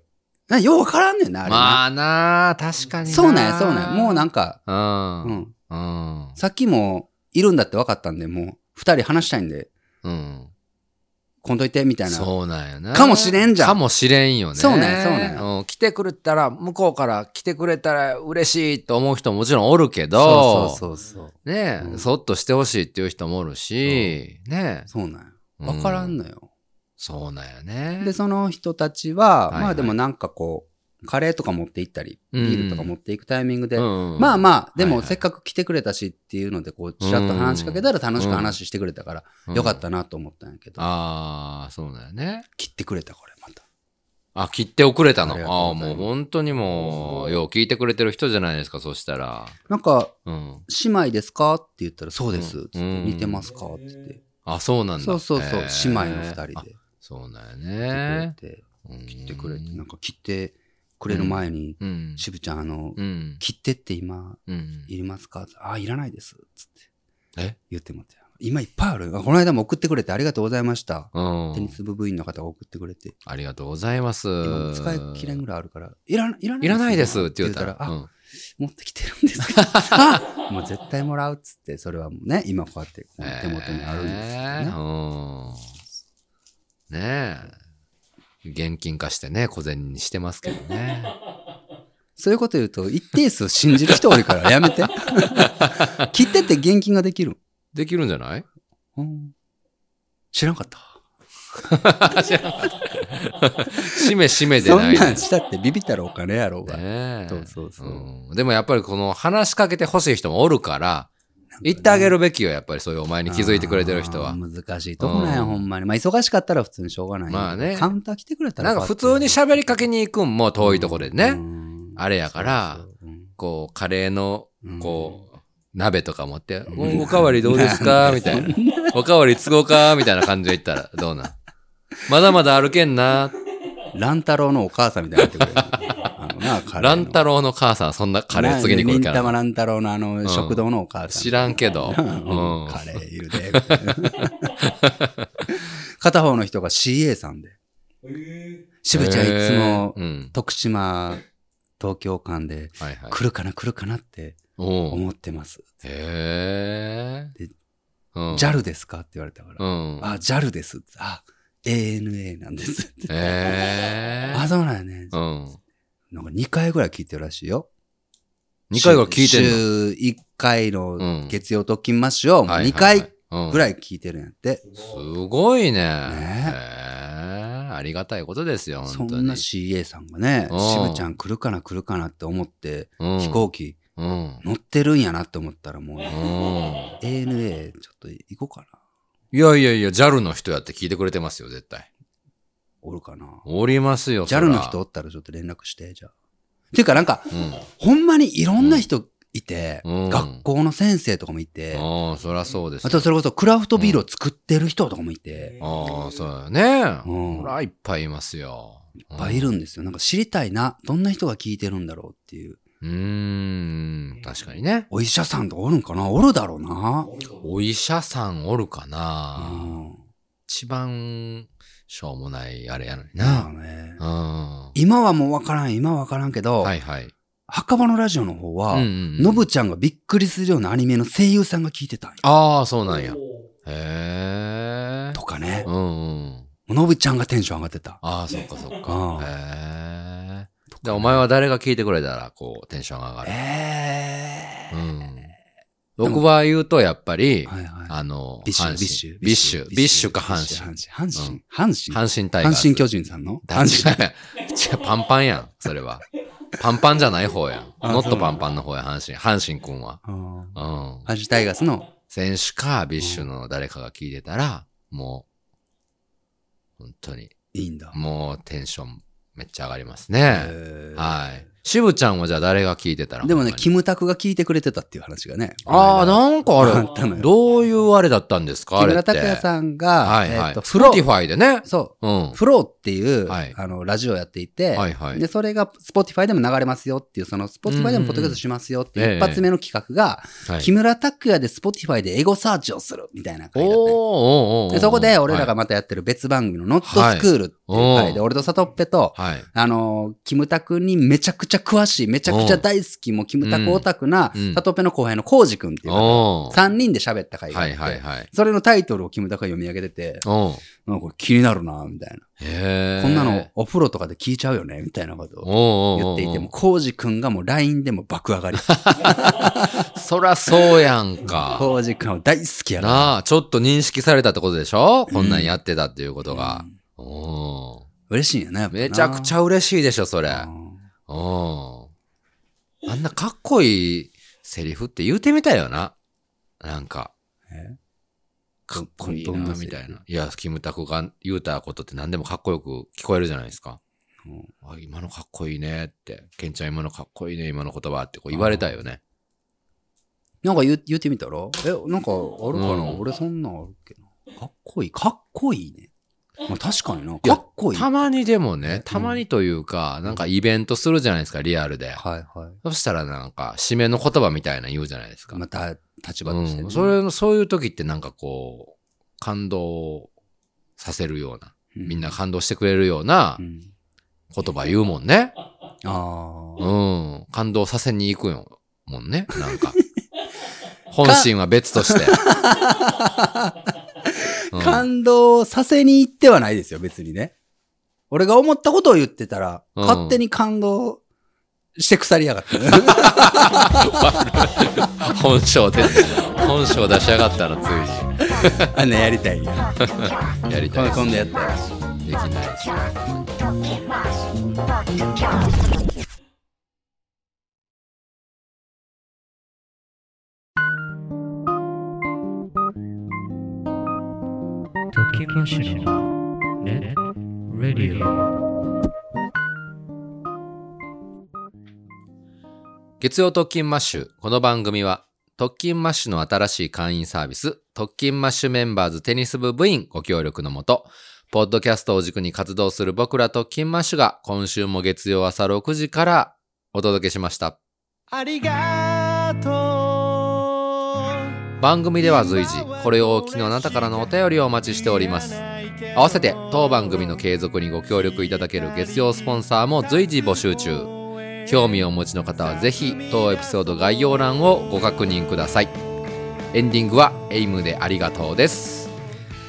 [SPEAKER 2] なよう分からんねんなあれな、
[SPEAKER 1] まあなあ、確かにな。
[SPEAKER 2] そうなんやそうなんやもうなんか、
[SPEAKER 1] うん。
[SPEAKER 2] うん、
[SPEAKER 1] うん。
[SPEAKER 2] さっきもいるんだって分かったんで、もう二人話したいんで、
[SPEAKER 1] うん。
[SPEAKER 2] こんといて、みたいな。
[SPEAKER 1] そうなんやな。
[SPEAKER 2] かもしれんじゃん
[SPEAKER 1] かもしれんよね。
[SPEAKER 2] そうなんやそうなんや
[SPEAKER 1] ん来てくれたら、向こうから来てくれたら嬉しいと思う人ももちろんおるけど、
[SPEAKER 2] そうそうそうそう。
[SPEAKER 1] ねえ、
[SPEAKER 2] うん
[SPEAKER 1] そっとしてほしいっていう人もおるし、ねえ。
[SPEAKER 2] そうなんや。分からん
[SPEAKER 1] の。
[SPEAKER 2] のよ。
[SPEAKER 1] そうなんやね。
[SPEAKER 2] で、その人たちは、
[SPEAKER 1] はいはい
[SPEAKER 2] まあでもなんかこう、カレーとか持って行ったり、
[SPEAKER 1] うん
[SPEAKER 2] ビールとか持っていくタイミングで、
[SPEAKER 1] うんうん
[SPEAKER 2] まあまあ、で
[SPEAKER 1] はい
[SPEAKER 2] も
[SPEAKER 1] はい
[SPEAKER 2] せっかく来てくれたしっていうので、こう、ちらっと話しかけたら楽しく話してくれたから、
[SPEAKER 1] うん
[SPEAKER 2] よかったなと思ったんやけど、
[SPEAKER 1] ああ、そうだよね。
[SPEAKER 2] 切ってくれた、これまた。
[SPEAKER 1] あ、切っておくれたの。
[SPEAKER 2] ありがとう
[SPEAKER 1] ああー、
[SPEAKER 2] ござ
[SPEAKER 1] も
[SPEAKER 2] いま
[SPEAKER 1] う
[SPEAKER 2] す
[SPEAKER 1] 本当にもう、よう聞いてくれてる人じゃないですか、そしたら。
[SPEAKER 2] なんか、
[SPEAKER 1] うん。
[SPEAKER 2] 姉妹ですかって言ったら、そうです。
[SPEAKER 1] うん
[SPEAKER 2] つって
[SPEAKER 1] うん
[SPEAKER 2] 似てますかって言って。
[SPEAKER 1] あ、そうなんだ。
[SPEAKER 2] そうそうそう、
[SPEAKER 1] へー
[SPEAKER 2] 姉妹の二人で。
[SPEAKER 1] あそうだよ
[SPEAKER 2] 切っ
[SPEAKER 1] ね。
[SPEAKER 2] てくれて、
[SPEAKER 1] 切
[SPEAKER 2] 切ってくれて、なんか切ってくれる前に、
[SPEAKER 1] うん。
[SPEAKER 2] しぶちゃん、あの、
[SPEAKER 1] うん。
[SPEAKER 2] 切ってって今、
[SPEAKER 1] うん。
[SPEAKER 2] いりますかあ、いらないです。つって。
[SPEAKER 1] え
[SPEAKER 2] 言ってもらって。今いっぱいある。あこの間も送ってくれてありがとうございました。
[SPEAKER 1] うん
[SPEAKER 2] テニス部部員の方が送ってくれて、
[SPEAKER 1] ありがとうございます。
[SPEAKER 2] 今もう使い切れんぐらいあるから、いらいらない
[SPEAKER 1] いらないですって言ったら、
[SPEAKER 2] あ、
[SPEAKER 1] うん
[SPEAKER 2] 持ってきてるんですけど、あもう絶対もらうっつって、それはもうね、今こうやってこう手元にあるんですけどね。
[SPEAKER 1] えーうん。ねえ。現金化してね、小銭にしてますけどね。
[SPEAKER 2] そういうこと言うと、一定数信じる人おるからやめ て。切ってって現金ができる。
[SPEAKER 1] できるんじゃない
[SPEAKER 2] うん知らんかった。
[SPEAKER 1] しめしめで
[SPEAKER 2] そ
[SPEAKER 1] なんい。
[SPEAKER 2] なんしたってビビったらお金やろうが。
[SPEAKER 1] ねえ
[SPEAKER 2] そうそうそうん
[SPEAKER 1] でもやっぱりこの話しかけてほしい人もおるから、言ってあげるべきよ、やっぱりそういうお前に気づいてくれてる人
[SPEAKER 2] あ
[SPEAKER 1] は。
[SPEAKER 2] ー難しいとこなん
[SPEAKER 1] う
[SPEAKER 2] や、
[SPEAKER 1] ん
[SPEAKER 2] ほんまに。まあ、忙しかったら普通にしょうがない。
[SPEAKER 1] まあね
[SPEAKER 2] カウンター来てくれた
[SPEAKER 1] な
[SPEAKER 2] ら。
[SPEAKER 1] んか普通に喋りかけに行くんも遠いところでね、
[SPEAKER 2] うん
[SPEAKER 1] あれやから
[SPEAKER 2] そうそううん
[SPEAKER 1] こう、カレーの、
[SPEAKER 2] うん
[SPEAKER 1] こう、鍋とか持って、
[SPEAKER 2] うん
[SPEAKER 1] おおかわりどうですかみたいな。おかわりつこうかみたいな感じで言ったら、どうなんまだまだ歩けんな。
[SPEAKER 2] 乱太郎のお母さんみたいになってくれる。あのな、カレーの
[SPEAKER 1] 乱太郎の母さん、そんなカレー次に来るキ
[SPEAKER 2] な忍た
[SPEAKER 1] ャ
[SPEAKER 2] ま
[SPEAKER 1] ラ。
[SPEAKER 2] 乱太郎のあの、食堂のお母さん。
[SPEAKER 1] 知らんけど。う
[SPEAKER 2] うん
[SPEAKER 1] ん。
[SPEAKER 2] カレーいるで。みたいな片方の人が CA さんで。
[SPEAKER 3] え
[SPEAKER 2] 渋ちゃんいつも
[SPEAKER 1] えーうん。
[SPEAKER 2] 徳島、東京間で
[SPEAKER 1] はいはい。
[SPEAKER 2] 来るかな来るかなって
[SPEAKER 1] おう
[SPEAKER 2] 思ってます。
[SPEAKER 1] へえ
[SPEAKER 2] で。
[SPEAKER 1] うん
[SPEAKER 2] JAL ですかって言われたから。
[SPEAKER 1] うん。
[SPEAKER 2] あ、JAL です。あ、 ANA なんですって。
[SPEAKER 1] え
[SPEAKER 2] あ、そうなんやね
[SPEAKER 1] え。うん。
[SPEAKER 2] なんか2回ぐらい聞いてるらしいよ。
[SPEAKER 1] 2回が聞いてる
[SPEAKER 2] 週1回
[SPEAKER 1] うん
[SPEAKER 2] の月曜特勤マッシュを
[SPEAKER 1] の。
[SPEAKER 2] 2回ぐ
[SPEAKER 1] い。
[SPEAKER 2] らい聞いてるんやって。
[SPEAKER 1] うんすごいね。
[SPEAKER 2] ね
[SPEAKER 1] へえありがたいことですよ、
[SPEAKER 2] そ
[SPEAKER 1] 本当
[SPEAKER 2] んな
[SPEAKER 1] に。
[SPEAKER 2] CA さんがね、
[SPEAKER 1] うん
[SPEAKER 2] しぶちゃん来るかな来るかなって思って、
[SPEAKER 1] うん
[SPEAKER 2] 飛行機
[SPEAKER 1] うん。
[SPEAKER 2] 乗ってるんやなって思ったらもう、
[SPEAKER 1] うん。
[SPEAKER 2] ANA ちょっと行こうかな。
[SPEAKER 1] いやいやいや、JAL の人やって聞いてくれてますよ、絶対。
[SPEAKER 2] おるかな。
[SPEAKER 1] おりますよ、そら
[SPEAKER 2] JAL の人おったらちょっと連絡して、じゃあ。ていうかなんか、
[SPEAKER 1] うん。
[SPEAKER 2] ほんまにいろんな人いて、
[SPEAKER 1] うん
[SPEAKER 2] 学校の先生とかもいて、
[SPEAKER 1] ああ、そらそうです
[SPEAKER 2] あ
[SPEAKER 1] よ。
[SPEAKER 2] とそれこそクラフトビールを作ってる人とかもいて、
[SPEAKER 1] ああ、そうだよね。
[SPEAKER 2] うん
[SPEAKER 1] ほら、いっぱいいますよ。いっ
[SPEAKER 2] いっぱいいるんですよ。なんか知りたいな。どんな人が聞いてるんだろうっていう。
[SPEAKER 1] うーん、確かにね。
[SPEAKER 2] お医者さんとかおるんかなおるだろうな。
[SPEAKER 1] お医者さんおるか
[SPEAKER 2] う
[SPEAKER 1] な、
[SPEAKER 2] ん。
[SPEAKER 1] 一番、しょうもないあれやのに
[SPEAKER 2] な
[SPEAKER 1] な。
[SPEAKER 2] あね。
[SPEAKER 1] うん。
[SPEAKER 2] 今はもうわからん、今はわからんけど、
[SPEAKER 1] はいはい。
[SPEAKER 2] 墓場のラジオの方は、のぶちゃんがびっくりするようなアニメの声優さんが聞いてたんよ。
[SPEAKER 1] ああ、そうなんや。
[SPEAKER 3] お
[SPEAKER 1] へえ
[SPEAKER 2] と。かね
[SPEAKER 1] う。んうん。
[SPEAKER 2] のぶちゃんがテンション上がってた。
[SPEAKER 1] ああ、そっかそっか。
[SPEAKER 2] うん
[SPEAKER 1] へえ。じゃあお前は誰が聞いてくれたら、こう、テンション上がる。
[SPEAKER 2] え
[SPEAKER 1] う
[SPEAKER 2] ー。
[SPEAKER 1] ん。僕は言うと、やっぱり、
[SPEAKER 2] はいはい。
[SPEAKER 1] あの、
[SPEAKER 2] ビッシュ、
[SPEAKER 1] 阪
[SPEAKER 2] ビッシュ。
[SPEAKER 1] 神ビッシュ。ビッシュか阪神。
[SPEAKER 2] 神。阪神。阪神。
[SPEAKER 1] 阪神タイガー
[SPEAKER 2] 阪
[SPEAKER 1] ス。
[SPEAKER 2] 神巨人さんの
[SPEAKER 1] だ
[SPEAKER 2] 阪 神。
[SPEAKER 1] 違うパンパンやん、それは。パンパンじゃない方やん。
[SPEAKER 2] あ
[SPEAKER 1] ノットパンパンの方や、阪神。阪神くんは。
[SPEAKER 2] うん
[SPEAKER 1] うん。
[SPEAKER 2] 阪神タイガースの
[SPEAKER 1] 選手か、ビッシュの誰かが聞いてたら、もう、本当に、
[SPEAKER 2] いいんだ。
[SPEAKER 1] もうテンションめっちゃ上がりますね。
[SPEAKER 2] えー
[SPEAKER 1] はい。渋ちゃんはじゃあ誰が聞いてたら
[SPEAKER 2] で
[SPEAKER 1] ほ
[SPEAKER 2] も
[SPEAKER 1] ん
[SPEAKER 2] ね、
[SPEAKER 1] まに
[SPEAKER 2] キムタクが聞いてくれてたっていう話がね。
[SPEAKER 1] ああ、
[SPEAKER 2] この
[SPEAKER 1] なんか
[SPEAKER 2] あ
[SPEAKER 1] あ
[SPEAKER 2] ったの
[SPEAKER 1] れ、
[SPEAKER 2] よ
[SPEAKER 1] どういうあれだったんですか
[SPEAKER 2] 間
[SPEAKER 1] あれ
[SPEAKER 2] 木
[SPEAKER 1] っ
[SPEAKER 2] 村
[SPEAKER 1] て。
[SPEAKER 2] 拓哉さんが、
[SPEAKER 1] はいはい。
[SPEAKER 2] えっと、
[SPEAKER 1] フ
[SPEAKER 2] フ
[SPEAKER 1] ロ
[SPEAKER 2] ロ
[SPEAKER 1] ティファイでね。
[SPEAKER 2] そ
[SPEAKER 1] うん
[SPEAKER 2] う、。フローっていう、
[SPEAKER 1] はい
[SPEAKER 2] あの、ラジオやっていて、
[SPEAKER 1] はいはい
[SPEAKER 2] で、それが、スポティファイでも流れますよっていう、その、スポティファイでもポッドキャストしますよって
[SPEAKER 1] うんうん
[SPEAKER 2] いううん一発目の企画が、
[SPEAKER 1] はい
[SPEAKER 2] 木村拓哉でスポティファイでエゴサーチをするみたいな
[SPEAKER 1] おー
[SPEAKER 2] 回だったよ
[SPEAKER 1] おーおーおー
[SPEAKER 2] でそこで、俺ら
[SPEAKER 1] は
[SPEAKER 2] がまたやってる別番組のノットスクールっていう回で、俺とサトッペと、
[SPEAKER 1] い。はい
[SPEAKER 2] あの、キムタクにめちゃくちゃ詳しい、めちゃくちゃ大好き、もうキムタクオタクな
[SPEAKER 1] うん、
[SPEAKER 2] サトペの後輩のコウジ君っていう方、
[SPEAKER 1] おー
[SPEAKER 2] 3人で喋った回があ
[SPEAKER 1] は
[SPEAKER 2] って、
[SPEAKER 1] いはいはい。
[SPEAKER 2] それのタイトルをキムタクが読み上げてて、
[SPEAKER 1] おん。
[SPEAKER 2] なんか気になるな、みたい
[SPEAKER 1] へ
[SPEAKER 2] な。
[SPEAKER 1] え。
[SPEAKER 2] こんなのお風呂とかで聞いちゃうよね、みたいなことを
[SPEAKER 1] おうおうお
[SPEAKER 2] 言
[SPEAKER 1] う
[SPEAKER 2] っていて、もうコウジ君がもう LINE でも爆上がり。
[SPEAKER 1] そらそうやん か。
[SPEAKER 2] コウジ君は大好きやな。
[SPEAKER 1] なあ、ちょっと認識されたってことでしょこんなんやってたっていうことが。お
[SPEAKER 2] 嬉しいんやね。やっ
[SPEAKER 1] う
[SPEAKER 2] ぱな
[SPEAKER 1] めちゃくちゃ嬉しいでしょ、それ。
[SPEAKER 2] うん
[SPEAKER 1] おうあんなかっこいいセリフって言うてみたいよな。なんか。
[SPEAKER 2] え
[SPEAKER 1] かっこいい
[SPEAKER 2] どん
[SPEAKER 1] な、
[SPEAKER 2] なセ
[SPEAKER 1] み
[SPEAKER 2] リフ
[SPEAKER 1] たいな。いや、キムタクが言うたことって何でもかっこよく聞こえるじゃないですか。
[SPEAKER 2] うん
[SPEAKER 1] あ今のかっこいいねって。ケンちゃん今のかっこいいね、今の言葉ってこう言われたいよね。
[SPEAKER 2] なんか言う言ってみたらえ、なんかあるかな
[SPEAKER 1] うん
[SPEAKER 2] 俺そんなんあるっけど。かっこいい。かっこいいね。まあ確かにな。か
[SPEAKER 1] や
[SPEAKER 2] っこいい。
[SPEAKER 1] た
[SPEAKER 2] はい
[SPEAKER 1] まにでもね、たまにというか、なんかイベントするじゃないですか、リアルで。
[SPEAKER 2] は
[SPEAKER 1] そしたらなんか、締めの言葉みたいなの言うじゃないです
[SPEAKER 2] い。
[SPEAKER 1] か。
[SPEAKER 2] また立場
[SPEAKER 1] う
[SPEAKER 2] としてね。
[SPEAKER 1] ん、それの、そういう時ってなんかこう、感動させるような、
[SPEAKER 2] う、
[SPEAKER 1] みんな感動してくれるような
[SPEAKER 2] うん。
[SPEAKER 1] 言葉言うもんね。
[SPEAKER 2] ああ。
[SPEAKER 1] うん。感動させに行くよ、もんね。なん か。本心は別として。うん
[SPEAKER 2] 感動させに行ってはないですよ、別にね。俺が思ったことを言ってたら、
[SPEAKER 1] うん
[SPEAKER 2] 勝手に感動して腐りやがって。
[SPEAKER 1] 本性で、本性出しやがったらつい
[SPEAKER 2] あんなやりたいんや。
[SPEAKER 1] にやりたい
[SPEAKER 2] 今
[SPEAKER 1] し
[SPEAKER 2] 今度やったら。
[SPEAKER 1] できないし。
[SPEAKER 4] 時マシュのネットレディオ
[SPEAKER 1] 月曜特勤マッシュ。この番組は、特勤マッシュの新しい会員サービス、特勤マッシュメンバーズテニス部部員ご協力のもと、ポッドキャストを軸に活動する僕ら特勤マッシュが、今週も月曜朝6時からお届けしました。
[SPEAKER 5] ありがとう
[SPEAKER 1] 番組では随時、これをお聞きのあなたからのお便りをお待ちしております。合わせて、当番組の継続にご協力いただける月曜スポンサーも随時募集中。興味をお持ちの方はぜひ、当エピソード概要欄をご確認ください。エンディングは、エイムでありがとうです。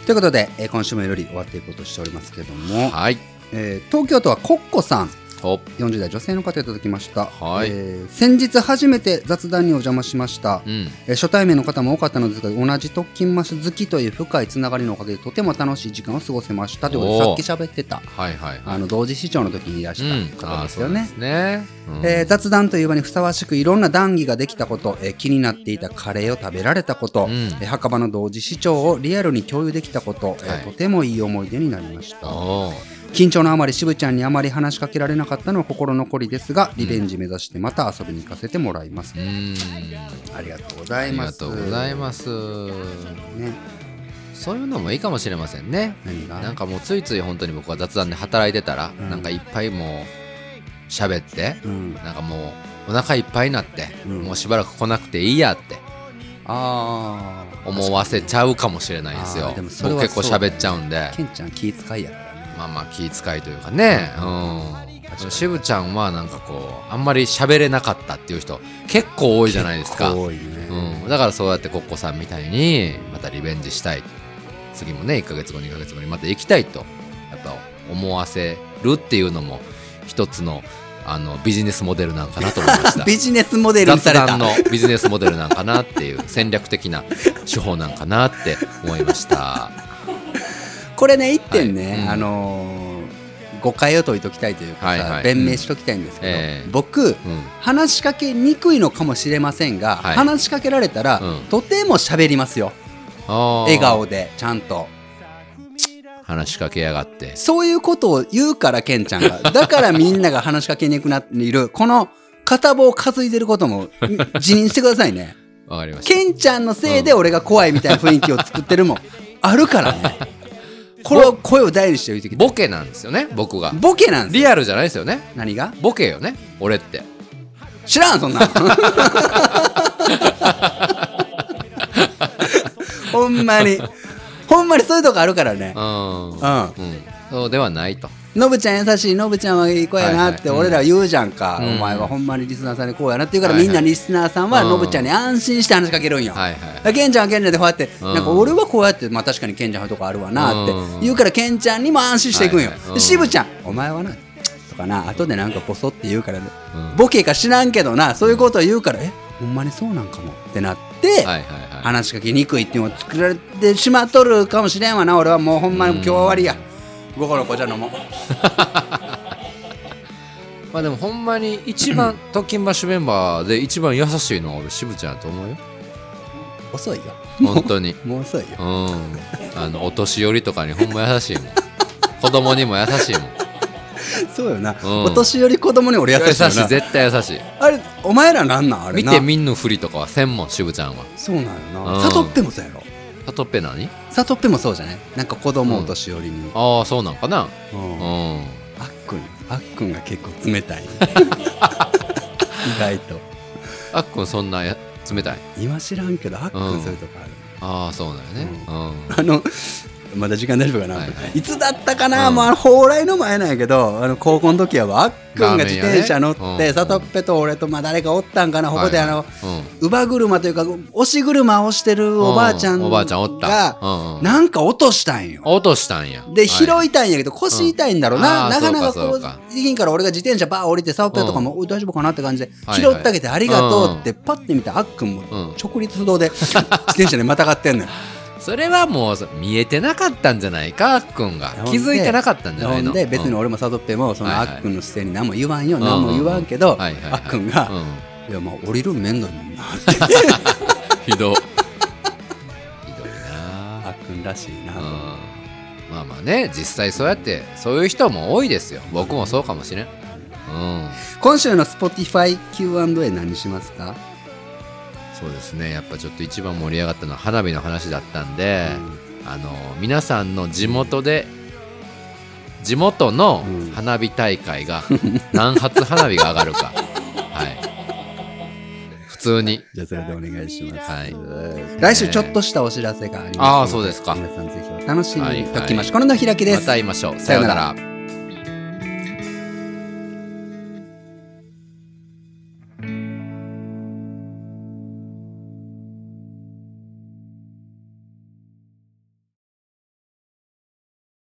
[SPEAKER 2] ということで、えー今週もいろり終わっていこうとしておりますけども、
[SPEAKER 1] はい。
[SPEAKER 2] えー東京都はコッコさん
[SPEAKER 1] お、
[SPEAKER 2] 40代女性の方いただきました、
[SPEAKER 1] はい
[SPEAKER 2] えー先日初めて雑談にお邪魔しました、
[SPEAKER 1] うん。
[SPEAKER 2] えー初対面の方も多かったのですが同じ特勤マッシュ好きという深いつながりのおかげでとても楽しい時間を過ごせましたということ
[SPEAKER 1] おー
[SPEAKER 2] でさっき喋ってた
[SPEAKER 1] はいはいはい。
[SPEAKER 2] あの同時視聴の時にいら
[SPEAKER 1] う
[SPEAKER 2] し
[SPEAKER 1] ん。
[SPEAKER 2] た
[SPEAKER 1] あ
[SPEAKER 2] 方
[SPEAKER 1] あ
[SPEAKER 2] です
[SPEAKER 1] そう
[SPEAKER 2] よ
[SPEAKER 1] で
[SPEAKER 2] ね
[SPEAKER 1] す、ね。うん
[SPEAKER 2] えー雑談という場にふさわしくいろんな談義ができたこと、えー気になっていたカレーを食べられたこと、
[SPEAKER 1] うん
[SPEAKER 2] えー墓場の同時視聴をリアルに共有できたこと、えー
[SPEAKER 1] はい
[SPEAKER 2] とてもいい思い出になりました
[SPEAKER 1] おー
[SPEAKER 2] 緊張のあまり渋ちゃんにあまり話しかけられなかったのは心残りですがリベンジ目指してまた遊びに行かせてもらいます、
[SPEAKER 1] うーん。
[SPEAKER 2] ありがとうござ
[SPEAKER 1] あ
[SPEAKER 2] い
[SPEAKER 1] り
[SPEAKER 2] ま
[SPEAKER 1] が
[SPEAKER 2] す
[SPEAKER 1] とうござい
[SPEAKER 2] す、
[SPEAKER 1] ます。
[SPEAKER 2] ね、
[SPEAKER 1] そういうのもいいかもしれませんね。
[SPEAKER 2] 何が
[SPEAKER 1] なんかもうついつい本当に僕は雑談で働いてたら、
[SPEAKER 2] ん
[SPEAKER 1] なんかいっぱいもう喋って、
[SPEAKER 2] うん、
[SPEAKER 1] なんかもうお腹いっぱいになって、
[SPEAKER 2] うん
[SPEAKER 1] もうしばらく来なくていいやって
[SPEAKER 2] ああ
[SPEAKER 1] 思わせちゃうかもしれないです
[SPEAKER 2] あ
[SPEAKER 1] よ
[SPEAKER 2] ーでもそれは
[SPEAKER 1] 僕結構
[SPEAKER 2] そうだね
[SPEAKER 1] 喋っちゃうんで
[SPEAKER 2] ケンちゃん気遣いやからね
[SPEAKER 1] まあまあ気遣いというかねうんしぶちゃんはなんかこうあんまり喋れなかったっていう人結構多いじゃないですか、
[SPEAKER 2] 多いね、
[SPEAKER 1] うん、だからそうやってコッコさんみたいにまたリベンジしたい次もね1ヶ月後2ヶ月後にまた行きたいとやっぱ思わせるっていうのも一つのあのビジネスモデルなんかなと思いました
[SPEAKER 2] ビジネスモデルにさ
[SPEAKER 1] 雑
[SPEAKER 2] れた
[SPEAKER 1] 談のビジネスモデルなんかなっていう戦略的な手法なんかなって思いました。
[SPEAKER 2] これね一点ね、
[SPEAKER 1] はいうん
[SPEAKER 2] あのー誤解を解いときたいというかさ、
[SPEAKER 1] はいはい
[SPEAKER 2] 弁明しときたいんですけど、
[SPEAKER 1] うんええ
[SPEAKER 2] 僕
[SPEAKER 1] うん、
[SPEAKER 2] 話しかけにくいのかもしれませんが、
[SPEAKER 1] はい
[SPEAKER 2] 話しかけられたら、
[SPEAKER 1] うん
[SPEAKER 2] とても喋りますよ
[SPEAKER 1] あー
[SPEAKER 2] 笑顔でちゃんと
[SPEAKER 1] 話しかけやがって
[SPEAKER 2] そういうことを言うからケンちゃん がだからみんなが話しかけにくくなっているこの片棒を担いでることも辞任してください ね
[SPEAKER 1] わかりました
[SPEAKER 2] ケンちゃんのせいで俺が怖いみたいな雰囲気を作ってるもんあるからねこれを声を大にして言うてきて
[SPEAKER 1] ボケなんですよね僕が
[SPEAKER 2] ボケなんですよ
[SPEAKER 1] リアルじゃないですよね
[SPEAKER 2] 何が
[SPEAKER 1] ボケよね俺って
[SPEAKER 2] 知らん そんなのほんまにほんまにそういうとこあるからね
[SPEAKER 1] うん、うん、
[SPEAKER 2] うん
[SPEAKER 1] そうではないと
[SPEAKER 2] ノブちゃん優しいノブちゃんはいい子やなって
[SPEAKER 1] はいはい
[SPEAKER 2] 俺ら言うじゃんか、
[SPEAKER 1] うん
[SPEAKER 2] お前はほんまにリスナーさんにこうやなって言うから、
[SPEAKER 1] はいはい
[SPEAKER 2] みんなリスナーさんはノブちゃんに安心して話しかけるんよ、
[SPEAKER 1] はいはい
[SPEAKER 2] ケンちゃんはケンちゃんでこうやって、
[SPEAKER 1] うん
[SPEAKER 2] なんか俺はこうやって、まあ、確かにケンちゃんのとこあるわなって
[SPEAKER 1] うん
[SPEAKER 2] 言うからケンちゃんにも安心していくんよ、
[SPEAKER 1] はいはいうん
[SPEAKER 2] で渋ちゃんお前はなとかな後でなんかボソって言うから、ね
[SPEAKER 1] うん
[SPEAKER 2] ボケか知らんけどなそういうことを言うから、えほんまにそうなんかもってなって、
[SPEAKER 1] はいはいはい。
[SPEAKER 2] 話しかけにくいっていうのを作られてしまっとるかもしれんわな俺はもうほんまに今日は終わりや午後の紅茶飲もう
[SPEAKER 1] まあでもほんまに一 番、特勤バッシュメンバーで一番優しいのは俺、渋ちゃんやと思うよ。
[SPEAKER 2] 遅いよ
[SPEAKER 1] 本当に。
[SPEAKER 2] も う遅いよ
[SPEAKER 1] うん。あの、お年寄りとかにほんま優しいもん。子供にも優しいもん。
[SPEAKER 2] そうよな、
[SPEAKER 1] うん
[SPEAKER 2] お年寄り子供に俺優
[SPEAKER 1] 優
[SPEAKER 2] しいよ
[SPEAKER 1] しい、
[SPEAKER 2] な
[SPEAKER 1] 絶対優しい。
[SPEAKER 2] あれお前らなんなんあれ
[SPEAKER 1] 見
[SPEAKER 2] な
[SPEAKER 1] て見ぬふりとかは専門、渋ちゃんは。
[SPEAKER 2] そうなんよな、
[SPEAKER 1] うん
[SPEAKER 2] サトッペもそうやろ
[SPEAKER 1] サトッペ何
[SPEAKER 2] サトッペもそうじゃないなんか子供お年寄りに、
[SPEAKER 1] ああ、そうなんかな。
[SPEAKER 2] うん
[SPEAKER 1] う
[SPEAKER 2] あっ
[SPEAKER 1] ん。
[SPEAKER 2] くんあっくんが結構冷 たい意外と
[SPEAKER 1] あっくんそんなや冷たい。
[SPEAKER 2] 今知らんけどあっく
[SPEAKER 1] うんん
[SPEAKER 2] そういうとこある、
[SPEAKER 1] ああ、そうなんよね。うん。
[SPEAKER 2] あのまだ時間大丈夫かな、
[SPEAKER 1] はいいはい
[SPEAKER 2] つだったかな、
[SPEAKER 1] うん
[SPEAKER 2] もうあの蓬莱の前なんやけどあの高校の時はあっくんが自転車乗って、
[SPEAKER 1] ラーメン屋ねうん
[SPEAKER 2] サトッペと俺とまあ誰かおったんかなここであの、
[SPEAKER 1] はいはい
[SPEAKER 2] 乳母車というか押し車をして
[SPEAKER 1] う
[SPEAKER 2] る
[SPEAKER 1] ん
[SPEAKER 2] おばあちゃん
[SPEAKER 1] う
[SPEAKER 2] が、
[SPEAKER 1] おばあちゃんおった。うんうん。
[SPEAKER 2] なんか落としたんよ。
[SPEAKER 1] 落としたんや。
[SPEAKER 2] で、拾
[SPEAKER 1] はい
[SPEAKER 2] たいんやけど、腰痛いんだろう
[SPEAKER 1] う
[SPEAKER 2] な。
[SPEAKER 1] んあ
[SPEAKER 2] な
[SPEAKER 1] ー
[SPEAKER 2] かなかこ
[SPEAKER 1] そううかそう、
[SPEAKER 2] できんから俺が自転車バー降りて、サオペアとかも、おい大丈夫かなって感じで、
[SPEAKER 1] はい
[SPEAKER 2] 拾ってあげてありがとうって、パッて見たらあっくんも
[SPEAKER 1] うん、
[SPEAKER 2] 直立不動で、 自転車でまたがってんのよ。
[SPEAKER 1] それはもうそ見えてなかったんじゃないかあっくんが 気づいてなかったんじゃない
[SPEAKER 2] ほ
[SPEAKER 1] の
[SPEAKER 2] んで、別に
[SPEAKER 1] うん
[SPEAKER 2] 俺もサドッペも、そのあ
[SPEAKER 1] はいはい
[SPEAKER 2] っくんの姿勢に何も言わんよ、
[SPEAKER 1] うん
[SPEAKER 2] 何も言わんけど、あ
[SPEAKER 1] はいはいはい
[SPEAKER 2] っくんが
[SPEAKER 1] う、ん
[SPEAKER 2] いや、まあ降りるんめんどいもんなって。
[SPEAKER 1] ひどひどいな
[SPEAKER 2] あっくんらしいな
[SPEAKER 1] うん。まあまあね実際そうやってそういう人も多いですよ僕もそうかもしれんうん
[SPEAKER 2] 今週の Spotify Q&A 何しますか
[SPEAKER 1] そうですねやっぱちょっと一番盛り上がったのは花火の話だったんで、あの皆さんの地元で地元の
[SPEAKER 2] うん
[SPEAKER 1] 花火大会が何発花火が上がるか、はい普通に
[SPEAKER 2] じゃあそれでお願いします。
[SPEAKER 1] はい
[SPEAKER 2] 来週ちょっとしたお知らせがありますので。
[SPEAKER 1] あーそうですか
[SPEAKER 2] 皆さんぜひお楽しみ
[SPEAKER 1] はい
[SPEAKER 2] に。
[SPEAKER 1] はい
[SPEAKER 2] ときましこのの開きで。
[SPEAKER 1] ますた会いましょうさようなら